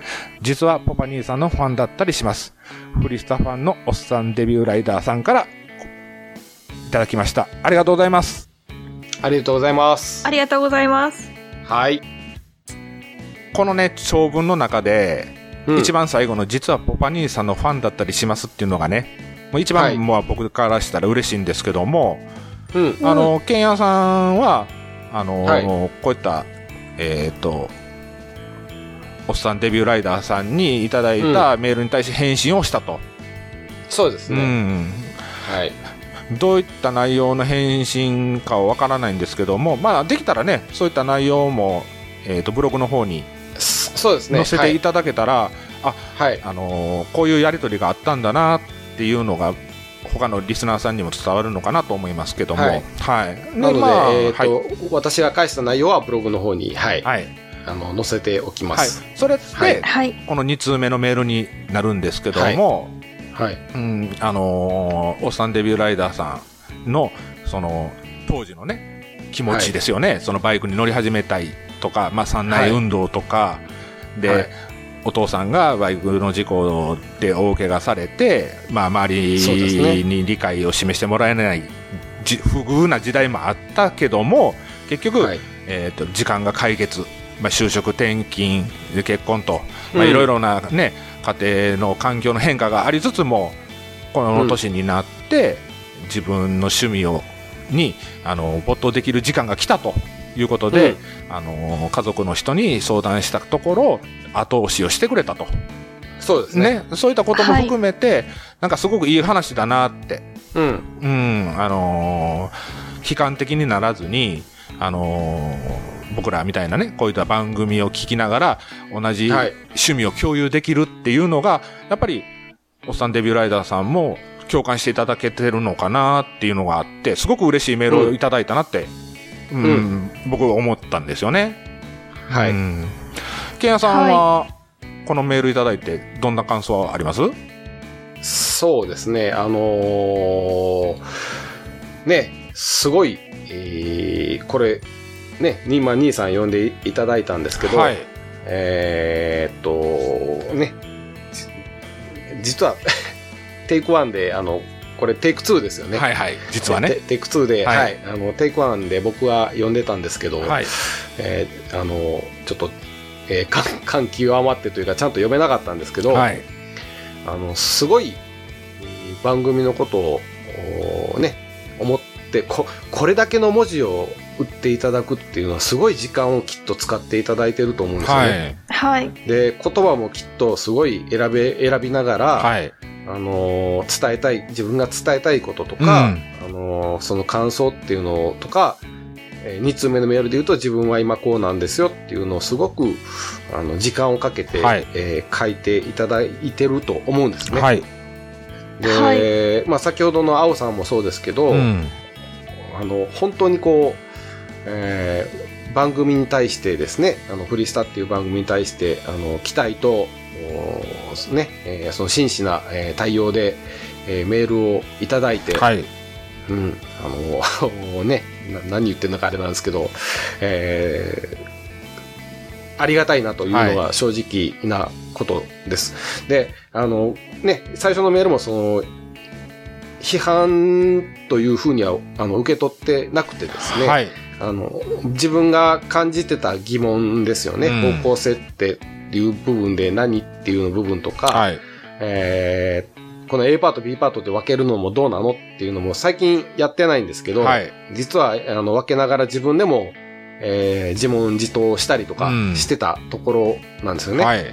[SPEAKER 3] 実はポパ兄さんのファンだったりしますフリスタファンのおっさんデビューライダーさんからいただきましたありがとうございます
[SPEAKER 1] ありがとうございます
[SPEAKER 2] ありがとうございます。
[SPEAKER 1] はい、
[SPEAKER 3] このね長文の中で、
[SPEAKER 1] うん
[SPEAKER 3] 一番最後の実はポパ兄さんのファンだったりしますっていうのがねもう一番、
[SPEAKER 1] はい
[SPEAKER 3] まあ僕からしたら嬉しいんですけども、
[SPEAKER 1] うん
[SPEAKER 3] あの、ケンヤさんは、あの、
[SPEAKER 1] はい
[SPEAKER 3] こういった、えっ、と、おっさんデビューライダーさんにいただいたメールに対して返信をしたと。
[SPEAKER 1] そうです
[SPEAKER 3] う
[SPEAKER 1] ね、
[SPEAKER 3] ん。
[SPEAKER 1] はい
[SPEAKER 3] どういった内容の返信かはわからないんですけども、まあ、できたらね、そういった内容も、えっ、と、ブログの方に
[SPEAKER 1] そそうですね
[SPEAKER 3] 載せていただけたら、
[SPEAKER 1] はい、はい
[SPEAKER 3] あのこういうやり取りがあったんだなっていうのが、他のリスナーさんにも伝わるのかなと思いますけども、
[SPEAKER 1] は
[SPEAKER 3] はい
[SPEAKER 1] い。
[SPEAKER 3] で
[SPEAKER 1] なので、
[SPEAKER 3] まあ
[SPEAKER 1] えー
[SPEAKER 3] はい
[SPEAKER 1] と私が返した内容はブログの方に、はい
[SPEAKER 3] はい。
[SPEAKER 1] あの載せておきま
[SPEAKER 3] はい
[SPEAKER 1] す。、
[SPEAKER 3] それで、
[SPEAKER 1] はい
[SPEAKER 2] はい。
[SPEAKER 3] この2通目のメールになるんですけども、
[SPEAKER 1] はい、
[SPEAKER 3] うんあのーおっさんデビューライダーさんのその当時のね気持ちですよね、そのバイクに乗り始めたいとか、まあ、山内運動とか、で、
[SPEAKER 1] はい
[SPEAKER 3] お父さんがバイクの事故で大怪我されて、まあ、周
[SPEAKER 1] そうです
[SPEAKER 3] り
[SPEAKER 1] ね
[SPEAKER 3] に理解を示してもらえないじ不遇な時代もあったけども結局、
[SPEAKER 1] はい
[SPEAKER 3] えー、と時間が解決、まあ、就職転勤で結婚と、ま
[SPEAKER 1] う
[SPEAKER 3] あ、
[SPEAKER 1] ん
[SPEAKER 3] いろいろな、ね家庭の環境の変化がありつつもこの年になって、自分の趣味をにあの没頭できる時間が来たということで、あの家族の人に相談したところ後押しをしてくれたと、
[SPEAKER 1] そうですね。
[SPEAKER 3] ねそういったことも含めて、なんかすごくいい話だなって
[SPEAKER 1] うん、
[SPEAKER 3] うん、あのー悲観的にならずに、あのー僕らみたいなね、こういった番組を聞きながら、同じ
[SPEAKER 1] はい
[SPEAKER 3] 趣味を共有できるっていうのが、やっぱり、おっさんデビューライダーさんも共感していただけてるのかなっていうのがあって、すごく嬉しいメールをいただいたなって、うん
[SPEAKER 1] う
[SPEAKER 3] 僕は思ったんですよね。
[SPEAKER 1] はい、
[SPEAKER 3] うん。ケンヤさんは、このメールいただいて、どんな感想はあります
[SPEAKER 1] そうですね。あのーねすごい、えーこれねニーマン兄さん呼んでいただいたんですけど、
[SPEAKER 3] はい。
[SPEAKER 1] えーっとねじ実は <laughs> テイクワンであのこれテイクツーですよね。
[SPEAKER 3] はいはい。実は
[SPEAKER 1] テ
[SPEAKER 3] ね。
[SPEAKER 1] テイク2で、
[SPEAKER 3] は
[SPEAKER 1] はいいあのテイク1で僕は呼んでたんですけど、
[SPEAKER 3] はい。
[SPEAKER 1] えーあのちょっと、えー、感 <laughs> 感極まってというかちゃんと読めなかったんですけど、
[SPEAKER 3] はい。
[SPEAKER 1] あのすごいえー番組のことをおーね思ってここれだけの文字を打っていただくっていうのはすごい時間をきっと使っていただいてると思うんですよ
[SPEAKER 3] は
[SPEAKER 1] ね。
[SPEAKER 3] い。
[SPEAKER 2] はい。
[SPEAKER 1] で言葉もきっとすごい選べ選びながら、
[SPEAKER 3] はい。
[SPEAKER 1] あのー伝えたい自分が伝えたいこととか、
[SPEAKER 3] うん
[SPEAKER 1] あのーその感想っていうのとか、え2通目のメールで言うと自分は今こうなんですよっていうのをすごくあの時間をかけて、
[SPEAKER 3] はい
[SPEAKER 1] えー書いていただいてると思うんですね。
[SPEAKER 3] はい。
[SPEAKER 1] で、まあ、先ほどの青さんもそうですけど、
[SPEAKER 3] うん
[SPEAKER 1] あの本当にこう、えー番組に対してですね「あのフリスタ」っていう番組に対してあの期待と、おーねえーその真摯な、えー対応で、えーメールをいただいて、
[SPEAKER 3] はい。
[SPEAKER 1] うん、あの <laughs> ねな何言ってるのかあれなんですけど、えーありがたいなというのが正直なことです。であのね最初のメールもその批判というふうにはあの受け取ってなくてですね、
[SPEAKER 3] はい。
[SPEAKER 1] あの自分が感じてた疑問ですよね、
[SPEAKER 3] うん
[SPEAKER 1] 方向性っていう部分で何っていう部分とか、
[SPEAKER 3] はい。
[SPEAKER 1] えーこの A パート B パートで分けるのもどうなのっていうのも最近やってないんですけど、
[SPEAKER 3] はい。
[SPEAKER 1] 実はあの分けながら自分でも、えー自問自答したりとか
[SPEAKER 3] うん
[SPEAKER 1] してたところなんですよね、
[SPEAKER 3] はい。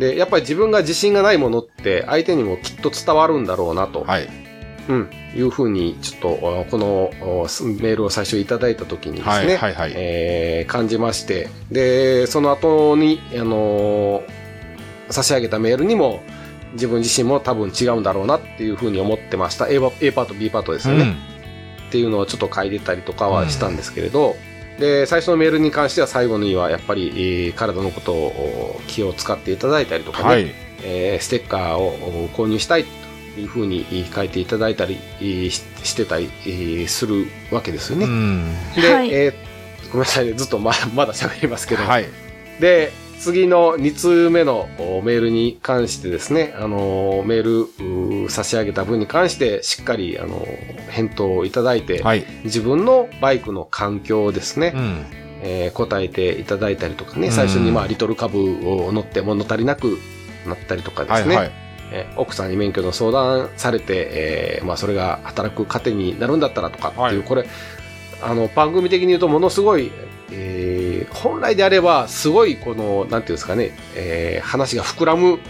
[SPEAKER 1] で、やっぱり自分が自信がないものって相手にもきっと伝わるんだろうなと、
[SPEAKER 3] はい。
[SPEAKER 1] うん、いうふうにちょっとあこのおメールを最初いただいた時にですね、
[SPEAKER 3] はい。はい。はい。
[SPEAKER 1] えー感じましてでその後にあのー差し上げたメールにも自分自身も多分違うんだろうなっていうふうに思ってました A, パ A パート B パートですよね、っていうのをちょっと書いてたりとかはしたんですけれど、で最初のメールに関しては最後にはやっぱり、えー体のことをお気を使っていただいたりとかね、
[SPEAKER 3] はい。
[SPEAKER 1] えーステッカーをお購入したいいうふうにえー書いていただいたりえーししてたりえーするわけですよね。
[SPEAKER 3] うん
[SPEAKER 1] で、
[SPEAKER 2] はい
[SPEAKER 1] えーごめんなさいねずっとままだ喋りますけど、
[SPEAKER 3] はい
[SPEAKER 1] で次の2通目のおメールに関してですね、あのーメールうー差し上げた分に関してしっかり、あのー返答をいただいて、
[SPEAKER 3] はい
[SPEAKER 1] 自分のバイクの環境をですね、
[SPEAKER 3] うん
[SPEAKER 1] えー答えていただいたりとか
[SPEAKER 3] う
[SPEAKER 1] ね
[SPEAKER 3] ん
[SPEAKER 1] 最初に、まあ、リトル株を乗って物足りなくなったりとかで
[SPEAKER 3] は
[SPEAKER 1] す
[SPEAKER 3] い
[SPEAKER 1] ね、
[SPEAKER 3] はい
[SPEAKER 1] えー奥さんに免許の相談されて、えーまあ、それが働く糧になるんだったらとかっていう、
[SPEAKER 3] はい
[SPEAKER 1] これあの番組的に言うとものすごい、えー本来であればすごいこのなんていうんですかね、えー話が膨らむ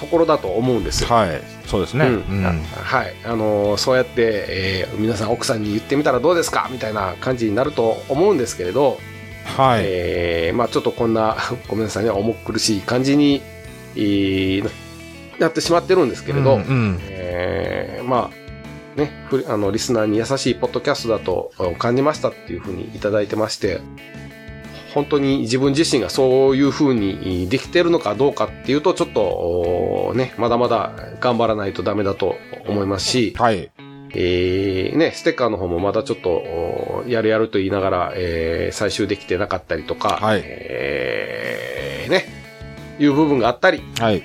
[SPEAKER 1] ところだと思うんですよ。
[SPEAKER 3] はいそうですね
[SPEAKER 1] う
[SPEAKER 3] うん
[SPEAKER 1] あ
[SPEAKER 3] ん
[SPEAKER 1] はいあのーそうやって、えー皆さん奥さんに言ってみたらどうですかみたいな感じになると思うんですけれど、
[SPEAKER 3] はい
[SPEAKER 1] えーまあ、ちょっとこんなごめんなさいね重苦しい感じに、えーななってしまってるんですけれど、
[SPEAKER 3] うんうん
[SPEAKER 1] えーまあねふあのリスナーに優しいポッドキャストだとあの感じましたっていうふうにいただいてまして本当に自分自身がそういうふうにえーできてるのかどうかっていうとちょっとおーねまだまだ頑張らないとダメだと思いますし、
[SPEAKER 3] はい
[SPEAKER 1] えーね、ステッカーの方もまだちょっと、おーやるやると言いながら、えー最終できてなかったりとか、
[SPEAKER 3] はい
[SPEAKER 1] えーね、いう部分があったり、
[SPEAKER 3] はい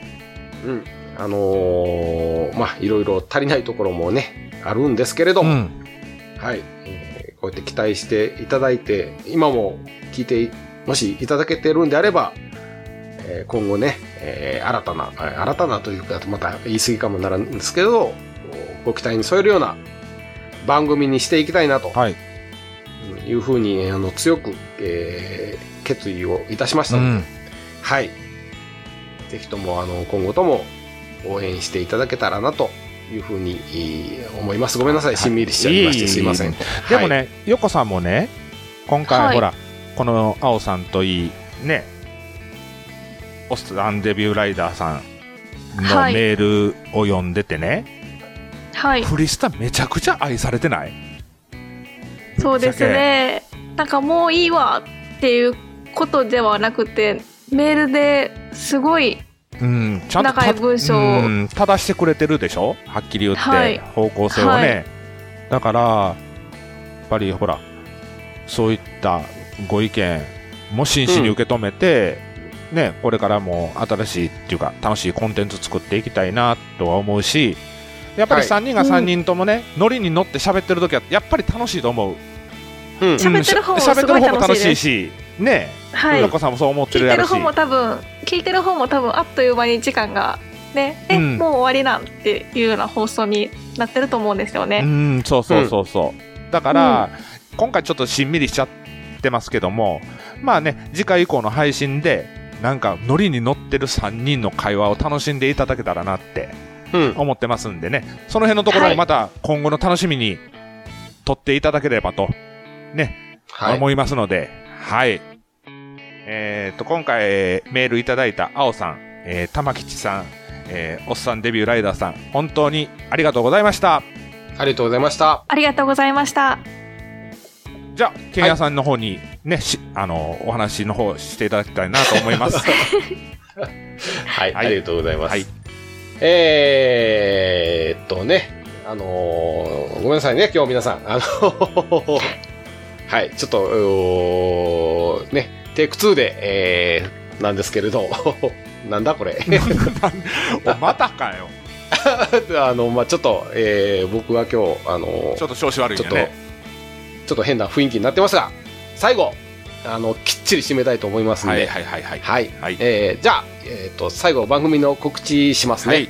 [SPEAKER 1] うん、あのーまあ、いろいろ足りないところもね、あるんですけれど
[SPEAKER 3] う
[SPEAKER 1] も、
[SPEAKER 3] ん
[SPEAKER 1] はい、えーこうやって期待していただいて、今も聞いて、もしいただけてるんであれば、えー今後ね、えー新たな、えー新たなというか、また言い過ぎかもならんですけど、ご期待に添えるような番組にしていきたいなと
[SPEAKER 3] はい
[SPEAKER 1] いうふうに、あの強く、えー決意をいたしまし
[SPEAKER 3] う
[SPEAKER 1] たので、
[SPEAKER 3] ん
[SPEAKER 1] はい。ぜひとも、あの、今後とも応援していただけたらなというふうにえー思います。ごめんなさい、しんみりしちゃいまして、
[SPEAKER 3] いい
[SPEAKER 1] すいません。
[SPEAKER 3] でも
[SPEAKER 1] はい、
[SPEAKER 3] ね、ヨコさんもね、今回、
[SPEAKER 2] はい
[SPEAKER 3] ほら、この青さんといい、ね、オスランデビューライダーさんの
[SPEAKER 2] はい
[SPEAKER 3] メールを読んでてね、
[SPEAKER 2] はい
[SPEAKER 3] フリスタめちゃくちゃ愛されてない
[SPEAKER 2] そうですねなんかもういいわっていうことではなくてメールですごい
[SPEAKER 3] うん、ちゃんと
[SPEAKER 2] 長い文章
[SPEAKER 3] うん正してくれてるでしょはっきり言って、
[SPEAKER 2] はい
[SPEAKER 3] 方向性をね、
[SPEAKER 2] はい
[SPEAKER 3] だからやっぱりほらそういったご意見も真摯に受け止めて、ね、これからも新しいっていうか楽しいコンテンツ作っていきたいなとは思うしやっぱり
[SPEAKER 1] はい
[SPEAKER 3] 3人が3人ともね、ノリに乗って喋ってる時はやっぱり楽しいと思う
[SPEAKER 1] うん
[SPEAKER 2] 喋ってる方もすごい
[SPEAKER 3] 喋ってる方も楽
[SPEAKER 2] 楽し
[SPEAKER 3] し
[SPEAKER 2] い
[SPEAKER 3] い
[SPEAKER 2] で
[SPEAKER 3] しね
[SPEAKER 2] はい、
[SPEAKER 3] ひろこさんもそう思って
[SPEAKER 2] 聞
[SPEAKER 3] る
[SPEAKER 2] い
[SPEAKER 3] や
[SPEAKER 2] て
[SPEAKER 3] ろ
[SPEAKER 2] る
[SPEAKER 3] し
[SPEAKER 2] 方も多分聞いてる方も多分あっという間に時間がねえ、
[SPEAKER 3] うん
[SPEAKER 2] もう終わりなんっていうような放送になってると思うんですよ
[SPEAKER 3] う
[SPEAKER 2] ね。
[SPEAKER 3] ん、そうそうそうそう。だから、今回ちょっとしんみりしちゃってますけども、まあね、次回以降の配信で、なんかノリに乗ってる3人の会話を楽しんでいただけたらなって
[SPEAKER 1] うん。
[SPEAKER 3] 思ってますんでね、その辺のところ
[SPEAKER 2] は
[SPEAKER 3] を
[SPEAKER 2] い
[SPEAKER 3] また今後の楽しみに撮っていただければと、ね、
[SPEAKER 1] はい。
[SPEAKER 3] 思いますので、はい。えっ、と、今回メールいただいた青さん、えー、玉吉さん、えーおっさんデビューライダーさん、本当にありがとうございました。
[SPEAKER 1] ありがとうございました。
[SPEAKER 2] ありがとうございました。
[SPEAKER 3] じゃあ、ケンヤさんの方にね、しあのお話の方していただきたいなと思
[SPEAKER 1] <laughs>
[SPEAKER 3] います。
[SPEAKER 1] はい、
[SPEAKER 3] はい
[SPEAKER 1] ありがとうございます。
[SPEAKER 3] はい
[SPEAKER 1] えーっとね、あのーごめんなさいね、今日皆さん。あのはい、ちょっと、おーね、テイク2で、えーなんですけれど、 <laughs> なんだこれ。
[SPEAKER 3] おまたかよ。
[SPEAKER 1] あの、まあ、ちょっと、えー僕は今日、あのー
[SPEAKER 3] ちょっと調子悪い
[SPEAKER 1] ち
[SPEAKER 3] ん
[SPEAKER 1] ょ
[SPEAKER 3] で
[SPEAKER 1] っと、
[SPEAKER 3] ね。
[SPEAKER 1] ちょっと変な雰囲気になってますが、最後、あの、きっちり締めたいと思いますんで、
[SPEAKER 3] は
[SPEAKER 1] はいい。
[SPEAKER 3] はいはいはい。はい。
[SPEAKER 1] えーじゃあ、えっ、と、最後、番組の告知します
[SPEAKER 3] は
[SPEAKER 1] ね。
[SPEAKER 3] い。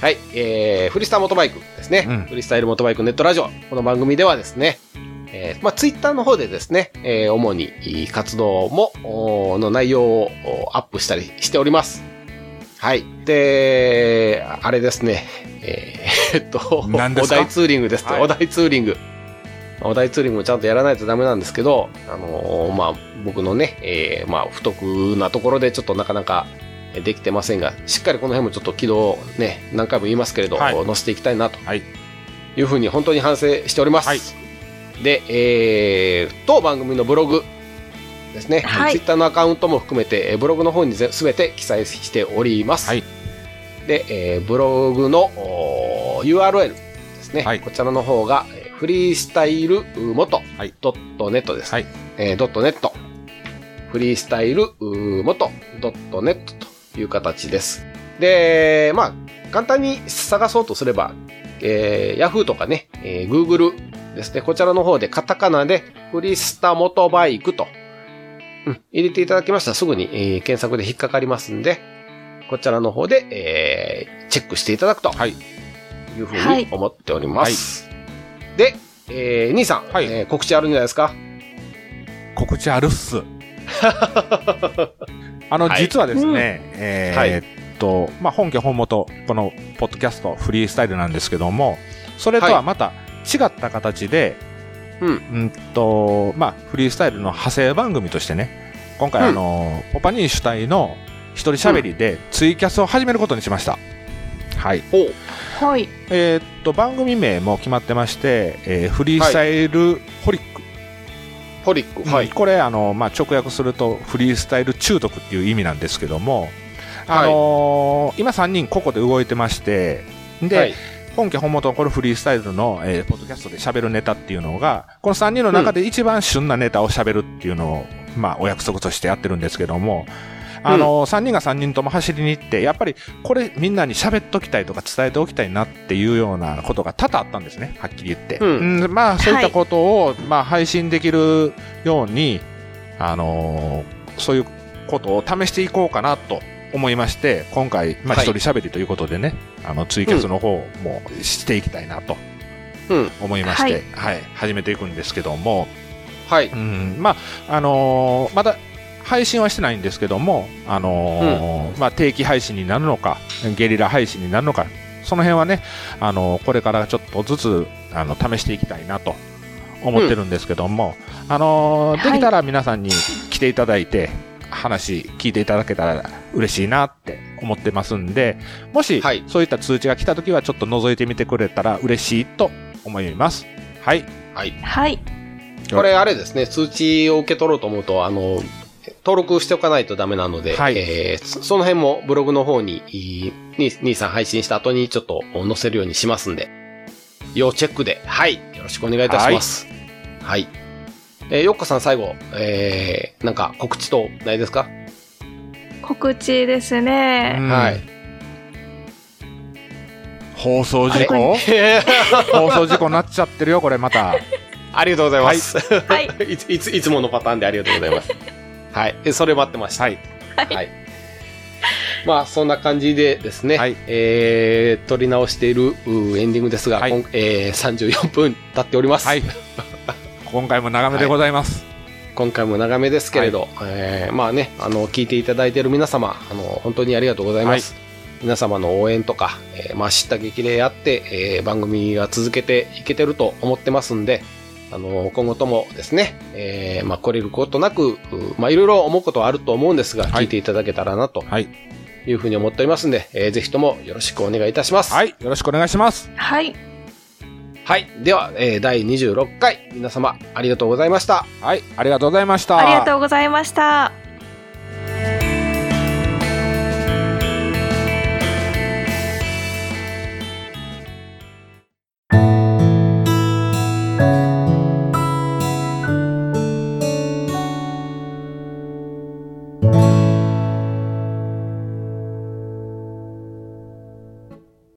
[SPEAKER 1] はい、えーフリースターモトバイクですね、
[SPEAKER 3] うん
[SPEAKER 1] フリースタイルモトバイクネットラジオ、この番組ではですね、えーまあ、ツイッターの方でですね、えー主にいい活動も、おーの内容をおアップしたりしております。はい。で、あれですね、えーえっと、
[SPEAKER 3] <laughs> 何で
[SPEAKER 1] お
[SPEAKER 3] すか
[SPEAKER 1] 題ツーリングですと、
[SPEAKER 3] はい
[SPEAKER 1] お題ツーリング。お題ツーリングもちゃんとやらないとダメなんですけど、あのーまあ、僕のね、えーまあ、不得なところでちょっとなかなかできてませんが、しっかりこの辺もちょっと軌道をね、何回も言いますけれど、
[SPEAKER 3] はい
[SPEAKER 1] 乗せていきたいなと
[SPEAKER 3] はい
[SPEAKER 1] いうふうに本当に反省しております。
[SPEAKER 3] はい
[SPEAKER 1] で、えー、当番組のブログですね、
[SPEAKER 2] はい
[SPEAKER 1] Twitter のアカウントも含めて、えーブログの方にぜ全て記載しております。
[SPEAKER 3] はい
[SPEAKER 1] で、えーブログのおの URL ですね、
[SPEAKER 3] はい
[SPEAKER 1] こちらの方がえーフリースタイルモト
[SPEAKER 3] はい
[SPEAKER 1] ドットネットです、
[SPEAKER 3] はい
[SPEAKER 1] えードットネットフリースタイルモトドットネットという形ですでまあ簡単に探そうとすれば、えー、Yahoo とかね、えー Google ですねこちらの方でカタカナでフリスタモトバイクと、うん、入れていただきましたらすぐに、えー検索で引っかかりますんでこちらの方で、えーチェックしていただくと
[SPEAKER 3] はい
[SPEAKER 1] いうふうに思っております。で、えー、兄さん、
[SPEAKER 3] はい
[SPEAKER 1] えー告知あるんじゃないですか
[SPEAKER 3] 告知あるっす。
[SPEAKER 1] <laughs>
[SPEAKER 3] あの、
[SPEAKER 1] はい
[SPEAKER 3] 実はですね、えー
[SPEAKER 1] はい
[SPEAKER 3] えっと、まあ、本家本元、この、ポッドキャスト、フリースタイルなんですけども、それと
[SPEAKER 1] は
[SPEAKER 3] はいまた違った形で、
[SPEAKER 1] うん
[SPEAKER 3] んと、まあ、フリースタイルの派生番組としてね、今回、
[SPEAKER 1] うん
[SPEAKER 3] あの、ポパニー主体の一人喋りで、ツイキャスを始めることにしました。はい。
[SPEAKER 1] ほう。
[SPEAKER 2] はい
[SPEAKER 3] えーっと、番組名も決まってまして、えーフリースタイルホリック
[SPEAKER 1] ホリック。
[SPEAKER 3] うん。これあの、まあ、直訳するとフリースタイル中毒っていう意味なんですけども、あのー今3人個々で動いてましてで、
[SPEAKER 1] はい。
[SPEAKER 3] 本家本元のこのフリースタイルの、えーポッドキャストで喋るネタっていうのがこの3人の中で一番旬なネタを喋るっていうのを、まあ、お約束としてやってるんですけども。あのー3人が3人とも走りに行ってやっぱりこれみんなに喋っときたいとか伝えておきたいなっていうようなことが多々あったんですねはっきり言って、
[SPEAKER 1] うん
[SPEAKER 3] うんまあ、そういったことを、まあ、配信できるように、あのーそういうことを試していこうかなと思いまして今回、まあ、
[SPEAKER 1] はい
[SPEAKER 3] 一人喋りということでね、あのツイキャスの方もしていきたいなと
[SPEAKER 1] うん。
[SPEAKER 3] 思いまして、はい始めていくんですけども、
[SPEAKER 1] はい。
[SPEAKER 3] うんまああのーまだ配信はしてないんですけども、あのーまあ、定期配信になるのかゲリラ配信になるのかその辺はね、あのーこれからちょっとずつあの試していきたいなと思ってるんですけども、あのーできたら皆さんに来ていただいて、話聞いていただけたら嬉しいなって思ってますんでもし
[SPEAKER 1] はい
[SPEAKER 3] そういった通知が来た時はちょっと覗いてみてくれたら嬉しいと思います。はい、
[SPEAKER 1] はい。
[SPEAKER 2] はい
[SPEAKER 1] これ、あれですね、通知を受け取ろうと思うと、あの、登録しておかないとダメなので、
[SPEAKER 3] はい
[SPEAKER 1] えーそその辺もブログの方に、いいに兄さん配信した後にちょっと載せるようにしますんで、要チェックで、はい。よろしくお願いいたします。はい。えー、よっこさん最後、えー、なんか告知とないですか
[SPEAKER 2] 告知ですね、
[SPEAKER 1] はい。
[SPEAKER 3] 放送事
[SPEAKER 2] あ
[SPEAKER 3] 故
[SPEAKER 1] <laughs> へー
[SPEAKER 3] 放送事故なっちゃってるよこれまた
[SPEAKER 1] ありがとうございます。
[SPEAKER 2] はい
[SPEAKER 1] <laughs> いついついつものパターンでありがとうござい
[SPEAKER 3] <laughs>
[SPEAKER 1] ます。はい、えそれ待ってました。
[SPEAKER 3] はい
[SPEAKER 1] はい。まあそんな感じでですね、
[SPEAKER 3] はい
[SPEAKER 1] えー撮り直しているうーエンディングですが、
[SPEAKER 3] はい
[SPEAKER 1] こんえー34分経っております。
[SPEAKER 3] <laughs> はい今回も長めでございます、
[SPEAKER 1] 今回も長めですけれど、えーまあね、あの、聞いていただいている皆様、あの、本当にありがとうございます。皆様の応援とか、えーまあ、知った激励あって、えー番組が続けていけてると思ってますんで、あの、今後ともですね、えーまあ、来れることなく、うまあ、いろいろ思うことはあると思うんですが、
[SPEAKER 3] は
[SPEAKER 1] 聞
[SPEAKER 3] い
[SPEAKER 1] いていただけたらなと
[SPEAKER 3] はい
[SPEAKER 1] いうふうに思っておりますんで、えーぜひともよろしくお願いいたします。
[SPEAKER 3] はいよろしくお願いします
[SPEAKER 2] はい
[SPEAKER 1] はい。では、えー第26回、皆様ありがとうございました。
[SPEAKER 3] はいありがとうございました
[SPEAKER 2] ありがとうございました